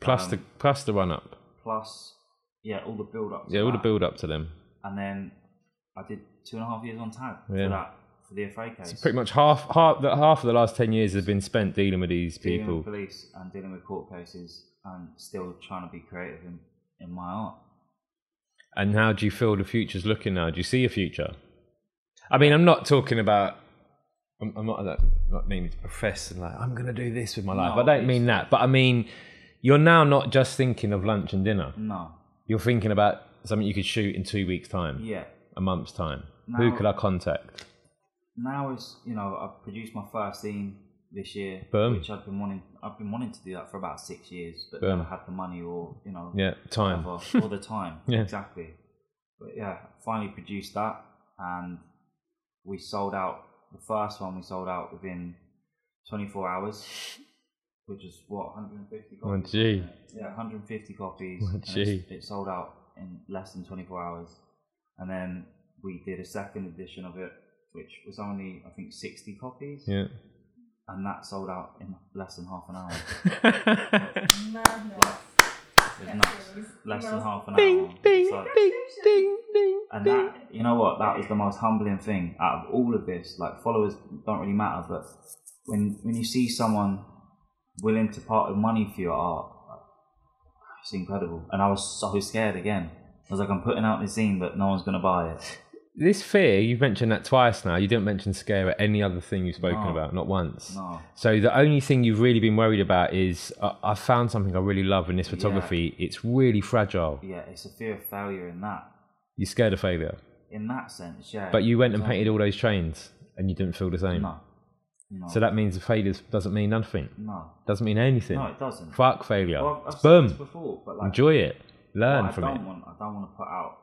Plus Um, the plus the run up. Plus, yeah, all the build up. Yeah, all the build up to them. And then I did two and a half years on tag Yeah. for that. For for the FA case. So pretty much half half the half of the last ten years has been spent dealing with these dealing people. with police and dealing with court cases and still trying to be creative in, in my art. And how do you feel the future's looking now? Do you see a future? I mean, I'm not talking about. I'm, I'm not that not meaning to profess and like I'm going to do this with my life. No, I don't mean that, but I mean you're now not just thinking of lunch and dinner. No. You're thinking about something you could shoot in two weeks' time, Yeah. a month's time. Now- Who could I contact? Now is you know I've produced my first theme this year, Boom. which I've been wanting. I've been wanting to do that for about six years, but Boom. never had the money or you know Yeah, time. whatever, all the time. *laughs* Yeah. Exactly. But yeah, finally produced that and we sold out the first one we sold out within twenty four hours. Which is what, 150 Oh, copies? gee. Yeah, 150 copies. Oh, and it's- gee. It sold out in less than 24 hours. And then we did a second edition of it, which was only, I think, 60 copies. Yeah. And that sold out in less than half an *laughs* hour. Madness. It's nuts. Less than half an hour. ding, It's ding, like- ding, ding, ding, And ding. that, you know what, that is the most humbling thing out of all of this. Like followers don't really matter, but when when you see someone willing to part with money for your art, like, it's incredible. And I was so scared again. I was like, I'm putting out this zine, but no one's gonna buy it. This fear, you've mentioned that twice now. You didn't mention scare at any other thing you've spoken No. about, not once. No. So the only thing you've really been worried about is I, I found something I really love in this photography. It's really fragile. Yeah, it's a fear of failure in that, You're scared of failure. in that sense. Yeah. But you went and Exactly. painted all those trains and you didn't feel the same. No. No. So that means the failure doesn't mean nothing. no. Doesn't mean anything. No, it doesn't. Fuck failure. Well, I've, I've said this Boom. before, but like, Enjoy it. what Learn I from don't it. want. I don't want to put out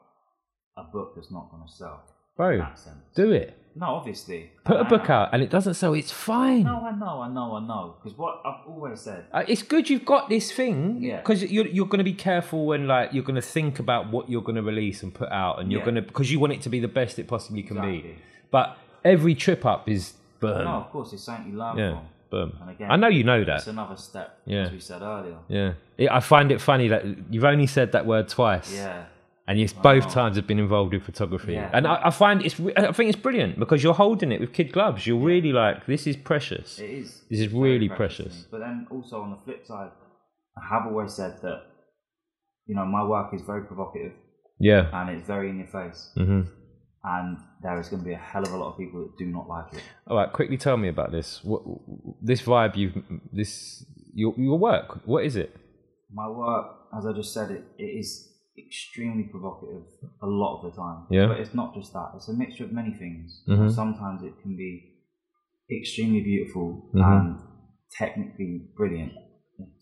a book that's not gonna sell. Bro, In that sense. Do it. No, obviously. Put And a I book am. out and it doesn't sell. It's fine. No, I know, I know, I know. Because what I've always said, Uh, it's good you've got this thing Yeah. because you're, you're going to be careful when like you're going to think about what you're going to release and put out and you're Yeah. going to because you want it to be the best it possibly can be Exactly. but every trip up is burn no, of course, it's something you learn yeah from. boom Oh, And again, i know you know It's that another step, Yeah. as we said earlier. yeah It- i find it funny that you've only said that word twice Yeah, and it's Wow. both times have been involved in photography Yeah. and I, I find it's re- i think it's brilliant because you're holding it with kid gloves you're really like this is precious it is. This is It's very really precious. to me. But then also on the flip side, I have always said that, you know, my work is very provocative yeah and it's very in your face. hmm And there is going to be a hell of a lot of people that do not like it. All right, quickly tell me about this. What this vibe you've this your your work? What is it? My work, as I just said, it, it is extremely provocative a lot of the time. Yeah. But it's not just that, it's a mixture of many things. Mhm. Sometimes it can be extremely beautiful Mhm. and technically brilliant.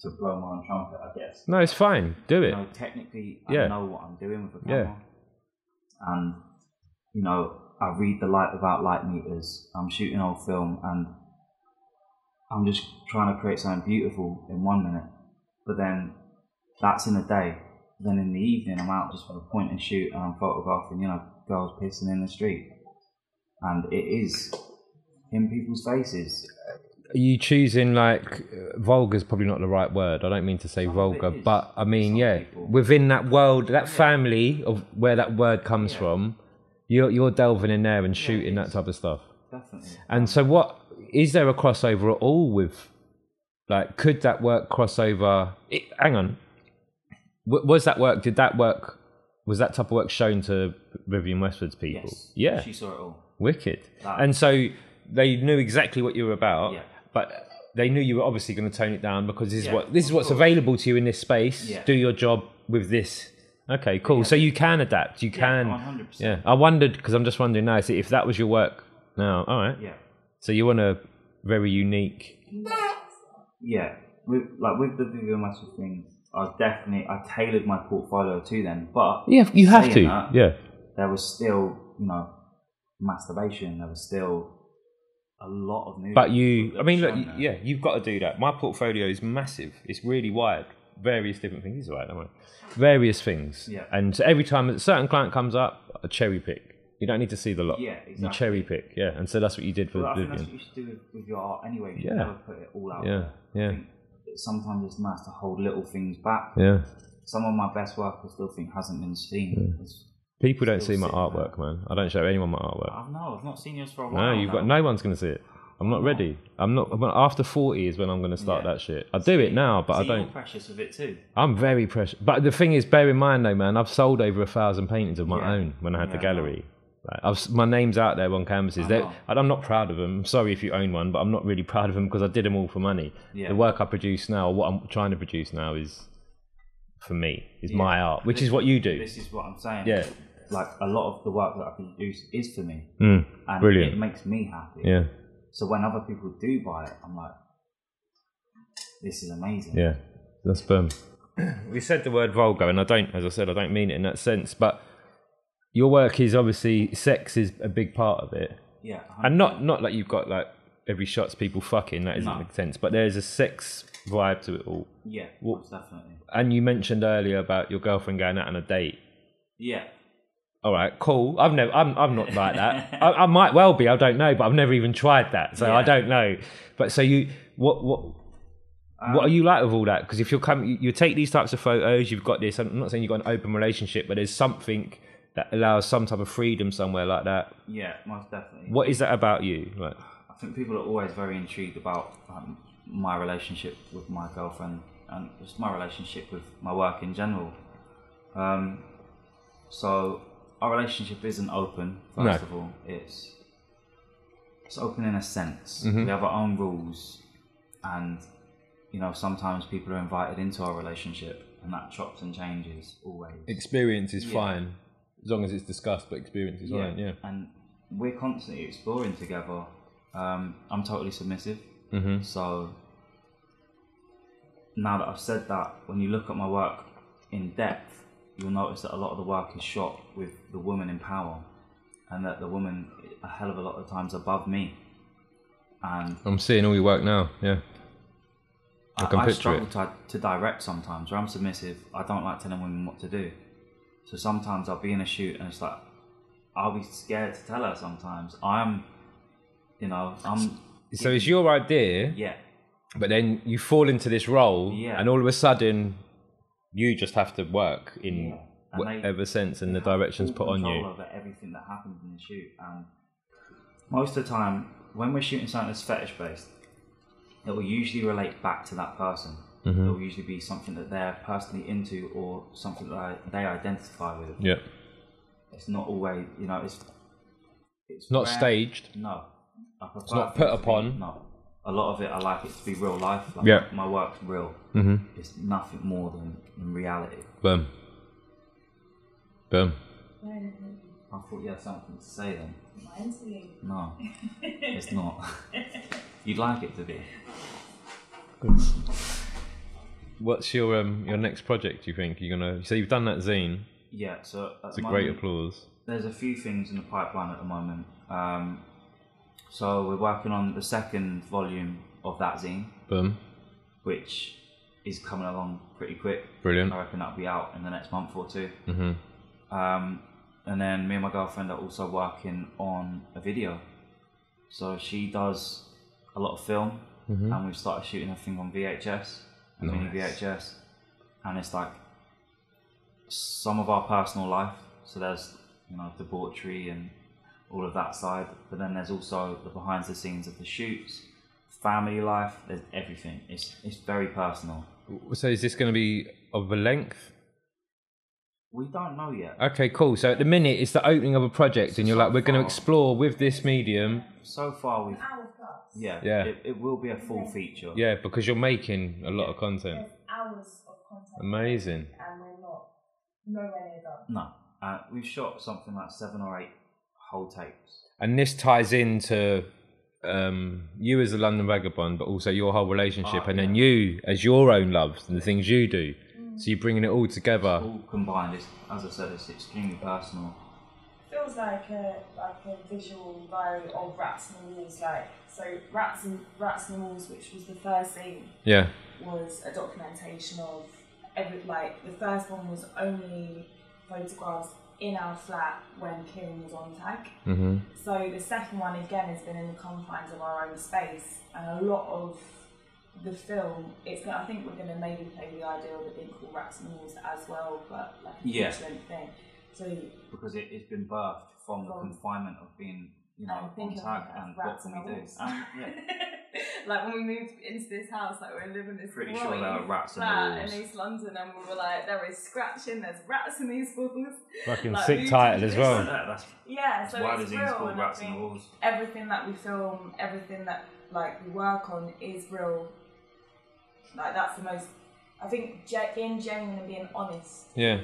To blow my own trumpet, I guess. No, it's fine. Do You it. know, technically, I Yeah. know what I'm doing with the Yeah. camera. And, you know, I read the light without light meters. I'm shooting old film and I'm just trying to create something beautiful in one minute. But then that's in the day. Then in the evening, I'm out just for a point and shoot and I'm photographing, you know, girls pissing in the street. And it is in people's faces. Are you choosing like vulgar is probably not the right word. I don't mean to say No, it vulgar, is. but I mean Some yeah, people- within that world, that family of where that word comes Yeah. from, you're you're delving in there and shooting that is. type of stuff. Definitely. And so, what is there a crossover at all with? Like, could that work crossover? It, hang on, W- was that work? Did that work? Was that type of work shown to Vivian Westwood's people? yes. Yeah, She saw it all. wicked. That- And so they knew exactly what you were about, Ah. Yeah. but they knew you were obviously going to tone it down because this is Yeah, what this is of what's course. available to you in this space. Yeah. Do your job with this. Okay, cool. So you can adapt. You can. Yeah, 100%. yeah. I wondered because I'm just wondering now see, if that was your work. Now, all right. yeah. So you want a very unique. yeah, with like with the Vivian Westwood thing, I definitely I tailored my portfolio to them, but Yeah, you have saying to. that, yeah, there was still you know masturbation. There was still a lot of new. but you. I mean, look. y- Yeah, you've got to do that. My portfolio is massive. It's really wide. Various different things. It's all right, don't worry. Various things. Yeah. And so every time a certain client comes up, a cherry pick. You don't need to see the lot. Yeah, You exactly. cherry pick. Yeah, and so that's what you did for But I think that's what Vivian. you should do with, with your art anyway. You should Yeah. never put it all out. Yeah, there. I yeah. think that Sometimes it's nice to hold little things back. Yeah. Hmm. Some of my best work I still think hasn't been seen. It's People don't Still see my sitting there. artwork, man. I don't show anyone my artwork. I've no, I've not seen yours for a while. No, you've got now. no one's gonna see it. I'm not ready. I'm not. I'm- after forty is when I'm gonna start Yeah. that shit. I do it now, but See, I you're don't. precious with it too. I'm very precious. But the thing is, bear in mind though, man, I've sold over a thousand paintings of my Yeah. own when I had the Yeah, Uh-huh. I know. gallery. Like, I've, s- my name's out there on canvases. I They're- know. And I'm not proud of them. I'm sorry if you own one, but I'm not really *laughs* proud of them because I did them all for money. Yeah. The work I produce now, or what I'm trying to produce now, is for me, is my art, which is what you do. This is what I'm saying. Yeah. Like a lot of the work that I produce is for me, Mm, and Brilliant. it makes me happy. yeah, So when other people do buy it, I'm like, this is amazing. yeah, that's boom. *clears throat* we said the word vulgar, and I don't, as I said, I don't mean it in that sense. But your work is obviously sex is a big part of it. Yeah. and not not like you've got like every shot's people fucking that isn't No. the sense but there's a sex vibe to it all Yeah. Well- definitely. and you mentioned earlier about your girlfriend going out on a date Yeah. all right cool i've never i'm, I'm not like that *laughs* I, I might well be i don't know but i've never even tried that so i Yeah. don't know but so you what what Um, what are you like with all that? Because if you're coming, you, you take these types of photos. You've got this. I'm not saying you've got an open relationship, but there's something that allows some type of freedom somewhere like that. Yeah. Most definitely. What is that about you? Like, I think people are always very intrigued about um, my relationship with my girlfriend and just my relationship with my work in general. Um, so our relationship isn't open. First No. of all, it's it's open in a sense. We have our own rules, and you know sometimes people are invited into our relationship, and that chops and changes always. experience is Yeah. fine as long as it's discussed but experience is fine yeah And we're constantly exploring together. Um, I'm totally submissive. mm-hmm. So now that I've said that, when you look at my work in depth, you'll notice that a lot of the work is shot with the woman in power, and that the woman a hell of a lot of times above me. And i'm seeing all your work now yeah I can I, I picture struggle it. to, to direct sometimes, where I'm submissive. I don't like telling women what to do. So sometimes I'll be in a shoot and it's like, I'll be scared to tell her sometimes. I'm, you know, I'm, so it's your idea yeah, but then you fall into this role Yeah. and all of a sudden you just have to work in Yeah. And they- whatever sense and the they have directions full put on control you over everything that happens in the shoot, and most of the time, when we're shooting something that's fetish based, it will usually relate back to that person. Mm-hmm. It will usually be something that they're personally into or something that they identify with. yeah It's not always, you know, it's it's it's not rare- staged No, I prefer not things put to be- upon. no, a lot of it I like it to be real life. Like Yeah. my work's real. Mhm. It's nothing more than, than reality. boom boom I thought you had something to say then. My interview. No, it's not. *laughs* You'd like it to be. what's your um your next project you think you're gonna so you've done that zine Yeah, so at it's the a great moment, applause there's a few things in the pipeline at the moment. Um, so we're working on the second volume of that zine, boom which is coming along pretty quick. brilliant I reckon that'll be out in the next month or two. mm-hmm. Um, and then me and my girlfriend are also working on a video. So she does a lot of film, and we've started shooting a thing on VHS, a mini Mm-hmm. Nice. VHS, and it's like some of our personal life. So there's you know debauchery and all of that side, but then there's also the behind the scenes of the shoots, family life. There's everything. It's it's very personal. so is this going to be of a length We don't know yet. Okay, cool. So at the minute, it's the opening of a project, and you're like, we're going to far. explore with this medium. So far we've Hour plus. Yeah, Yeah. It, it will be a full feature. Yeah, because you're making a lot of content. There's hours of content. Amazing. And we're not nowhere near done. No, uh, we've shot something like seven or eight whole tapes. And this ties into um, you as a London vagabond, but also your whole relationship, Ah, and then yeah. you as your own loves and the things you do. So you're bringing it all together. All combined, it's, as I said, it's extremely personal. feels like a like a visual diary of rats and walls. Like so, rats and rats and walls, which was the first thing, Yeah. was a documentation of every like the first one was only photographs in our flat when Kieran was on tag. Mm-hmm. So the second one again has been in the confines of our own space, and a lot of the film, it's. gonna- I think we're going to maybe play with the idea of it being called Rats and Wolves as well, but like a Yeah. different thing. Brilliant. because it, it's been birthed from the From- confinement of being, you I know, on think of tag it as and what rats can and we do? *laughs* owls. And, yeah, like when we moved into this house, like we were living in this pretty sure grimy there are rats and flat owls. in East London, and we were like, there is scratching, there's rats in these walls. Fucking Like, sick we- title as Like well. that, that's Yeah, that's so why it's the real. zine's called and I Rats and think Wolves. Everything that we film, everything that like we work on is real. Like that's the most. I think ge- being genuine and being honest Yeah.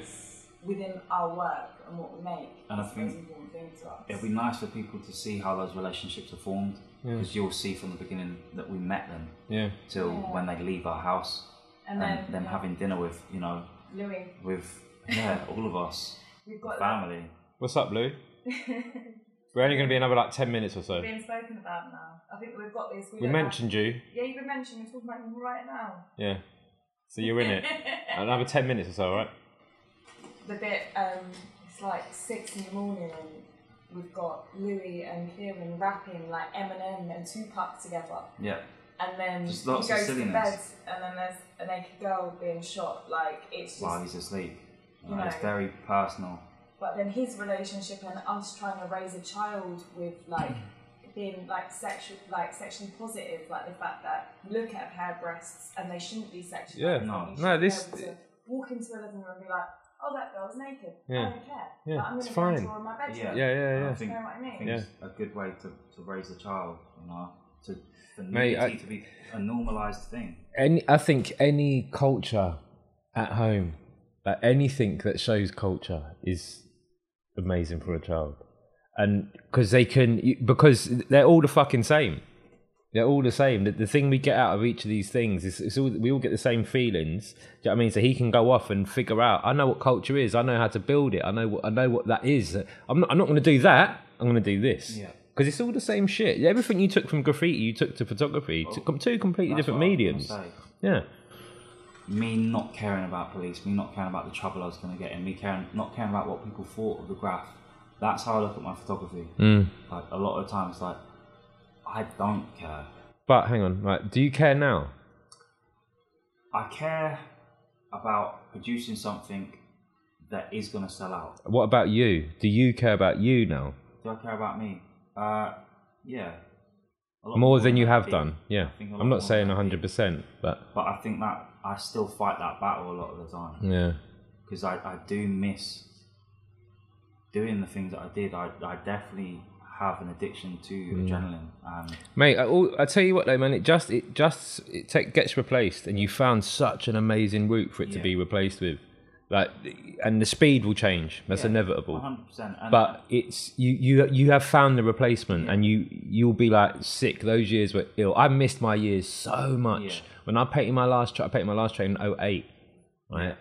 within our work and what we make And I is the most think important thing to us. It'd be nice for people to see how those relationships are formed Yeah. because you'll see from the beginning that we met them Yeah. till Yeah. when they leave our house and and, then them having dinner with, you know, Louis, with *laughs* yeah, all of us, we've the got family. What's up, Lou? *laughs* that. We're only going to be another like 10 minutes or so. being spoken about now. I think we've got this. We don't have- mentioned you. Yeah, you've been mentioned. We're talking about you right now. Yeah. So you're in it. Another 10 minutes or so, all right? the bit, um, it's like six in the morning, and we've got Louis and Kieran rapping like Eminem and Tupac together. Yeah. And then Just he lots goes of to bed, silliness. and then there's a naked girl being shot. Like, it's while just. he's asleep. You Like, It's know. very personal. But then his relationship and us trying to raise a child with Mm. like. Being like sexual, like sexually positive, like the fact that you look at a pair of breasts and they shouldn't be sexually. Yeah. positive, No. you No, shouldn't be this- able to walk into a living room and be like, "Oh, that girl's naked. Yeah. I don't care. Yeah, Like, I'm it's gonna go and fine. draw in my bedroom." Yeah. Yeah, yeah, And I yeah. think, You know what I mean? think it's a good way to, to raise a child, you know, to, for Mate, nudity I- to be a normalised thing. Any, I think any culture at home, like anything that shows culture, is amazing for a child. And because they can, you- because they're all the fucking same. They're all the same. The, the thing we get out of each of these things is it's all, we all get the same feelings. Do you know what I mean? So he can go off and figure out. I know what culture is. I know how to build it. I know what I know what that is. I'm not. I'm not going to do that. I'm going to do this. Yeah. Because it's all the same shit. Everything you took from graffiti, you took to photography. to com two completely That's different what I was gonna mediums. say. Yeah. Me not caring about police, me not caring about the trouble I was going to get in, me caring not caring about what people thought of the graph. That's how I look at my photography. Like a lot of the time, it's like I don't care. But hang on, right? Do you care now? I care about producing something that is going to sell out. What about you? Do you care about you now Do I care about me? Uh, yeah. A lot more than you I have did. done? Yeah. I think a lot I'm more not saying than I did. 100, percent but But I think that I still fight that battle a lot of the time. yeah, because I, I do miss doing the things that I did. I, I definitely have an addiction to Mm. adrenaline. um, And mate. I, al- I tell you what, though, man. It just it just it take, gets replaced, and you found such an amazing route for it to Yeah. be replaced with. Like, and the speed will change. That's Yeah, inevitable. 100%. And but it's you you you have found the replacement and you you'll be like sick those years were ill i missed my years so much Yeah. when i painted my last tra- i painted my last train in 08 right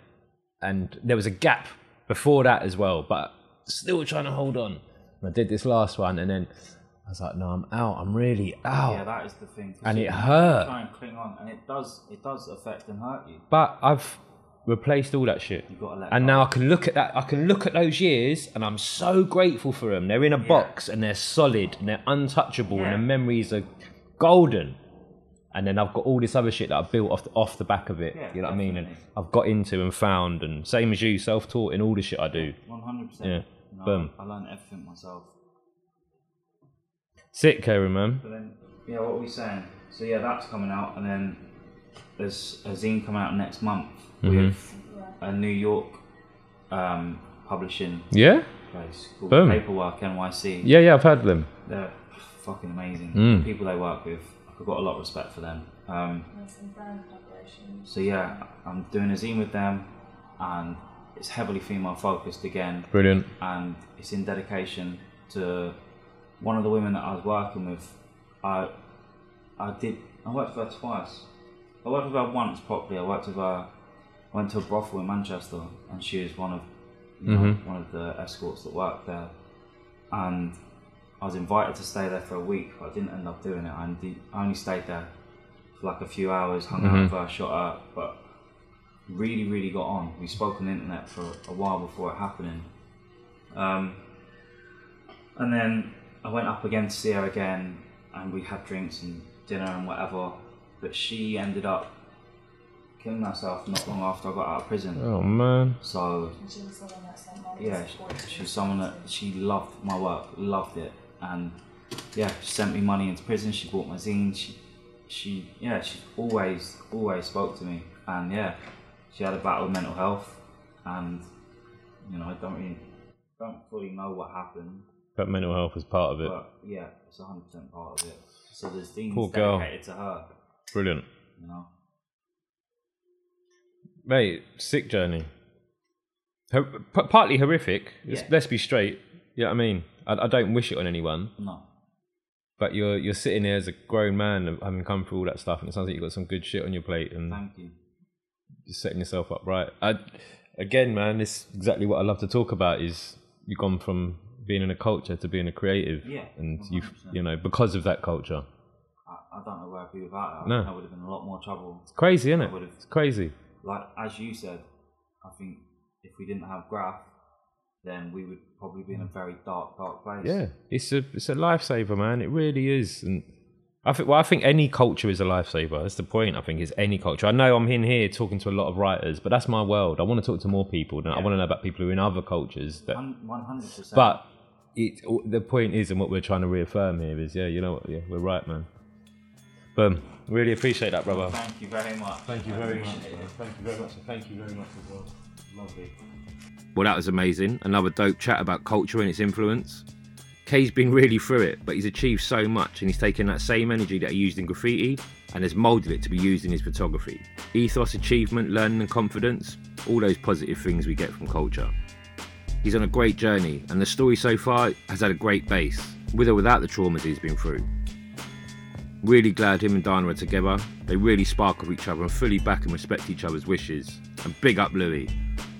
and there was a gap before that as well but still trying to hold on and i did this last one and then i was like no i'm out i'm really out yeah, that is the thing. 'cause and you it can hurt. Try and cling on, and it does it does affect and hurt you. but i've replaced all that shit You've got to let. and go. now I can look at that. I can look at those years, and I'm so grateful for them. They're in a box, and they're solid, and they're untouchable, and the memeries are golden. And then I've got all this other shit that I've built off the, off the back of it. Yeah, you know what I mean? And definitely. I've got into and found, and same as you, self-taught in all the shit I do. One hundred Yeah. percent. Boom. I learned everything myself. Sick, Kerry, man. But then, yeah, what were we saying? So yeah, that's coming out, and then there's a zine coming out next month Mm-hmm. with a New York um, publishing Yeah, place called Boom. Paperwork NYC. yeah, Mm. yeah. I've heard them. They're fucking amazing. The people they work with, I've got a lot of respect for them. Um, There's some brand collaborations. so yeah, I'm doing a zine with them, and it's heavily female focused again, Brilliant. and it's in dedication to one of the women that I was working with. I I did I worked with her twice. I worked with her once properly. I worked with her. I went to a brothel in Manchester, and she was one of you know, one of the escorts that worked there. And I was invited to stay there for a week, but I didn't end up doing it. I only- I only stayed there for like a few hours, hung out with her, shot her, but really, really got on. We spoke on the internet for a while before it happening. Um, and then I went up again to see her again, and we had drinks and dinner and whatever. But she ended up killing herself not long after I got out of prison. Oh man. So And she was someone that sent my yeah, she, she was someone that she loved my work, loved it, and yeah, she sent me money into prison. She bought my zine. She, she, yeah, she always, always spoke to me, and yeah, she had a battle with mental health, and you know, I don't really, don't fully know what happened, But mental health was part of it. but yeah, it's hundred percent part of it. So there's things Poor girl. dedicated to her, Brilliant. you know. Mate, sick journey. Hor- p- partly horrific. Let's- Yeah. Let's be straight. Yeah, I mean, I, I don't wish it on anyone. No, But you're you're sitting there as a grown man, having come through all that stuff, and it sounds like you've got some good shit on your plate, and thank you. you're setting yourself up right. I, again, man, this is exactly what I love to talk about. Is you've gone from being in a culture to being a creative, Yeah, and you've 100%. you know because of that culture. I, I don't know where I'd be without her. No. I would have been in a lot more trouble. It's crazy, isn't I it? would've- It's crazy. like as you said, I think if we didn't have graph, then we would probably be in a very dark, dark place. Yeah, it's a it's a lifesaver, man. It really is. And I think well, I think any culture is a lifesaver. That's the point. I think is any culture. I know I'm in here talking to a lot of writers, but that's my world. I want to talk to more people. And I want to know about people who are in other cultures. That, one hundred percent. but it the point is, and what we're trying to reaffirm here is, yeah, you know what? Yeah, we're right, man. Boom. Really appreciate that, brother. thank you very much. Thank you very much. Thank you very much. Thank you very much as well. Lovely. Well, that was amazing. Another dope chat about culture and its influence. Kay's been really through it, but he's achieved so much and he's taken that same energy that he used in graffiti and has moulded it to be used in his photography. Ethos, achievement, learning, and confidence all those positive things we get from culture. He's on a great journey, and the story so far has had a great base, with or without the traumas he's been through. Really glad him and Dana are together. They really spark off each other and fully back and respect each other's wishes. And big up Louis,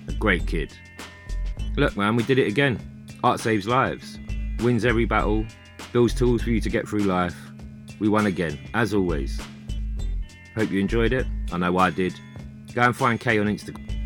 a great kid. Look, man, we did it again. Art saves lives, wins every battle, builds tools for you to get through life. We won again, as always. Hope you enjoyed it. I know I did. Go and find Kay on Instagram.